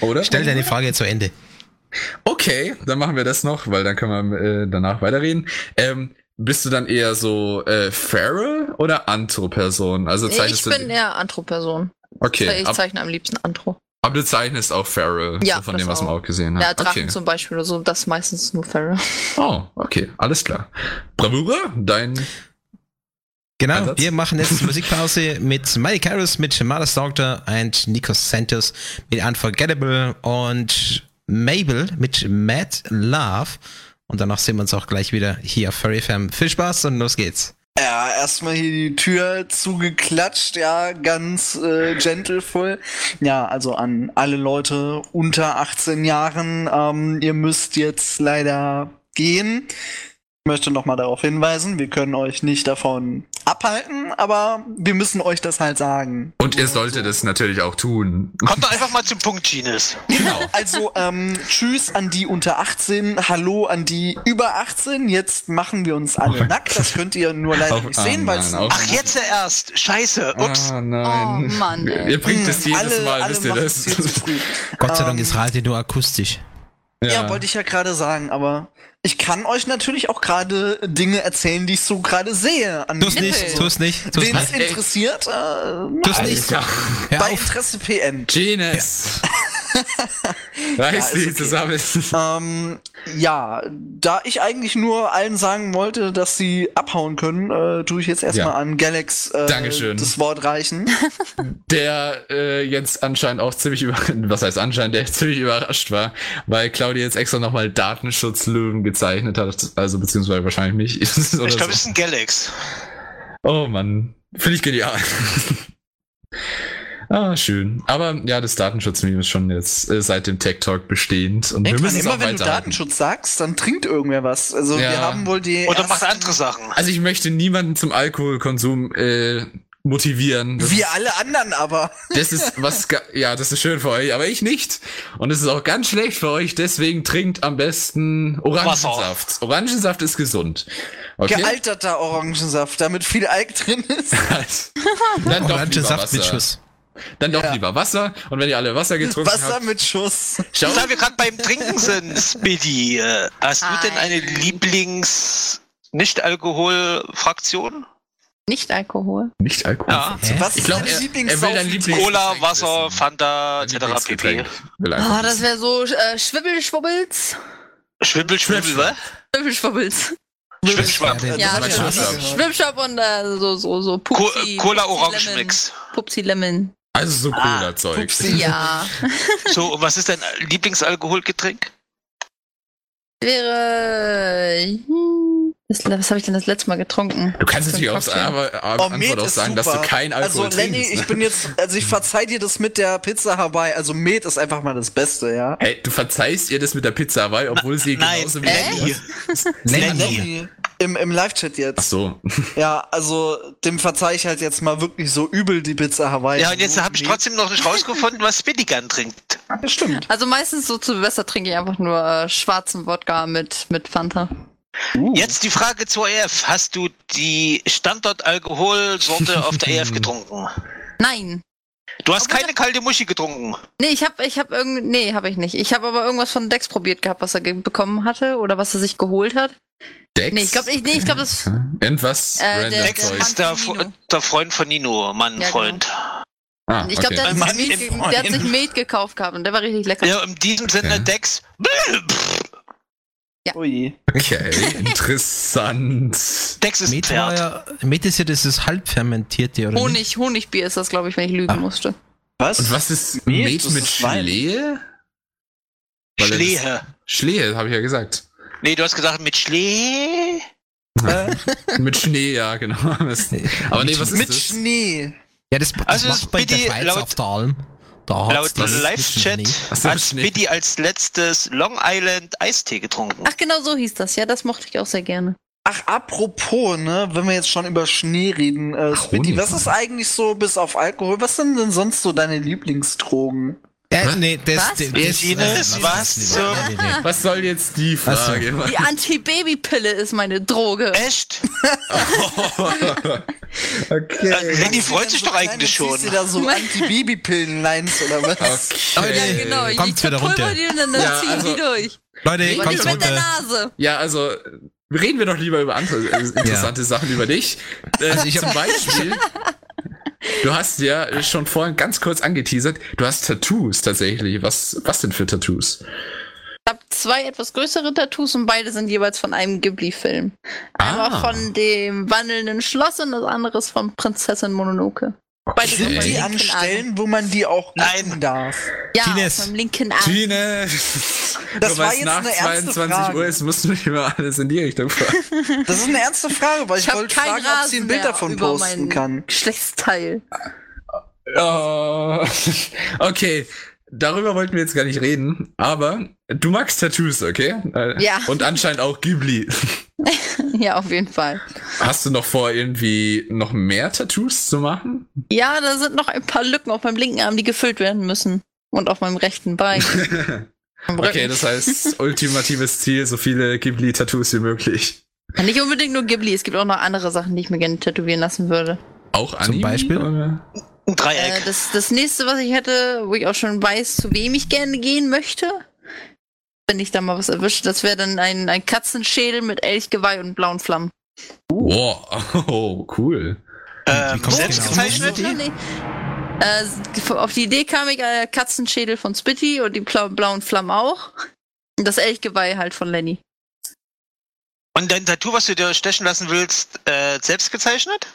S3: Oder?
S1: Stell deine Frage zu Ende.
S3: Okay, dann machen wir das noch, weil dann können wir äh, danach weiterreden. Ähm, bist du dann eher so äh, Feral oder Antro-Person? Also
S5: Ich
S3: zeichnest
S5: bin
S3: du.
S5: eher Antro-Person.
S3: Okay,
S5: ich
S3: ab,
S5: zeichne am liebsten Antro.
S3: aber du zeichnest auch Feral,
S5: Ja,
S3: so von
S5: das
S3: dem, was man
S5: auch.
S3: auch gesehen
S5: Ja,
S3: hat.
S5: Drachen
S3: okay.
S5: zum Beispiel oder so, das ist meistens nur Feral.
S3: Oh, okay, alles klar. Bravura, dein
S1: Genau,
S3: Einsatz?
S1: wir machen jetzt Musikpause mit Miley Cyrus, mit Mother's Doctor und Nico Santos mit Unforgettable und Mabel mit Mad Love. Und danach sehen wir uns auch gleich wieder hier auf Furry Fam. Viel Spaß und los geht's.
S4: Ja, erstmal hier die Tür zugeklatscht, ja, ganz äh, gentlevoll. Ja, also an alle Leute unter 18 Jahren, ähm, ihr müsst jetzt leider gehen. Ich möchte nochmal darauf hinweisen, wir können euch nicht davon abhalten, aber wir müssen euch das halt sagen.
S3: Und ihr solltet es natürlich auch tun.
S2: Kommt doch einfach mal zum Punkt, Genius.
S3: Genau.
S4: Also, ähm, tschüss an die unter 18, hallo an die über 18. Jetzt machen wir uns alle nackt. Das könnt ihr nur leider
S3: Oh Auf-
S4: nicht
S3: ah,
S4: sehen, weil es
S3: nein, auf-
S2: Ach, jetzt erst. Scheiße. Ups.
S3: Ah, nein.
S5: Oh, Mann,
S3: Ihr-
S5: ey.
S3: Ihr bringt es jedes
S4: Hm, Alle-
S3: Mal,
S4: alle
S3: wisst ihr
S4: machen es
S3: das?
S4: viel zu früh.
S1: Gott sei
S4: Ähm,
S1: Dank ist Radio nur akustisch.
S4: Ja, wollte ich ja gerade sagen, aber ich kann euch natürlich auch gerade Dinge erzählen, die ich so gerade sehe. An
S1: Tu's
S4: Nippeln.
S1: nicht, tu's nicht, tu's
S4: Wen es
S1: nicht,
S4: interessiert, äh,
S1: tu's nicht. Hör
S4: bei
S1: auf.
S4: Interesse PM.
S3: Genius. Reiß
S4: Ja,
S3: die
S4: ist
S3: zusammen.
S4: okay. Ähm, ja, da ich eigentlich nur allen sagen wollte, dass sie abhauen können, äh, tue ich jetzt erstmal
S3: Ja.
S4: an Galax äh,
S3: Dankeschön.
S4: das Wort reichen.
S3: Der äh, jetzt anscheinend auch ziemlich über was heißt anscheinend, der ziemlich überrascht war, weil Claudia jetzt extra nochmal Datenschutzlöwen gezeichnet hat, also beziehungsweise wahrscheinlich mich. Oder
S2: Ich glaube,
S3: so.
S2: es ist ein Galax.
S3: Oh Mann, finde ich genial. ah, schön. Aber ja, das Datenschutz-Meme ist schon jetzt äh, seit dem Tech Talk bestehend. Und wir
S4: Denkt man
S3: müssen es
S4: immer,
S3: auch
S4: wenn du
S3: weiterhalten.
S4: Datenschutz sagst, dann trinkt irgendwer was. Also
S3: Ja.
S4: wir haben wohl die.
S2: Oder macht
S4: ersten-
S2: andere Sachen.
S3: Also ich möchte niemanden zum Alkoholkonsum äh, motivieren. Das,
S4: wir alle anderen aber.
S3: das ist was, ga- ja, das ist schön für euch, aber ich nicht. Und es ist auch ganz schlecht für euch. Deswegen trinkt am besten Orangensaft. Orangensaft ist gesund. Okay.
S4: Gealterter Orangensaft, damit viel Alk drin ist.
S3: Dann doch
S1: Orange
S3: lieber
S1: Saft mit
S3: Wasser.
S1: Schuss.
S3: Dann doch
S4: Ja.
S3: lieber Wasser. Und wenn ihr alle Wasser getrunken
S4: Wasser
S3: habt,
S4: mit Schuss.
S3: schaut
S2: Da wir gerade beim Trinken sind, Speedy, äh, hast du denn eine Lieblings-Nicht-Alkohol-Fraktion?
S5: Nicht Alkohol.
S3: nicht Alkohol.
S2: Ja.
S1: Hä?
S4: Was
S3: Ich glaube,
S4: deine
S3: er, er will
S4: Lieblingssaufen-
S3: dein Lieblings
S2: Cola,
S3: Getränk
S2: Wasser,
S3: wissen.
S2: Fanta,
S3: Dein
S2: etc. pp.
S3: Lieblingsgetränk. Will einfach
S5: Oh, das
S3: wissen.
S5: wäre so äh, Schwibbelschwubbels.
S2: Schwibbel, schwibbel, wa?
S5: Schwibbelschwubbels.
S2: Schwibbelschwabbel.
S1: Ja,
S5: Ja,
S4: das
S3: ja.
S4: ist
S3: Schwabbel.
S4: Schwabbel.
S5: Schwibbschwabb und äh, so, so, so
S2: Co
S5: Pupsi.
S2: Cola
S5: Pupsi
S2: Orange
S5: Lemon.
S2: Mix.
S5: Pupsi Lemon.
S3: Also so
S4: Ah,
S3: Cola-Zeug.
S4: Pupsi.
S5: Ja.
S2: So, und was ist dein Lieblingsalkoholgetränk?
S5: wäre. hm, das- Was habe ich denn das letzte Mal getrunken?
S3: Du kannst
S5: So ein
S3: natürlich auch
S5: Cocktail.
S3: aber,
S4: Oh,
S3: aber
S4: Met
S3: Antwort auch
S4: ist
S3: sagen,
S4: super.
S3: dass du kein Alkohol
S4: Also Lenny,
S3: trinkst. ne?
S4: ich bin jetzt, also ich verzeih dir das mit der Pizza Hawaii. Also Met ist einfach mal das Beste, ja.
S3: Hey, du verzeihst ihr das mit der Pizza, weil obwohl sie
S2: Nein,
S3: genauso Genau wie
S4: Äh?
S2: Lenny.
S1: Lenny.
S4: Lenny im, im Live-Chat
S3: Ach
S4: jetzt.
S3: so.
S4: Ja, also dem verzeih ich halt jetzt mal wirklich so übel die Pizza Hawaii.
S2: Ja, und jetzt
S4: Also,
S2: habe ich
S4: Met-
S2: trotzdem noch nicht rausgefunden, was Speedy gern trinkt.
S4: Ja, Stimmt.
S5: Also meistens so zu Silvester trinke ich einfach nur äh, schwarzen Wodka mit, mit Fanta.
S2: Jetzt die Frage zur EF. Hast du die Standardalkoholsorte auf der EF getrunken?
S5: Nein.
S2: Du hast keine kalte Muschi getrunken.
S5: Nee, ich habe ich hab irgend nee, habe ich nicht. Ich habe aber irgendwas von Dex probiert gehabt, was er ge- bekommen hatte oder was er sich geholt hat.
S3: Dex?
S5: Nee, ich glaube, ich, nee, ich glaub, das
S3: Okay. Irgendwas
S5: Äh, der-
S3: random
S2: Dex
S5: Mann
S3: Zeug.
S2: ist der,
S5: von
S2: Fre-
S5: Nino.
S2: der Freund von Nino, Mann,
S5: Ja, genau.
S2: Freund.
S3: Ah,
S5: Ich glaube, der,
S2: Ein
S5: hat
S2: Mann
S5: sich Met
S2: im
S5: ge- der hat sich Met gekauft gehabt und der war richtig lecker.
S2: Ja, in diesem Sinne,
S3: Okay.
S2: Dex.
S4: Oh je.
S3: okay, interessant.
S2: Dex ist ein
S1: Met war
S2: Pferd.
S1: ja, Met ist ja dieses halbfermentierte, oder? nicht?
S5: Honig, Honigbier ist das, glaube ich, wenn ich lügen
S1: Ah.
S5: musste.
S4: Was?
S3: Und was ist
S4: Met?
S3: Met
S4: Das
S3: mit
S4: ist Wein.
S3: Schlehe? Weil er das-
S2: Schlehe.
S3: Schlehe, habe ich ja gesagt.
S2: Nee, du hast gesagt mit Schlee.
S4: Äh,
S3: mit Schnee, ja, genau. Das- Aber nee, was ist
S4: Mit
S3: das?
S4: Schnee.
S1: Ja, das, das
S2: Also
S1: macht man in der
S2: Speedy
S1: Schweiz
S2: laut-
S1: auf der Alm. Da hat's
S2: Laut
S1: das-
S2: Live-Chat
S1: das-
S3: Ach so,
S2: hat
S3: Schnee.
S2: Biddy als letztes Long Island Eistee getrunken.
S5: Ach, genau so hieß das. Ja, das mochte ich auch sehr gerne.
S4: Ach, apropos, ne, wenn wir jetzt schon über Schnee reden, äh,
S3: Ach,
S4: Spitty,
S3: Honig.
S4: was ist eigentlich so, bis auf Alkohol, was sind denn sonst so deine Lieblingsdrogen?
S1: Äh, nee, das,
S5: Was?
S1: das,
S2: Ines,
S1: lass
S2: was
S1: das
S2: zum-
S1: lieber. Nee, nee, nee.
S3: Was soll jetzt die Frage?
S5: Die Antibabypille ist meine Droge.
S2: Echt?
S3: okay.
S2: Lenny
S4: Hast du
S2: Äh, freut
S4: denn
S2: sich
S4: so
S2: doch
S4: kleine,
S2: eigentlich
S4: Siehst du
S2: schon.
S4: da so Antibabypillen-Lines oder was?
S1: Aber
S5: Ja,
S1: Äh,
S5: genau.
S1: kommt's
S5: ich
S1: wieder runter.
S5: verpulver die und dann
S3: Ja,
S5: zieh ich die
S3: also-
S5: durch.
S1: Leute,
S3: Nee,
S5: Und
S1: kommt
S5: nicht mit der
S1: runter.
S5: Nase.
S3: Ja, also reden wir doch lieber über andere äh, interessante Sachen über dich. Äh,
S4: Also
S3: ich zum Beispiel, du hast ja schon vorhin ganz kurz angeteasert, du hast Tattoos tatsächlich. Was, was denn für Tattoos?
S5: Ich habe zwei etwas größere Tattoos und beide sind jeweils von einem Ghibli-Film. Einmal
S3: Ah.
S5: von dem wandelnden Schloss und das andere ist von Prinzessin Mononoke. Beide
S3: Sind
S5: sind
S4: Die
S5: von
S4: an
S5: linken
S4: Stellen, wo man die auch
S2: Nein.
S4: gucken darf.
S5: Arm. Ja,
S1: Tines.
S5: vom linken Arm.
S3: Tine!
S4: Das
S3: Nur
S4: war
S3: weil's
S4: jetzt
S3: nach
S4: eine ernste
S3: 22
S4: Frage.
S3: Uhr ist, müssen wir immer alles in die Richtung fahren.
S4: Das ist eine ernste Frage, weil ich,
S5: hab
S4: wollte
S5: kein
S4: fragen, ob sie ein
S5: Rasen
S4: Bild
S5: mehr
S4: davon
S5: über
S4: posten
S5: meinen
S4: kann.
S5: Geschlechtsteil.
S3: Oh. Okay, darüber wollten wir jetzt gar nicht reden, aber du magst Tattoos, okay? Äh,
S5: Ja.
S3: Und anscheinend auch Ghibli.
S5: Ja, auf jeden Fall.
S3: Hast du noch vor, irgendwie noch mehr Tattoos zu machen?
S5: Ja, da sind noch ein paar Lücken auf meinem linken Arm, die gefüllt werden müssen. Und auf meinem rechten Bein. Am Rücken.
S3: Okay, das heißt, ultimatives Ziel, so viele Ghibli-Tattoos wie möglich.
S5: Nicht unbedingt nur Ghibli, es gibt auch noch andere Sachen, die ich mir gerne tätowieren lassen würde.
S3: Auch Anime?
S1: Beispiel?
S3: oder?
S2: Ein
S5: Äh,
S2: Dreieck.
S5: das, das nächste, was ich hätte, wo ich auch schon weiß, zu wem ich gerne gehen möchte, wenn ich da mal was erwische, das wäre dann ein, ein Katzenschädel mit Elchgeweih und blauen Flammen.
S3: Wow, oh, cool.
S2: Ähm,
S1: kommst du
S2: selbst
S1: genau?
S2: gezeichnet?
S1: Idee?
S5: Nee. Äh, auf die Idee kam ich, äh, Katzenschädel von Spitty und die blau, blauen Flammen auch. Und das Elchgeweih halt von Lenny.
S2: Und dein Tattoo, was du dir stechen lassen willst, äh, selbst gezeichnet?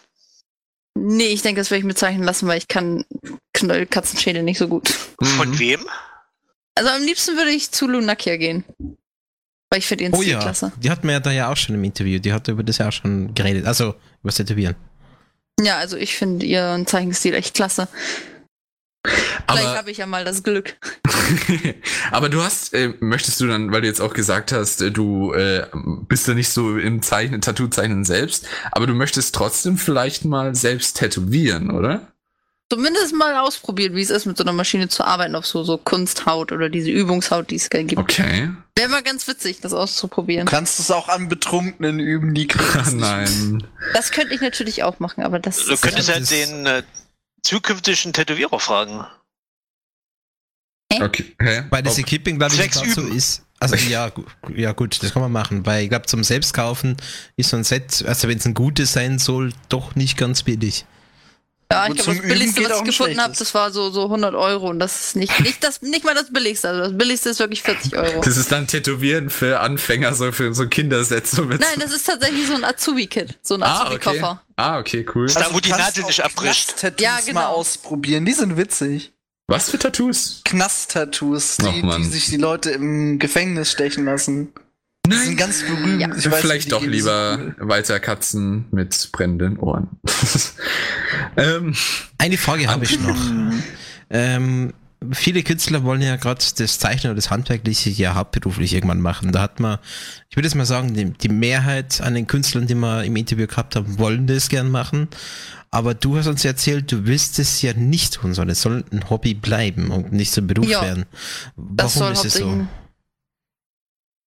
S5: Nee, ich denke, das werde ich mir zeichnen lassen, weil ich kann Knöll Katzenschädel nicht so gut.
S2: Von
S3: Mhm.
S2: wem?
S5: Also am liebsten würde ich zu Lunakia gehen. Weil ich finde ihren
S1: Oh
S5: Stil
S1: ja,
S5: klasse.
S1: die hatten wir ja da ja auch schon im Interview. Die hat über das ja auch schon geredet. Also, über das Tätowieren.
S5: Ja, also ich finde ihren Zeichenstil echt klasse. Vielleicht
S3: Aber,
S5: habe ich ja mal das Glück.
S3: aber du hast, äh, möchtest du dann, weil du jetzt auch gesagt hast, äh, du äh, bist ja nicht so im Zeichnen, Tattoo-Zeichnen selbst, aber du möchtest trotzdem vielleicht mal selbst tätowieren, oder?
S5: Zumindest mal ausprobieren, wie es ist, mit so einer Maschine zu arbeiten, auf so, so Kunsthaut oder diese Übungshaut, die es gibt.
S3: Okay.
S5: Wäre mal ganz witzig, das
S4: Du
S5: auszuprobieren.
S4: kannst es auch an Betrunkenen üben, die kriegen es nicht
S3: Nein.
S5: Das könnte ich natürlich auch machen, aber das
S2: Du
S4: Also
S5: ist
S2: könntest
S1: ja
S2: halt
S1: das-
S2: den äh, zukünftigen Tätowierer fragen.
S3: Okay. Oh. okay.
S1: Weil das
S3: Ob-
S1: Equipment, glaube ich,
S2: Zwecks
S1: gerade so
S2: üben.
S1: ist. Also, ja, gu- ja, gut, das kann man machen. Weil ich glaube, zum Selbstkaufen ist so ein Set, also wenn es ein gutes sein soll, doch nicht ganz billig.
S5: ja, ich
S4: Gut,
S5: glaube,
S4: zum
S5: das
S4: Üben
S5: Billigste, was
S4: geht auch
S5: ich
S4: ein
S5: gefunden habe,
S4: schlechtes.
S5: das war so, so 100 Euro und das ist nicht, nicht, das, nicht mal das Billigste. Also das Billigste ist wirklich 40 Euro.
S3: Das ist dann Tätowieren für Anfänger, so für so Kindersets. So mit
S5: Nein, das ist tatsächlich so ein Azubi-Kit, so ein
S3: ah, okay.
S5: Azubi-Koffer.
S3: ah, okay, cool.
S2: Da, wo
S4: du
S2: die
S4: Also kannst
S2: Nadel
S4: auch
S2: nicht abbricht.
S4: Knast-Tattoos
S5: Ja,
S4: mal
S5: genau.
S4: ausprobieren, die sind witzig.
S3: Was für Tattoos?
S4: Knast-Tattoos, die,
S3: Ach, Mann.
S4: die sich die Leute im Gefängnis stechen lassen. Die sind ganz berühmt.
S5: Ja.
S4: Ich weiß
S3: Vielleicht
S4: nicht,
S3: doch
S4: die sind
S3: lieber
S4: cool.
S3: Walter Katzen mit brennenden Ohren. ähm,
S1: Eine Frage habe ich noch.
S5: Mhm.
S1: Ähm, viele Künstler wollen ja gerade das Zeichnen oder das Handwerkliche ja hauptberuflich irgendwann machen. Da hat man, ich würde jetzt mal sagen, die, die Mehrheit an den Künstlern, die wir im Interview gehabt haben, wollen das gern machen. Aber du hast uns erzählt, du willst es ja nicht tun, sondern es soll ein Hobby bleiben und nicht zum Beruf
S5: Ja.
S1: werden.
S5: Das
S1: Warum ist
S5: soll
S1: es
S5: hauptsächlich-
S1: so?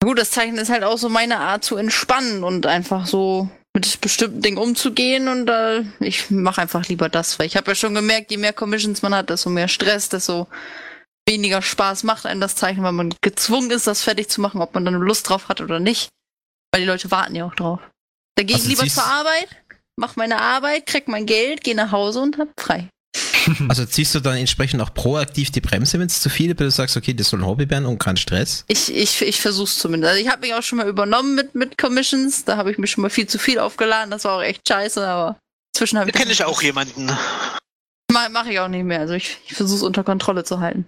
S5: Gut, das Zeichnen ist halt auch so meine Art zu entspannen und einfach so mit bestimmten Dingen umzugehen und äh, ich mache einfach lieber das, weil ich habe ja schon gemerkt, je mehr Commissions man hat, desto mehr Stress, desto weniger Spaß macht einem das Zeichnen, weil man gezwungen ist, das fertig zu machen, ob man dann Lust drauf hat oder nicht. Weil die Leute warten ja auch drauf. Da gehe ich
S1: Also
S5: lieber
S1: siehst-
S5: zur Arbeit, mach meine Arbeit, krieg mein Geld, gehe nach Hause und hab frei.
S1: Also ziehst du dann entsprechend auch proaktiv die Bremse, wenn es zu viele, weil du sagst, okay, das soll ein Hobby werden und kein Stress.
S5: Ich, ich, ich versuch's zumindest. Also ich habe mich auch schon mal übernommen mit, mit Commissions. Da habe ich mir schon mal viel zu viel aufgeladen. Das war auch echt scheiße, aber inzwischen habe
S2: Da
S5: ich.
S2: kenne ich auch jemanden.
S5: Mache mach ich auch nicht mehr. Also ich, ich versuch's unter Kontrolle zu halten.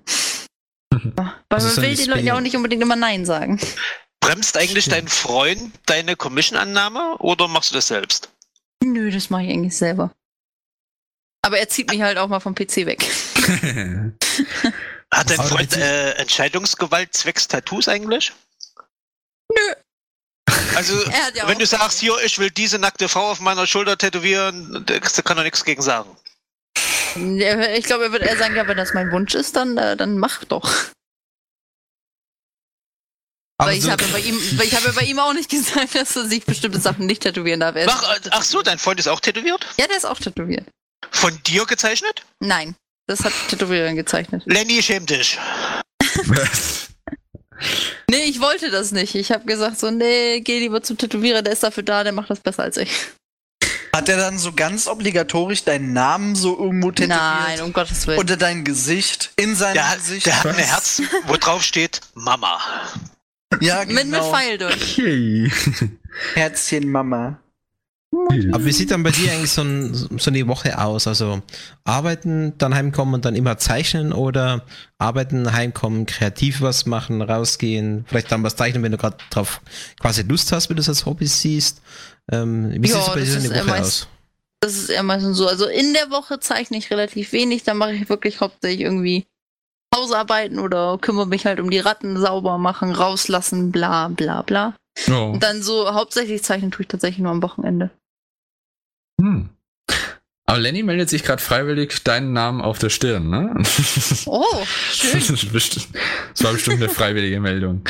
S5: Ja, Weil
S1: Das ist
S5: man
S1: so
S5: will
S1: ein
S5: den Leuten
S1: Spinning.
S5: ja auch nicht unbedingt immer Nein sagen.
S2: Bremst eigentlich
S1: Stimmt.
S2: dein Freund deine Commission-Annahme oder machst du das selbst?
S5: Nö, das mache ich eigentlich selber. Aber er zieht mich halt auch mal vom PC weg.
S2: Hat dein
S1: Aber
S2: Freund
S1: jetzt-
S2: äh, Entscheidungsgewalt zwecks Tattoos eigentlich? Nö. Also,
S5: Er hat ja
S2: wenn
S5: auch
S2: du sagst, hier, ich will diese nackte Frau auf meiner Schulter tätowieren, da kannst du- kann er nichts gegen sagen.
S5: Er- Äh, Ich glaube, er wird eher sagen, ja, wenn das mein Wunsch ist, dann, äh, dann mach doch.
S1: Aber
S5: Weil ich
S1: so-
S5: habe ja bei ihm, weil ich habe ja bei ihm auch nicht gesagt, dass er sich bestimmte Sachen nicht tätowieren darf. Er ist-
S2: Ach, äh, ach so, dein Freund ist auch tätowiert?
S5: ja, der ist auch tätowiert.
S2: Von dir gezeichnet?
S5: Nein, das hat Tätowiererin gezeichnet.
S2: Lenny, schäm dich.
S5: Nee, ich wollte das nicht. Ich habe gesagt so, nee, geh lieber zum Tätowierer, der ist dafür da, der macht das besser als ich.
S4: Hat er dann so ganz obligatorisch deinen Namen so irgendwo tätowiert?
S5: Nein, um Gottes Willen.
S4: Oder dein Gesicht? In seinem
S2: Der, hat-
S4: Gesicht?
S2: der hat ein Herz, wo drauf steht Mama.
S4: ja,
S5: mit, mit
S4: genau.
S5: Pfeil durch.
S3: Okay.
S4: Herzchen Mama.
S1: Aber wie sieht dann bei dir eigentlich so, ein, so eine Woche aus? Also arbeiten, dann heimkommen und dann immer zeichnen oder arbeiten, heimkommen, kreativ was machen, rausgehen, vielleicht dann was zeichnen, wenn du gerade drauf quasi Lust hast, wenn du es als Hobby siehst. Ähm, wie
S5: Ja,
S1: sieht es bei dir
S5: das
S1: so
S5: ist
S1: eine
S5: eher
S1: Woche
S5: meist-
S1: aus?
S5: Das ist eher meistens so. Also in der Woche zeichne ich relativ wenig, da mache ich wirklich hauptsächlich irgendwie Hausarbeiten oder kümmere mich halt um die Ratten sauber machen, rauslassen, bla bla bla.
S3: Oh.
S5: Und dann so hauptsächlich zeichnen tue ich tatsächlich nur am Wochenende.
S3: Hm. Aber Lenny meldet sich gerade freiwillig deinen Namen auf der Stirn, ne?
S5: Oh,
S3: Das,
S5: schön.
S3: ist bestimmt, das war bestimmt eine freiwillige Meldung.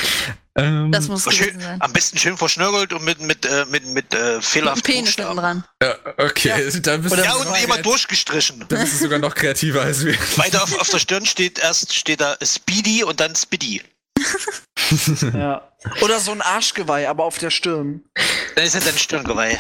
S3: Ähm,
S5: Das muss
S2: Hm, Schön, Ah,
S5: gewesen sein.
S2: am besten schön verschnörgelt und mit, mit, äh, mit, mit äh,
S5: Mit
S2: fehlerhaften
S5: Penis hinten
S2: Buchstaben.
S5: dran.
S3: äh, okay, da bist, du
S2: Ja,
S3: sogar
S2: und jemand
S3: kreat-
S2: durchgestrichen.
S3: da bist du sogar noch kreativer als wir.
S2: Weiter auf, auf der Stirn steht erst steht da Speedy und dann Speedy.
S4: Ja. Oder so ein Arschgeweih, aber auf der Stirn.
S2: Das ist ja dein Stirngeweih.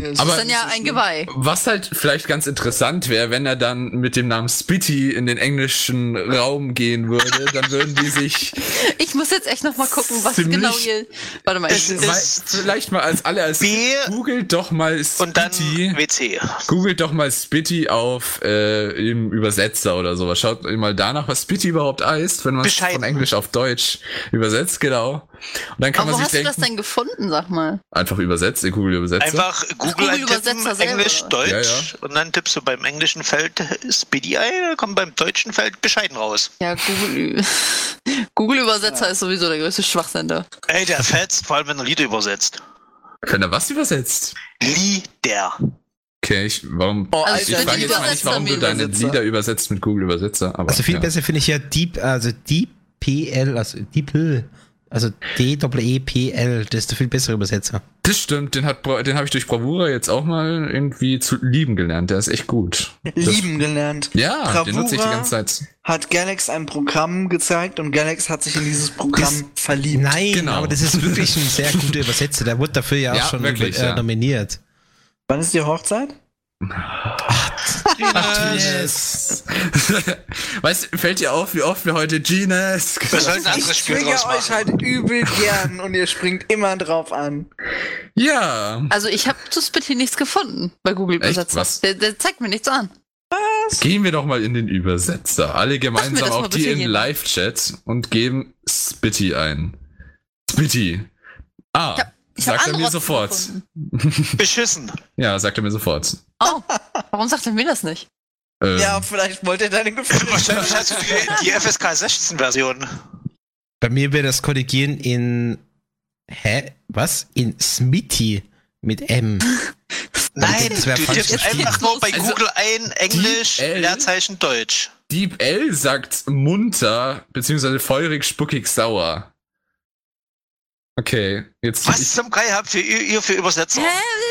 S4: Das
S3: Aber-
S5: Das ist dann ja ein Geweih.
S3: Was halt vielleicht ganz interessant wäre, wenn er dann mit dem Namen Spitty in den englischen Raum gehen würde, dann würden die sich
S5: Ich muss jetzt echt noch mal gucken, was
S3: Ziemlich-
S5: genau ihr... Warte mal, ich,
S2: Es-
S3: wei- vielleicht mal als alle als
S2: B
S3: googelt doch mal
S2: und dann
S3: Spitty.
S2: WC.
S3: Googelt doch mal Spitty auf äh, im Übersetzer oder sowas. Schaut mal danach, was Spitty überhaupt heißt, wenn man es
S2: Bescheiden.
S3: von Englisch auf Deutsch übersetzt, genau. Und dann kann
S5: aber wo
S3: man sich
S5: hast du das
S3: denken,
S5: denn gefunden, sag mal?
S3: einfach übersetzt, in Google Übersetzer.
S2: Einfach Google
S5: Google
S2: eintippen,
S5: Übersetzer selber,
S2: Englisch,
S5: oder?
S2: Deutsch
S3: Ja,
S2: und dann tippst du beim englischen Feld äh, Speedy ein, dann kommt beim deutschen Feld bescheiden raus.
S5: Ja, Google... Google-Übersetzer ist sowieso der größte Schwachsinn da.
S2: Ey, der fetzt, vor allem wenn er Lieder übersetzt.
S3: Wenn er was übersetzt.
S2: Lieder.
S3: Okay, ich, warum?
S4: Oh,
S5: Also
S3: Ich
S5: Spitty
S3: frage jetzt mal nicht,
S5: Übersetzer,
S3: warum du deine
S4: Übersetzer.
S3: Lieder übersetzt mit Google Übersetzer. Aber,
S1: Also viel
S3: ja.
S1: besser finde ich ja Deep, also DPL, also DPL, also D-E-E-P-L, das ist der viel bessere Übersetzer.
S3: Das stimmt, den, hat Bra- den habe ich durch Bravura jetzt auch mal irgendwie zu lieben gelernt. Der ist echt gut.
S4: Lieben gelernt.
S3: Das, ja, den nutze ich die
S4: Bravura?
S3: ganze Zeit.
S4: Hat Galax ein Programm gezeigt und Galax hat sich in dieses Programm verliebt.
S1: Nein,
S3: Genau.
S1: aber das ist wirklich ein sehr guter Übersetzer. Der wurde dafür ja auch
S3: Ja,
S1: schon
S3: wirklich,
S1: äh,
S3: ja.
S1: nominiert.
S4: Wann ist die Hochzeit?
S1: Yes.
S3: weißt du, fällt dir auf, wie oft wir heute Genius
S2: Wir sollten ein
S4: Ich
S2: anderes Spiel
S4: zwinge
S2: draus
S4: euch
S2: machen.
S4: halt übel gern und ihr springt immer drauf an.
S3: Ja,
S5: Also ich habe zu Spitty nichts gefunden bei Google
S3: Echt? Was?
S5: Übersetzer. Der, der zeigt mir nichts an.
S3: gehen wir doch mal in den Übersetzer. Alle
S5: Sag mir
S3: gemeinsam
S5: das mal
S3: auf die
S5: bitte
S3: in
S5: jemand.
S3: Live-Chat und geben Spitty ein. Spitty. Ah,
S5: Ich hab- Ich
S3: sagt
S5: hab
S3: er
S5: andere
S3: mir
S5: Orte
S3: sofort.
S5: gefunden.
S2: Beschissen.
S3: Ja, sagt er mir sofort.
S5: Oh, warum sagt er mir das nicht?
S3: Ähm,
S4: Ja, vielleicht wollt ihr deine Gefühle.
S2: Wahrscheinlich hast du halt die, die FSK 16 Version.
S1: Bei mir wäre das Korrigieren in. Hä? Was? In Smitty mit M.
S2: Nein,
S1: Das wär
S2: du
S1: falsch
S2: tippst
S1: geschrieben.
S2: einfach nur bei
S3: Also,
S2: Google ein, Englisch,
S3: DL?
S2: Leerzeichen, Deutsch.
S3: Deep L sagt munter, beziehungsweise feurig, spuckig, sauer. Okay, jetzt.
S2: Was zum Kai habt ihr, ihr für Übersetzer?
S5: Hä?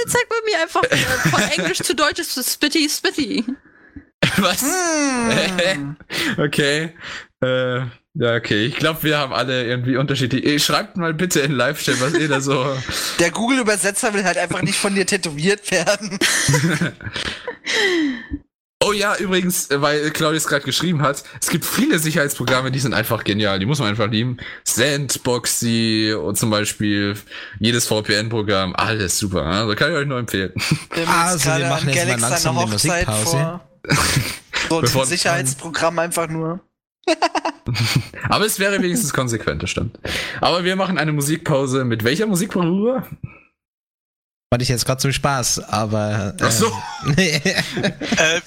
S5: Der zeigt bei mir einfach äh, von Englisch zu Deutsch ist das Spitty Spitty.
S3: Ich, was?
S4: Hm.
S3: okay. Äh, Ja, okay. Ich glaube, wir haben alle irgendwie unterschiedliche. Eh, Schreibt mal bitte in Live-Chat, was ihr da so.
S4: Der Google-Übersetzer will halt einfach nicht von dir tätowiert werden.
S3: Oh ja, übrigens, äh, weil Claudius gerade geschrieben hat, es gibt viele Sicherheitsprogramme, die sind einfach genial. Die muss man einfach lieben. Sandboxy und zum Beispiel jedes VPN-Programm, alles super. Also kann ich euch nur empfehlen.
S4: Wir haben
S1: Also, wir
S4: jetzt gerade an
S1: machen jetzt mal
S4: Galax seine
S1: langsam eine Musikpause.
S4: So
S3: Bevor-
S4: ein Sicherheitsprogramm einfach nur.
S3: Aber es wäre wenigstens konsequent, das stimmt. Aber wir machen eine Musikpause. Mit welcher Musikpause?
S1: Fand ich jetzt gerade zum Spaß, aber. Äh,
S3: Ach so.
S2: Äh,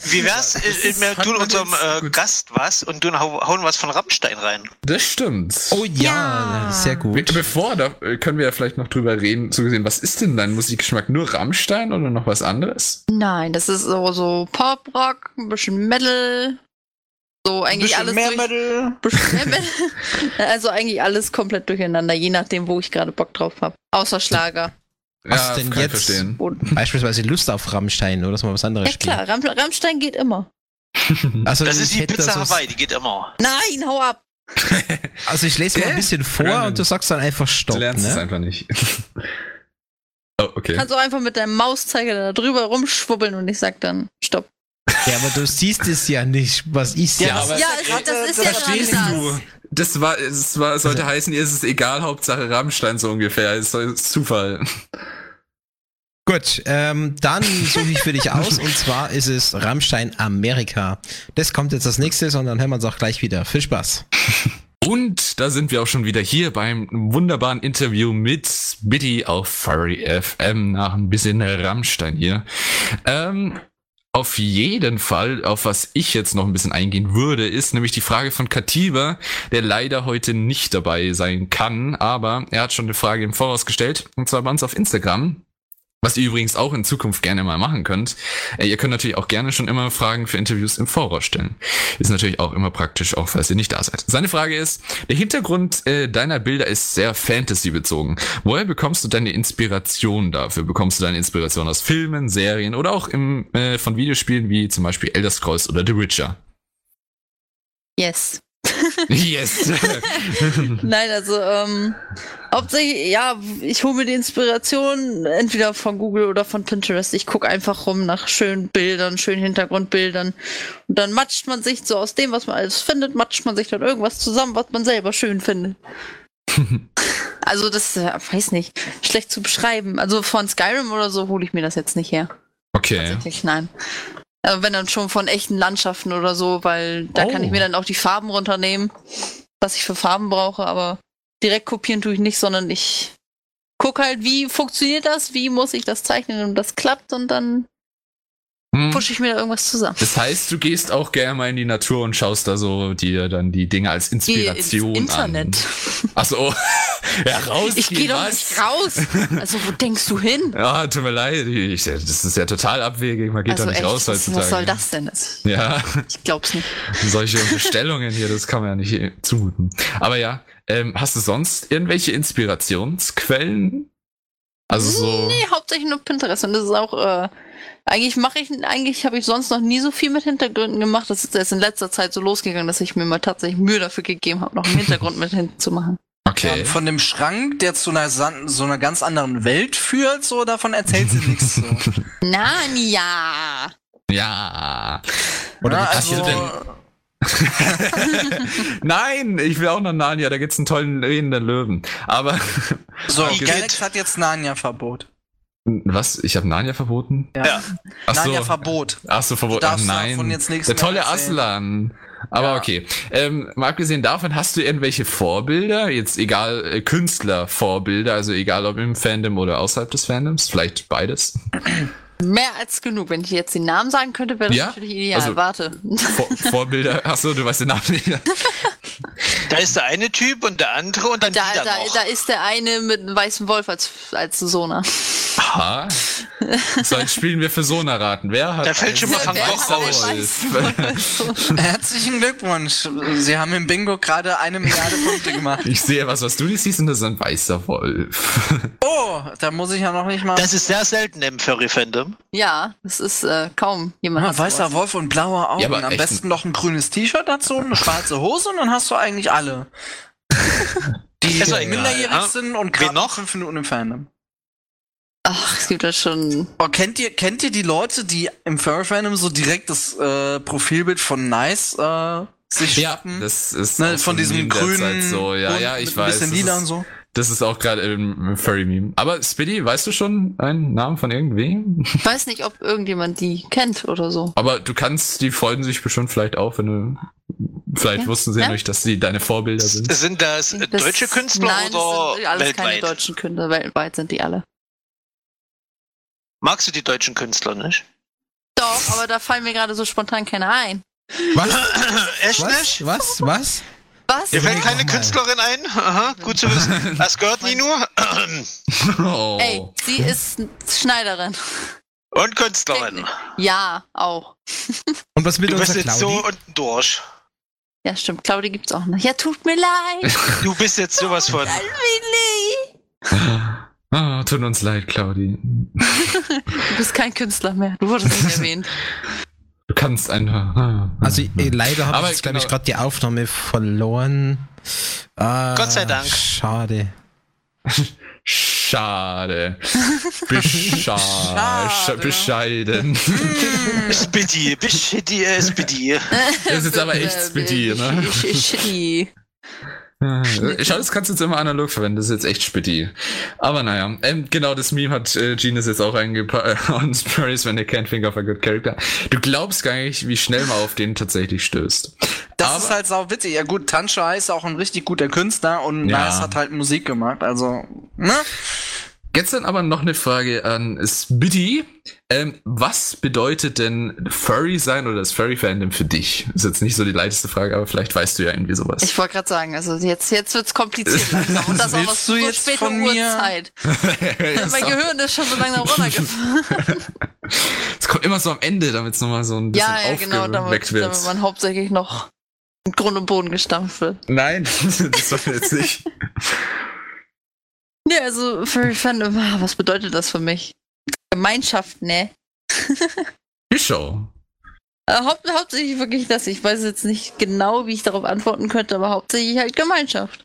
S2: wie wär's? äh,
S3: ist-
S2: wir
S3: hat
S2: tun
S3: man
S2: unserem
S3: jetzt-
S2: äh,
S3: gut.
S2: Gast was und tun hau- hauen was von Rammstein rein.
S3: Das stimmt.
S1: oh ja,
S5: Ja.
S1: sehr
S3: Be-
S1: gut.
S3: Bevor, da äh, können wir ja vielleicht noch drüber reden, zu gesehen, was ist denn dein Musikgeschmack? Nur Rammstein oder noch was anderes?
S5: Nein, das ist so, so Pop-Rock, ein bisschen Metal. So eigentlich
S4: bisschen
S5: alles.
S4: mehr
S5: durch,
S4: Metal.
S5: bisschen mehr Metal. also eigentlich alles komplett durcheinander, je nachdem, wo ich gerade Bock drauf habe. Außer Schlager.
S1: Was denn
S3: kann ich
S1: jetzt?
S3: Verstehen.
S5: Und,
S1: Beispielsweise Lust auf Rammstein oder dass man was anderes
S5: ja klar, Ram Rammstein geht immer.
S1: spielt. Also,
S2: Das
S1: ich
S2: ist die
S1: hätte
S2: Pizza
S1: so-
S2: Hawaii, die geht immer.
S5: Nein, hau ab!
S1: Also ich lese mal ein
S3: Hä?
S1: bisschen vor
S3: Nein.
S1: und du sagst dann einfach
S3: Du
S1: Stopp,
S3: lernst es
S1: ne?
S3: einfach nicht. oh, okay.
S5: Kannst du einfach mit deinem Mauszeiger da drüber rumschwubbeln und ich sag dann Stopp.
S1: Ja, aber du siehst es ja nicht, was ich
S4: Ja,
S1: ja,
S4: aber-
S1: aber
S5: ja,
S4: ist ja
S5: das,
S4: gerade-
S5: ist
S4: das
S5: ja genau
S4: verstehst
S5: Rammstein.
S3: Das war, es war, sollte
S1: Also-
S3: heißen, ihr ist es egal, Hauptsache Rammstein so ungefähr. Es soll- es ist Zufall.
S1: Gut, ähm, dann suche ich für dich aus und zwar ist es Rammstein Amerika. Das kommt jetzt als nächstes und dann hören wir uns auch gleich wieder. Viel Spaß.
S3: Und da sind wir auch schon wieder hier beim wunderbaren Interview mit Biddy auf Furry FM nach ein bisschen Rammstein hier. Ähm, auf jeden Fall, auf was ich jetzt noch ein bisschen eingehen würde, ist nämlich die Frage von Katiba, der leider heute nicht dabei sein kann, aber er hat schon eine Frage im Voraus gestellt, und zwar bei uns auf Instagram. Was ihr übrigens auch in Zukunft gerne mal machen könnt. Äh, Ihr könnt natürlich auch gerne schon immer Fragen für Interviews im Voraus stellen. Ist natürlich auch immer praktisch, auch falls ihr nicht da seid. Seine Frage ist, der Hintergrund äh, deiner Bilder ist sehr Fantasy-bezogen. Woher bekommst du deine Inspiration dafür? Bekommst du deine Inspiration aus Filmen, Serien oder auch im, äh, von Videospielen wie zum Beispiel Elder Scrolls oder The Witcher?
S5: Yes.
S3: Yes!
S5: Nein, also ähm, hauptsächlich, ja, ich hole mir die Inspiration entweder von Google oder von Pinterest. Ich gucke einfach rum nach schönen Bildern, schönen Hintergrundbildern. Und dann matscht man sich so aus dem, was man alles findet, matscht man sich dann irgendwas zusammen, was man selber schön findet. also das, äh, weiß nicht, schlecht zu beschreiben. Also von Skyrim oder so hole ich mir das jetzt nicht her.
S3: Okay.
S5: Tatsächlich, nein. Aber wenn dann schon von echten Landschaften oder so, weil da
S3: Oh.
S5: kann ich mir dann auch die Farben runternehmen, was ich für Farben brauche, aber direkt kopieren tue ich nicht, sondern ich gucke halt, wie funktioniert das, wie muss ich das zeichnen und das klappt und dann
S3: Hm.
S5: pushe ich mir da irgendwas zusammen.
S3: Das heißt, du gehst auch gerne mal in die Natur und schaust da so dir dann die Dinge als
S5: Geh
S3: Inspiration
S5: Internet.
S3: an. Achso. ja, raus.
S5: Ich gehe doch nicht raus. Also wo denkst du hin?
S3: Ja, tut mir leid. Ich, das ist ja total abwegig. Man geht
S5: also
S3: doch nicht raus
S5: was,
S3: heutzutage.
S5: was soll das denn? Das-
S3: Ja,
S5: Ich glaub's nicht.
S3: solche Bestellungen hier, das kann man ja nicht eh zumuten. Aber ja, ähm, hast du sonst irgendwelche Inspirationsquellen? Also so.
S5: Nee, hauptsächlich nur Pinterest. Und das ist auch, äh, eigentlich mache ich, eigentlich habe ich sonst noch nie so viel mit Hintergründen gemacht. Das ist erst in letzter Zeit so losgegangen, dass ich mir mal tatsächlich Mühe dafür gegeben habe, noch einen Hintergrund mit hinten zu machen.
S3: Okay.
S4: Von dem Schrank, der zu einer, san- so einer ganz anderen Welt führt, so davon erzählt sie nichts. So.
S5: Nania!
S3: Ja.
S4: Ja, also,
S1: Oder
S3: hast du denn- Nein, ich will auch nach Narnia, da gibt's einen tollen redenden Löwen. Aber
S4: so,
S2: Igitt.
S4: Galax hat jetzt Narnia-Verbot.
S3: was? Ich habe Narnia verboten?
S4: Ja.
S3: Ach so.
S4: Narnia-Verbot.
S3: Ach so,
S4: Du
S3: verboten. Ach
S4: darfst
S3: nein.
S4: davon jetzt nichts
S3: Der
S4: mehr
S3: tolle
S4: erzählen.
S3: Aslan. Aber
S4: Ja.
S3: okay. Ähm, mal abgesehen davon, hast du irgendwelche Vorbilder? Jetzt egal, äh, Künstler-Vorbilder, also egal ob im Fandom oder außerhalb des Fandoms, vielleicht beides.
S5: Mehr als genug. Wenn ich jetzt den Namen sagen könnte, wäre das
S3: Ja?
S5: natürlich ideal.
S3: Also-
S5: Warte.
S3: Vor Vorbilder, ach so, du weißt den Namen nicht.
S2: Da ist der eine Typ und der andere und dann
S5: Da,
S2: die da
S5: da,
S2: noch.
S5: da ist der eine mit einem weißen Wolf als, als Sona.
S3: Aha. So, jetzt spielen wir für Sona raten. Wer hat
S2: Der Fälschemacher
S3: einen
S2: Wer hat
S3: weißen
S2: einen
S3: Wolf?
S4: Herzlichen Glückwunsch. Sie haben im Bingo gerade eine Milliarde Punkte gemacht.
S3: Ich sehe was, was du nicht siehst, und das ist ein weißer Wolf.
S4: Oh, da muss ich ja noch nicht mal.
S2: Das ist sehr selten im Furry-Fandom.
S5: Ja, das ist äh, kaum jemand.
S4: Ah,
S5: hat
S4: weißer
S5: sowas.
S4: Wolf und blaue Augen.
S3: Ja, aber
S4: Am
S3: echt-
S4: besten noch ein grünes T-Shirt dazu, eine schwarze Hose und dann hast du eigentlich alle. Die
S2: Ist doch egal,
S4: minderjährig
S2: ne?
S4: sind und
S2: Wen
S4: gerade
S2: noch?
S4: fünf Minuten im Fandom.
S5: Ach, es gibt da schon.
S4: Oh, kennt ihr, kennt ihr die Leute, die im Furry Fandom so direkt das äh, Profilbild von Nice äh, sich
S3: Ja,
S4: schnappen?
S3: das ist
S4: ne,
S3: auch
S4: von
S3: so
S4: diesem
S3: ein Meme
S4: grünen
S3: derzeit so, ja,
S4: Bund
S3: ja, ich
S4: mit
S3: weiß.
S4: Ein bisschen
S3: das
S4: lila
S3: ist-
S4: und so.
S3: Das ist auch gerade ein Furry-Meme. Aber Spiddy, weißt du schon einen Namen von irgendwem?
S5: Ich weiß nicht, ob irgendjemand die kennt oder so.
S3: Aber du kannst, die folgen sich bestimmt vielleicht auch, wenn du, vielleicht
S5: Ja,
S3: wussten sie ja
S5: ja.
S3: nicht, dass sie deine Vorbilder sind.
S2: Sind das äh,
S5: Das-
S2: deutsche Künstler
S5: Nein,
S2: oder
S5: das sind alles
S2: weltweit?
S5: keine deutschen Künstler. Weltweit sind die alle.
S2: Magst du die deutschen Künstler nicht?
S5: Doch, aber da fallen mir gerade so spontan keine ein.
S1: Was?
S2: Echt
S1: Was?
S2: nicht?
S1: Was? Was?
S5: Was?
S2: Dir fällt
S1: Überleg
S2: keine
S1: doch mal.
S2: Künstlerin ein? Aha, gut zu wissen. Das gehört nie nur.
S3: Oh.
S5: Ey, sie ist Schneiderin.
S2: Und Künstlerin.
S5: Ja, auch.
S1: Und was mit
S2: Du bist
S1: unserer
S2: jetzt so
S1: Claudi?
S2: unten durch.
S5: Ja, stimmt. Claudia gibt's auch noch. Ja, tut mir leid.
S2: Du bist jetzt sowas von.
S5: Willi.
S3: Ah, tut uns leid, Claudi.
S5: Du bist kein Künstler mehr. Du wurdest nicht erwähnt.
S3: Du kannst Ah. einfach.
S1: Also äh, leider habe
S3: Aber
S1: ich, jetzt, glaub ich,
S3: genau-
S1: gerade die Aufnahme verloren. Ah,
S2: Gott sei Dank.
S1: Schade.
S3: Schade. Bescha
S4: Schade.
S3: sch- Bescheiden.
S2: Spitty, Bischitty, äh, Spitty.
S3: Das ist jetzt aber echt
S5: Äh,
S3: Spitty, ne?
S5: Shitty.
S3: Schau, Äh, das kannst du jetzt immer analog verwenden. Das ist jetzt echt Spitty. Aber naja, ähm, genau das Meme hat äh, Genius jetzt auch eingepackt. On Spurries, when they can't think of a good character. Du glaubst gar nicht, wie schnell man auf den tatsächlich stößt.
S4: Das
S3: Aber-
S4: ist halt sau witzig. Ja gut, Tansha ist auch ein richtig guter Künstler und
S3: Ja.
S4: Nice hat halt Musik gemacht. Also, ne?
S3: Jetzt dann aber noch eine Frage an Spitty. Ähm, was bedeutet denn Furry sein oder das Furry-Fandom für dich? Ist jetzt nicht so die leichteste Frage, aber vielleicht weißt du ja irgendwie sowas.
S5: Ich wollte gerade sagen, also jetzt, jetzt wird's kompliziert. langsam. Und das auch
S4: Willst
S5: was
S4: du
S5: so
S4: jetzt
S5: späte
S4: von mir-
S5: Uhrzeit. mein Gehirn ist schon so langsam runtergefahren.
S3: Es kommt immer so am Ende, damit es nochmal so ein bisschen
S5: ja, ja, genau,
S3: aufgeweckt
S5: damit,
S3: wird.
S5: damit man hauptsächlich noch in Grund und Boden gestampft wird.
S3: Nein, das soll jetzt nicht.
S5: Ja, also Furry Fandom, ah, was bedeutet das für mich? Gemeinschaft, ne?
S3: Die Show.
S5: Äh, haupt, hauptsächlich wirklich das. Ich weiß jetzt nicht genau, wie ich darauf antworten könnte, aber hauptsächlich halt Gemeinschaft.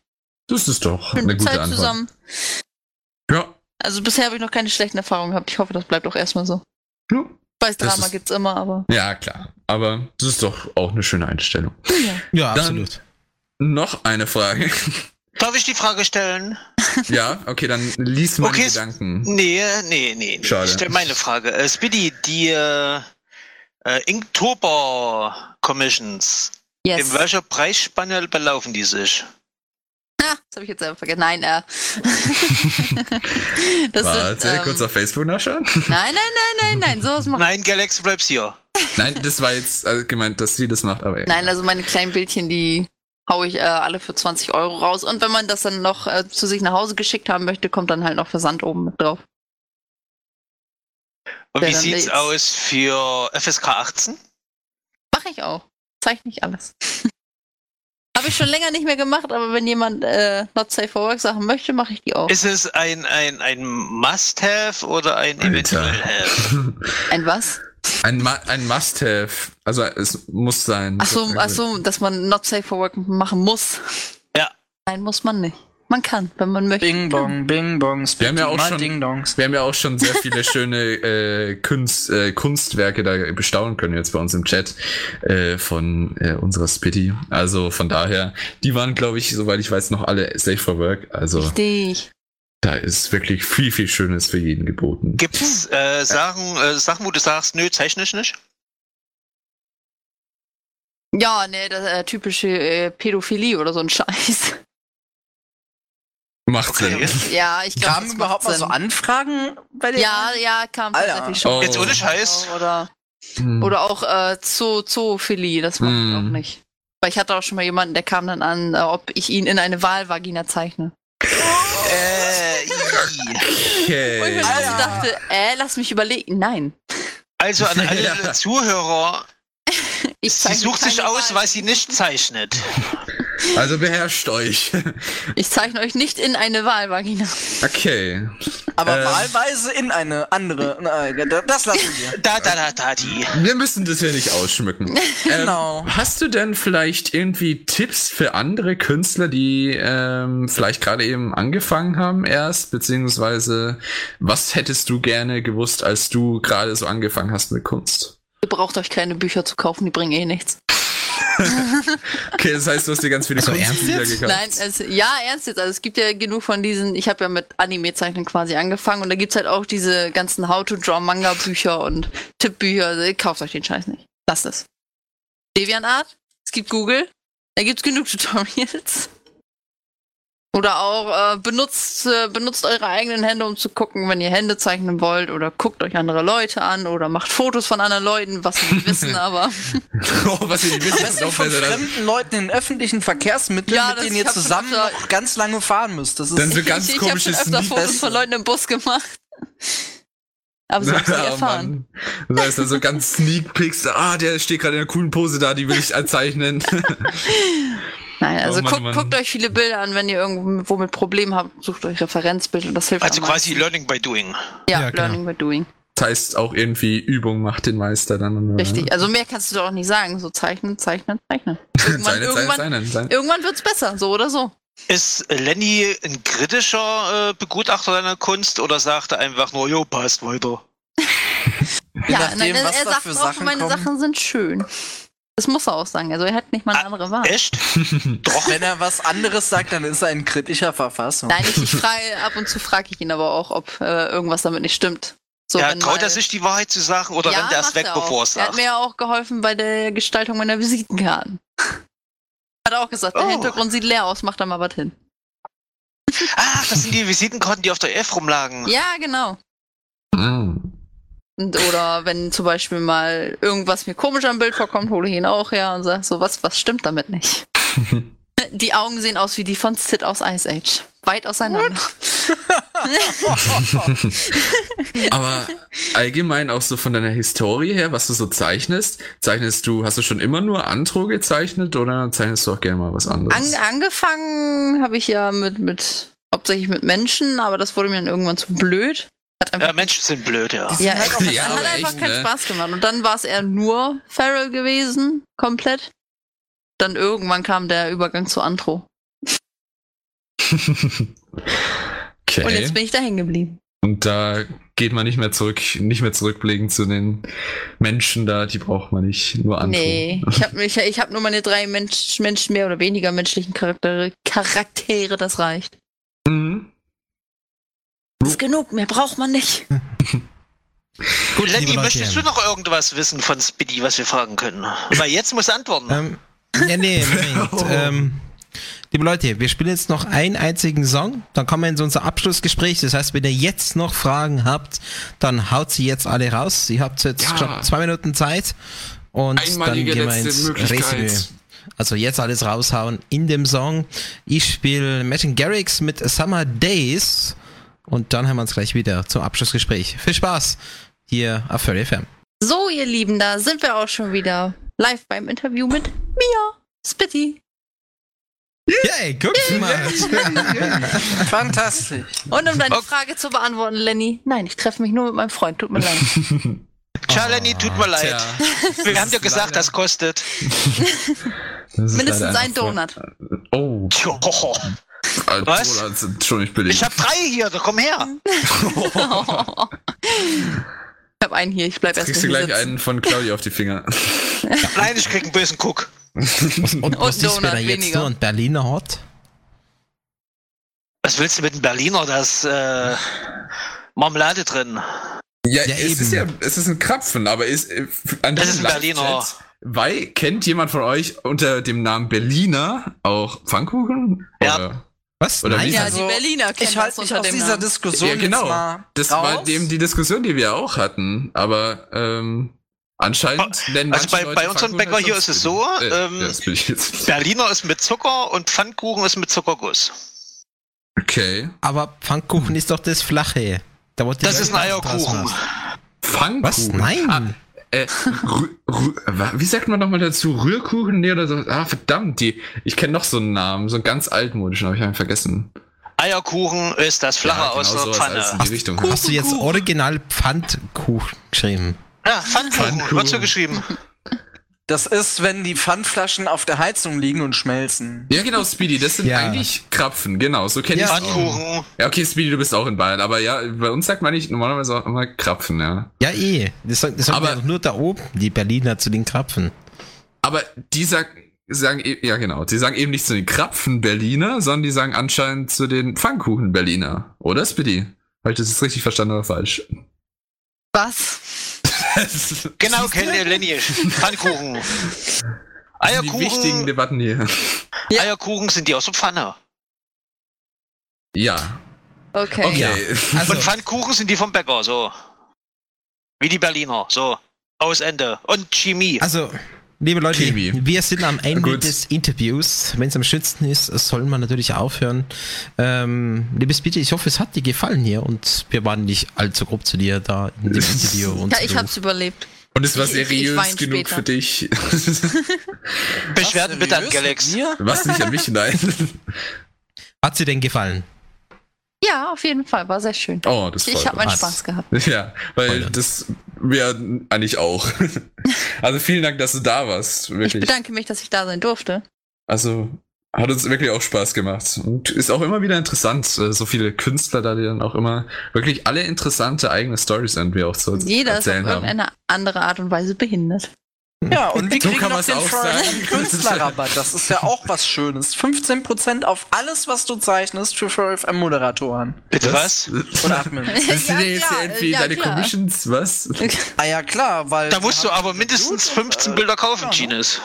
S3: Das ist doch
S5: Schöne
S3: eine gute
S5: Zeit
S3: Antwort.
S5: zusammen.
S3: Ja.
S5: Also bisher habe ich noch keine schlechten Erfahrungen gehabt. Ich hoffe, das bleibt auch erstmal so.
S3: Ja.
S5: Ich weiß,
S3: Das
S5: Drama
S3: ist-
S5: gibt's immer, aber.
S3: ja, klar. Aber das ist doch auch eine schöne Einstellung.
S5: Ja.
S1: Ja,
S3: Dann-
S1: absolut.
S3: Noch eine Frage.
S2: Darf ich die Frage stellen?
S3: ja, okay, dann lies meine
S2: Okay, es-
S3: Gedanken.
S2: Nee, nee, nee. nee.
S3: Schade.
S2: Ich stelle meine Frage. Äh, Spitty, die äh, äh, Inktober Commissions,
S5: Yes.
S2: in welcher Preisspanne belaufen die sich?
S5: Ah, das habe ich jetzt selber vergessen. Nein, äh. das
S3: Warte,
S5: sind, ähm,
S3: kurz auf Facebook nachschauen.
S5: Nein, nein, nein, nein, nein. Sowas machen.
S2: Nein, Galaxy bleibst hier.
S3: Nein, das war jetzt also gemeint, dass sie das macht, aber
S5: Nein, also meine kleinen Bildchen, die hau ich äh, alle für 20 Euro raus. Und wenn man das dann noch äh, zu sich nach Hause geschickt haben möchte, kommt dann halt noch Versand oben mit drauf.
S2: Und
S5: Ja,
S2: wie
S5: dann
S2: sieht's
S5: geht's.
S2: aus für FSK 18?
S5: Mache ich auch. Zeichne ich alles. Habe ich schon länger nicht mehr gemacht, aber wenn jemand äh, Not Safe for Work Sachen möchte, mache ich die auch.
S2: Ist es ein, ein, ein Must-Have oder ein
S3: Alter.
S2: Eventuell-Have?
S5: Ein was?
S3: ein, Ma- ein Must-Have. Also es muss sein.
S5: Ach so, ach so, dass man Not Safe for Work machen muss.
S2: Ja.
S5: Nein, muss man nicht. Man kann, wenn man möchte.
S4: Bing Bong, Bing Bong,
S3: Wir haben ja auch
S4: mal
S3: schon-
S4: Ding Dongs.
S3: Wir haben ja auch schon sehr viele schöne äh, Kunst, äh, Kunstwerke da bestaunen können jetzt bei uns im Chat äh, von äh, unserer Spitty. Also von daher, die waren, glaube ich, soweit ich weiß, noch alle safe for work. Also
S5: Richtig.
S3: da ist wirklich viel, viel Schönes für jeden geboten.
S5: Hm.
S2: Gibt's äh, Sachen, äh, Sachen, wo du sagst, nö, zeichne ich nicht?
S5: Ja, ne, das äh, typische äh, Pädophilie oder so ein Scheiß.
S3: Macht
S2: Okay.
S3: Sinn.
S5: Ja, ich glaube,
S4: Kamen überhaupt mal so Anfragen bei dir?
S5: Ja, ja, kam
S4: Alter.
S5: tatsächlich schon.
S3: Oh. Jetzt ohne
S2: Scheiß.
S5: Oder,
S3: Hm.
S5: oder auch äh, Zoo, Zoophilie, das mache ich
S3: Mm.
S5: auch nicht. Weil ich hatte auch schon mal jemanden, der kam dann an, äh, ob ich ihn in eine Wahlvagina zeichne.
S2: Äh, i.
S5: Und ich
S3: okay.
S5: mir dann so
S4: Alter.
S5: dachte, äh, lass mich überlegen. Nein.
S2: also an alle
S3: Ja.
S2: Zuhörer,
S5: Ich
S2: sie
S5: zeichne
S2: sucht sich
S5: keine
S2: aus,
S5: Wahl.
S2: was sie nicht zeichnet.
S3: Also beherrscht euch.
S5: Ich zeichne euch nicht in eine Wahlvagina.
S3: Okay.
S4: Aber
S3: Ähm.
S4: wahlweise in eine andere. Nein, da- das lassen
S3: Ähm,
S4: wir.
S2: Da, da, da, da, die.
S3: Wir müssen das hier nicht ausschmücken.
S4: Genau.
S3: Ähm, hast du denn vielleicht irgendwie Tipps für andere Künstler, die ähm, vielleicht gerade eben angefangen haben erst, beziehungsweise was hättest du gerne gewusst, als du gerade so angefangen hast mit Kunst?
S5: Ihr braucht euch keine Bücher zu kaufen, die bringen eh nichts.
S3: Okay, das heißt, du hast dir ganz viele
S1: Also ernst
S3: Kunstbücher
S1: jetzt?
S3: gekauft.
S5: Nein, es, ja, ernst jetzt. Also es gibt ja genug von diesen, ich habe ja mit Anime-Zeichnen quasi angefangen und da gibt's halt auch diese ganzen How-to-Draw-Manga-Bücher und Tippbücher. Also, kauft euch den Scheiß nicht. Lasst es. DeviantArt, es gibt Google, da gibt's genug Tutorials. Oder auch äh, benutzt, äh, benutzt eure eigenen Hände, um zu gucken, wenn ihr Hände zeichnen wollt oder guckt euch andere Leute an oder macht Fotos von anderen Leuten, was wir nicht wissen, aber...
S3: oh, was ihr nicht
S4: Am
S3: wisst,
S4: besten
S3: noch
S4: von
S3: besser. Dann,
S4: fremden Leuten in öffentlichen Verkehrsmitteln,
S5: Ja,
S4: mit
S5: das-
S4: denen
S5: ich
S4: ihr
S5: hab schon
S4: zusammen
S5: öfter-
S4: noch ganz lange fahren müsst. Das ist
S3: dann so ganz
S5: ich, ich habe schon
S3: komisches
S5: öfter
S3: Lied.
S5: Fotos
S4: Beste.
S5: von Leuten im Bus gemacht. Aber so habe ich
S3: Oh,
S5: erfahren.
S3: Mann. Das heißt dann so ganz Sneak Peeks, ah, der steht gerade in einer coolen Pose da, die will ich zeichnen.
S5: Nein, also
S3: Oh Mann,
S5: guckt,
S3: Mann.
S5: guckt euch viele Bilder an, wenn ihr irgendwo mit Problemen habt, sucht euch Referenzbilder, das hilft
S2: Also
S5: am meisten.
S2: quasi Learning by Doing.
S5: ja,
S1: Ja, genau.
S5: Learning by Doing.
S3: Das heißt auch irgendwie Übung macht den Meister dann. Und,
S5: Richtig. Also mehr kannst du doch auch nicht sagen, so zeichnen, zeichnen, zeichnen.
S3: Seine,
S5: Irgendwann,
S3: seine,
S5: irgendwann,
S3: seine, seine.
S5: irgendwann wird's besser, so oder so.
S2: Ist Lenny ein kritischer äh, Begutachter seiner Kunst oder sagt er einfach nur, jo, passt weiter?
S5: Ja,
S4: nachdem,
S5: nein,
S4: was
S5: er
S4: da
S5: sagt
S4: für
S5: auch,
S4: Sachen
S5: meine
S4: kommen.
S5: Sachen sind schön. Das muss er auch sagen. Also er hat nicht mal eine
S2: Ah,
S5: andere Wahl.
S2: Echt? Doch.
S4: Wenn er was anderes sagt, dann ist er in kritischer Verfassung.
S5: Nein, ich, ich frage, ab und zu frage ich ihn aber auch, ob äh, irgendwas damit nicht stimmt. So,
S2: ja,
S5: wenn
S2: traut
S5: mal-
S2: er sich die Wahrheit zu sagen oder rennt er erst
S5: macht
S2: weg, bevor er
S5: auch.
S2: es
S5: Er hat
S2: sagt?
S5: mir ja auch geholfen bei der Gestaltung meiner Visitenkarten. Hat er auch gesagt, der
S2: Oh.
S5: Hintergrund sieht leer aus, mach da mal was hin.
S2: Ach, Ah, das sind die Visitenkarten, die auf der Elf rumlagen.
S5: Ja, genau.
S3: Mm.
S5: Und, oder wenn zum Beispiel mal irgendwas mir komisch am Bild vorkommt, hole ich ihn auch her und sag so, was, was stimmt damit nicht? die Augen sehen aus wie die von Sid aus Ice Age. Weit auseinander.
S3: Aber allgemein auch so von deiner Historie her, was du so zeichnest, zeichnest du, hast du schon immer nur Andro gezeichnet oder zeichnest du auch gerne mal was
S5: An,
S3: anderes?
S5: angefangen habe ich ja mit, mit, hauptsächlich mit Menschen, aber das wurde mir dann irgendwann zu blöd. Hat einfach
S2: Ja, Menschen sind blöd, ja.
S5: Ja,
S4: halt
S5: echt,
S4: auch
S5: das
S3: ja,
S5: hat
S3: aber
S5: einfach
S3: echt,
S5: keinen
S3: ne?
S5: Spaß gemacht. Und dann war es eher nur Feral gewesen, komplett. Dann irgendwann kam der Übergang zu Antro.
S3: okay.
S5: Und jetzt bin ich da hängen geblieben.
S3: Und da geht man nicht mehr zurück, nicht mehr zurückblicken zu den Menschen da, die braucht man nicht, nur Andro.
S5: Nee, ich habe ich, ich hab nur meine drei Mensch, Menschen mehr oder weniger menschlichen Charaktere, Charaktere, das reicht.
S3: Mhm.
S5: Das ist genug, mehr braucht man nicht.
S1: Gut, liebe
S2: Lenny,
S1: Leute,
S2: möchtest du noch irgendwas wissen von Speedy, was wir fragen können? Weil jetzt muss er antworten.
S1: Ähm, ja, nee, Moment. ähm, liebe Leute, wir spielen jetzt noch einen einzigen Song, dann kommen wir in so unser Abschlussgespräch. Das heißt, wenn ihr jetzt noch Fragen habt, dann haut sie jetzt alle raus. Ihr habt jetzt
S3: Ja.
S1: schon zwei Minuten Zeit und
S3: Einmalige
S1: dann gehen wir
S3: letzte
S1: ins
S3: Möglichkeit.
S1: Resümee. Also jetzt alles raushauen in dem Song. Ich spiele Imagine Garrix mit Summer Days und dann haben wir uns gleich wieder zum Abschlussgespräch. Viel Spaß hier auf Furry FM.
S5: So, ihr Lieben, da sind wir auch schon wieder live beim Interview mit Mia Spitty.
S1: Yay, guck mal.
S4: Fantastisch.
S5: Und um deine Frage zu beantworten, Lenny, nein, ich treffe mich nur mit meinem Freund, tut mir leid.
S2: Tja, Lenny, tut
S5: Ah,
S2: mir leid. Wir haben dir gesagt, das kostet.
S5: Mindestens ein Donut.
S3: Oh,
S2: Tjo, ho, ho. Was?
S3: Was? Donuts sind schon nicht billig.
S2: Ich hab drei hier, da komm her.
S5: Ich habe einen hier, ich bleib erst
S3: Kriegst du
S5: mal hier
S3: gleich einen von Claudia auf die Finger.
S2: Nein, ich krieg einen bösen Guck.
S1: Und was ist, wenn
S5: Donut
S1: er jetzt
S5: weniger.
S1: nur einen Berliner hat?
S2: Was willst du mit einem Berliner? Da ist äh, Marmelade drin.
S3: Ja,
S1: Ja,
S3: es
S1: eben.
S3: ist ja, es ist ein Krapfen, aber ist äh, f- an
S2: Das
S3: diesem
S2: ist ein Berliner.
S3: Live-Chat, Weil kennt jemand von euch unter dem Namen Berliner auch Pfannkuchen?
S2: Ja.
S3: Oder?
S1: Was?
S3: Oder
S1: Nein,
S3: wie?
S5: Ja,
S1: also-
S5: die Berliner kennen
S4: Ich
S5: das
S4: halte mich
S5: unter
S4: aus
S5: dem
S4: dieser
S5: Namen.
S4: Diskussion
S3: Ja, genau.
S4: jetzt mal
S3: Das
S4: raus.
S3: war eben die Diskussion, die wir auch hatten. Aber ähm, anscheinend nennen
S2: also
S3: manche
S2: bei-
S3: Leute
S2: bei unserem
S3: Pfannkuchen
S2: Bäcker
S3: als
S2: hier ist es so,
S3: Sonst. Äh,
S2: ähm,
S3: ja, das bin ich jetzt.
S2: Berliner ist mit Zucker und Pfannkuchen ist mit Zuckerguss.
S3: Okay.
S1: aber Pfannkuchen ist doch das Flache. Da wollte
S2: Das
S1: ich
S2: ist ein
S1: gleich draus
S2: Eierkuchen.
S1: machen.
S3: Pfannkuchen.
S1: Was? Nein.
S3: Ah, äh, Rü- Rü- wa- wie sagt man nochmal dazu? Rührkuchen? Nee, oder so. Ah, verdammt, die. Ich kenne noch so einen Namen, so einen ganz altmodischen, habe ich einen vergessen.
S2: Eierkuchen ist das Flache aus der
S3: sowas,
S2: Pfanne.
S3: als in die Richtung. halt.
S1: Hast du jetzt original Pfandkuchen geschrieben?
S2: Ja, Pfannkuchen,
S3: Pfannkuchen.
S2: wird so geschrieben.
S4: Das ist, wenn die Pfandflaschen auf der Heizung liegen und schmelzen.
S3: Ja, genau, Speedy, das sind
S1: Ja.
S3: eigentlich Krapfen, genau, so kenn
S1: Ja.
S3: ich
S2: Pfannkuchen.
S3: Ja, okay, Speedy, du bist auch in Bayern, aber ja, bei uns sagt man nicht normalerweise auch immer Krapfen, ja.
S1: Ja, eh. Das, sagt- das sagt
S3: Aber-
S1: man doch nur da oben, die Berliner zu den Krapfen.
S3: Aber die sag, sagen, e- ja genau, die sagen eben nicht zu den Krapfen-Berliner, sondern die sagen anscheinend zu den Pfannkuchen-Berliner. Oder, Speedy? Habe ich das jetzt richtig verstanden oder falsch?
S6: Was?
S2: Genau, kennt ihr Linie. Pfannkuchen.
S3: Die wichtigen
S2: Eierkuchen,
S3: Debatten hier.
S2: Eierkuchen sind die aus der Pfanne.
S3: Ja.
S6: Okay.
S3: Okay.
S1: Ja. Also,
S2: Und Pfannkuchen sind die vom Bäcker, so. Wie die Berliner, so. Aus Ende. Und Chemie.
S1: also, liebe Leute,
S3: Chemie.
S1: wir sind am Ende
S3: Gut.
S1: des Interviews. Wenn es am schönsten ist, soll man natürlich aufhören. Ähm, liebes Bitte, ich hoffe, es hat dir gefallen hier und wir waren nicht allzu grob zu dir da in dem Interview. Und
S6: Ja, ich
S1: so.
S6: hab's überlebt.
S3: Und es war
S6: Ich- ich
S3: seriös
S6: wein
S3: genug
S6: später.
S3: für dich.
S2: Beschwerden bitte an Galax.
S3: Was nicht an mich, nein.
S1: Hat sie denn gefallen?
S6: Ja, auf jeden Fall. War sehr schön.
S3: Oh, das freut
S6: Ich habe meinen
S1: Was?
S6: Spaß gehabt.
S3: mich. Ja, weil
S1: Freunde.
S3: das wäre eigentlich auch. Also vielen Dank, dass du da warst.
S6: Ich
S3: Wirklich.
S6: bedanke mich, dass ich da sein durfte.
S3: Also hat uns wirklich auch Spaß gemacht und ist auch immer wieder interessant, äh, so viele Künstler da, die dann auch immer wirklich alle interessante eigene Stories irgendwie auch zu
S6: Jeder ist auf
S3: erzählen haben.
S6: irgendeine andere Art und Weise behindert.
S4: Ja, und wir
S3: So
S4: kriegen
S3: kann
S4: noch
S3: man's
S4: den
S3: auch
S4: Foreign
S3: sagen.
S4: Künstlerrabatt. Das ist ja auch was Schönes. 15% auf alles, was du zeichnest für FurFM-Moderatoren.
S2: Bitte was?
S4: Oder Admins.
S3: Das
S6: Ja,
S3: sind ja, jetzt
S6: klar,
S3: irgendwie
S6: ja,
S3: deine
S6: klar.
S3: Commissions, was?
S4: Ah ja, klar, weil...
S2: Da musst du aber mindestens 15
S4: äh,
S2: Bilder kaufen,
S4: ne?
S2: Gines.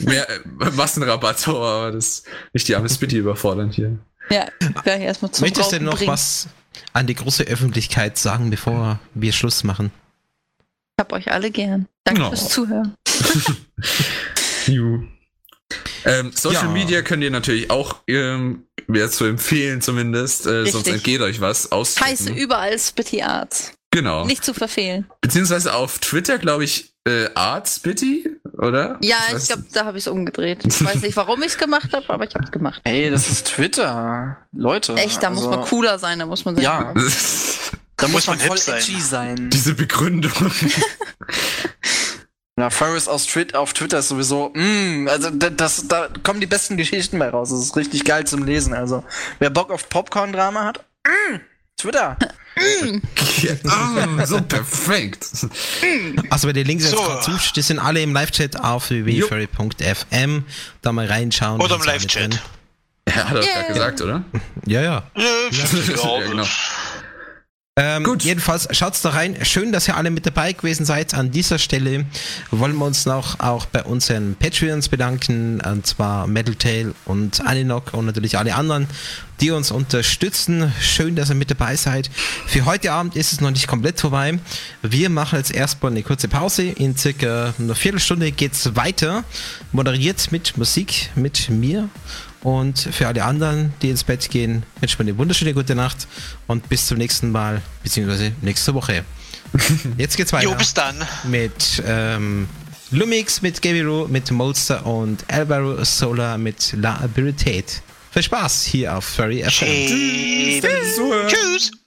S3: Mehr äh, Massenrabatt, oh, aber das nicht die arme Spitty überfordern hier.
S6: Ja, gleich erstmal zum
S1: Möchtest du
S6: Rauchen
S1: denn noch
S6: bringen.
S1: was an die große Öffentlichkeit sagen, bevor wir Schluss machen?
S6: Ich hab euch alle gern. Danke
S3: No.
S6: fürs Zuhören.
S3: Ju. Ähm, Social
S1: Ja.
S3: Media könnt ihr natürlich auch ähm, wäre zu empfehlen zumindest, äh, sonst
S6: Richtig.
S3: entgeht euch was. Auschecken.
S6: Scheiße, überall Spitty Arts.
S3: Genau.
S6: Nicht zu verfehlen.
S3: Beziehungsweise auf Twitter, glaube ich, äh, Artspitty, oder?
S6: Ja,
S3: weiß-
S6: ich glaube, da habe ich es umgedreht. Ich weiß nicht, warum ich es gemacht habe, aber ich habe es gemacht.
S4: Hey, das ist Twitter. Leute.
S6: Echt, da muss
S4: also-
S6: man cooler sein, da muss man sich
S4: Ja, da muss man
S2: hip
S4: voll
S2: sein.
S4: edgy sein.
S3: Diese Begründung.
S4: Na, Ferris aus Twit auf Twitter ist sowieso, mm, also da, das, da kommen die besten Geschichten bei raus. Das ist richtig geil zum Lesen. Also, wer Bock auf Popcorn-Drama hat, mm, Twitter.
S3: ja, ah, so perfekt.
S1: Also wenn die Links jetzt
S2: So.
S1: gerade zuschaut, die sind alle im Live-Chat auf
S3: Jo.
S1: www.furry.fm. Da mal reinschauen.
S2: Oder im
S1: Das ist alles
S2: Live-Chat.
S1: drin.
S3: Ja, hat er gerade
S6: Yay.
S3: gesagt, oder?
S1: Ja, ja.
S2: Äh, ja,
S3: Ja, genau.
S1: Ähm,
S3: Gut.
S1: Jedenfalls schaut's da rein. Schön, dass ihr alle mit dabei gewesen seid. An dieser Stelle wollen wir uns noch auch bei unseren Patreons bedanken, und zwar Metal Tail und Aninok und natürlich alle anderen, die uns unterstützen. Schön, dass ihr mit dabei seid. Für heute Abend ist es noch nicht komplett vorbei. Wir machen jetzt erstmal eine kurze Pause. In circa einer Viertelstunde geht's weiter. Moderiert mit Musik, mit mir. Und für alle anderen, die ins Bett gehen, wünsche ich mir eine wunderschöne gute Nacht und bis zum nächsten Mal, beziehungsweise nächste Woche. Jetzt geht's weiter
S2: Jo, bis dann.
S1: mit ähm, Lumix, mit Gaviru, mit Molster und Alvaro Sola mit La Habilität. Viel Spaß hier auf Furry FM.
S2: Tschüss. Tschüss.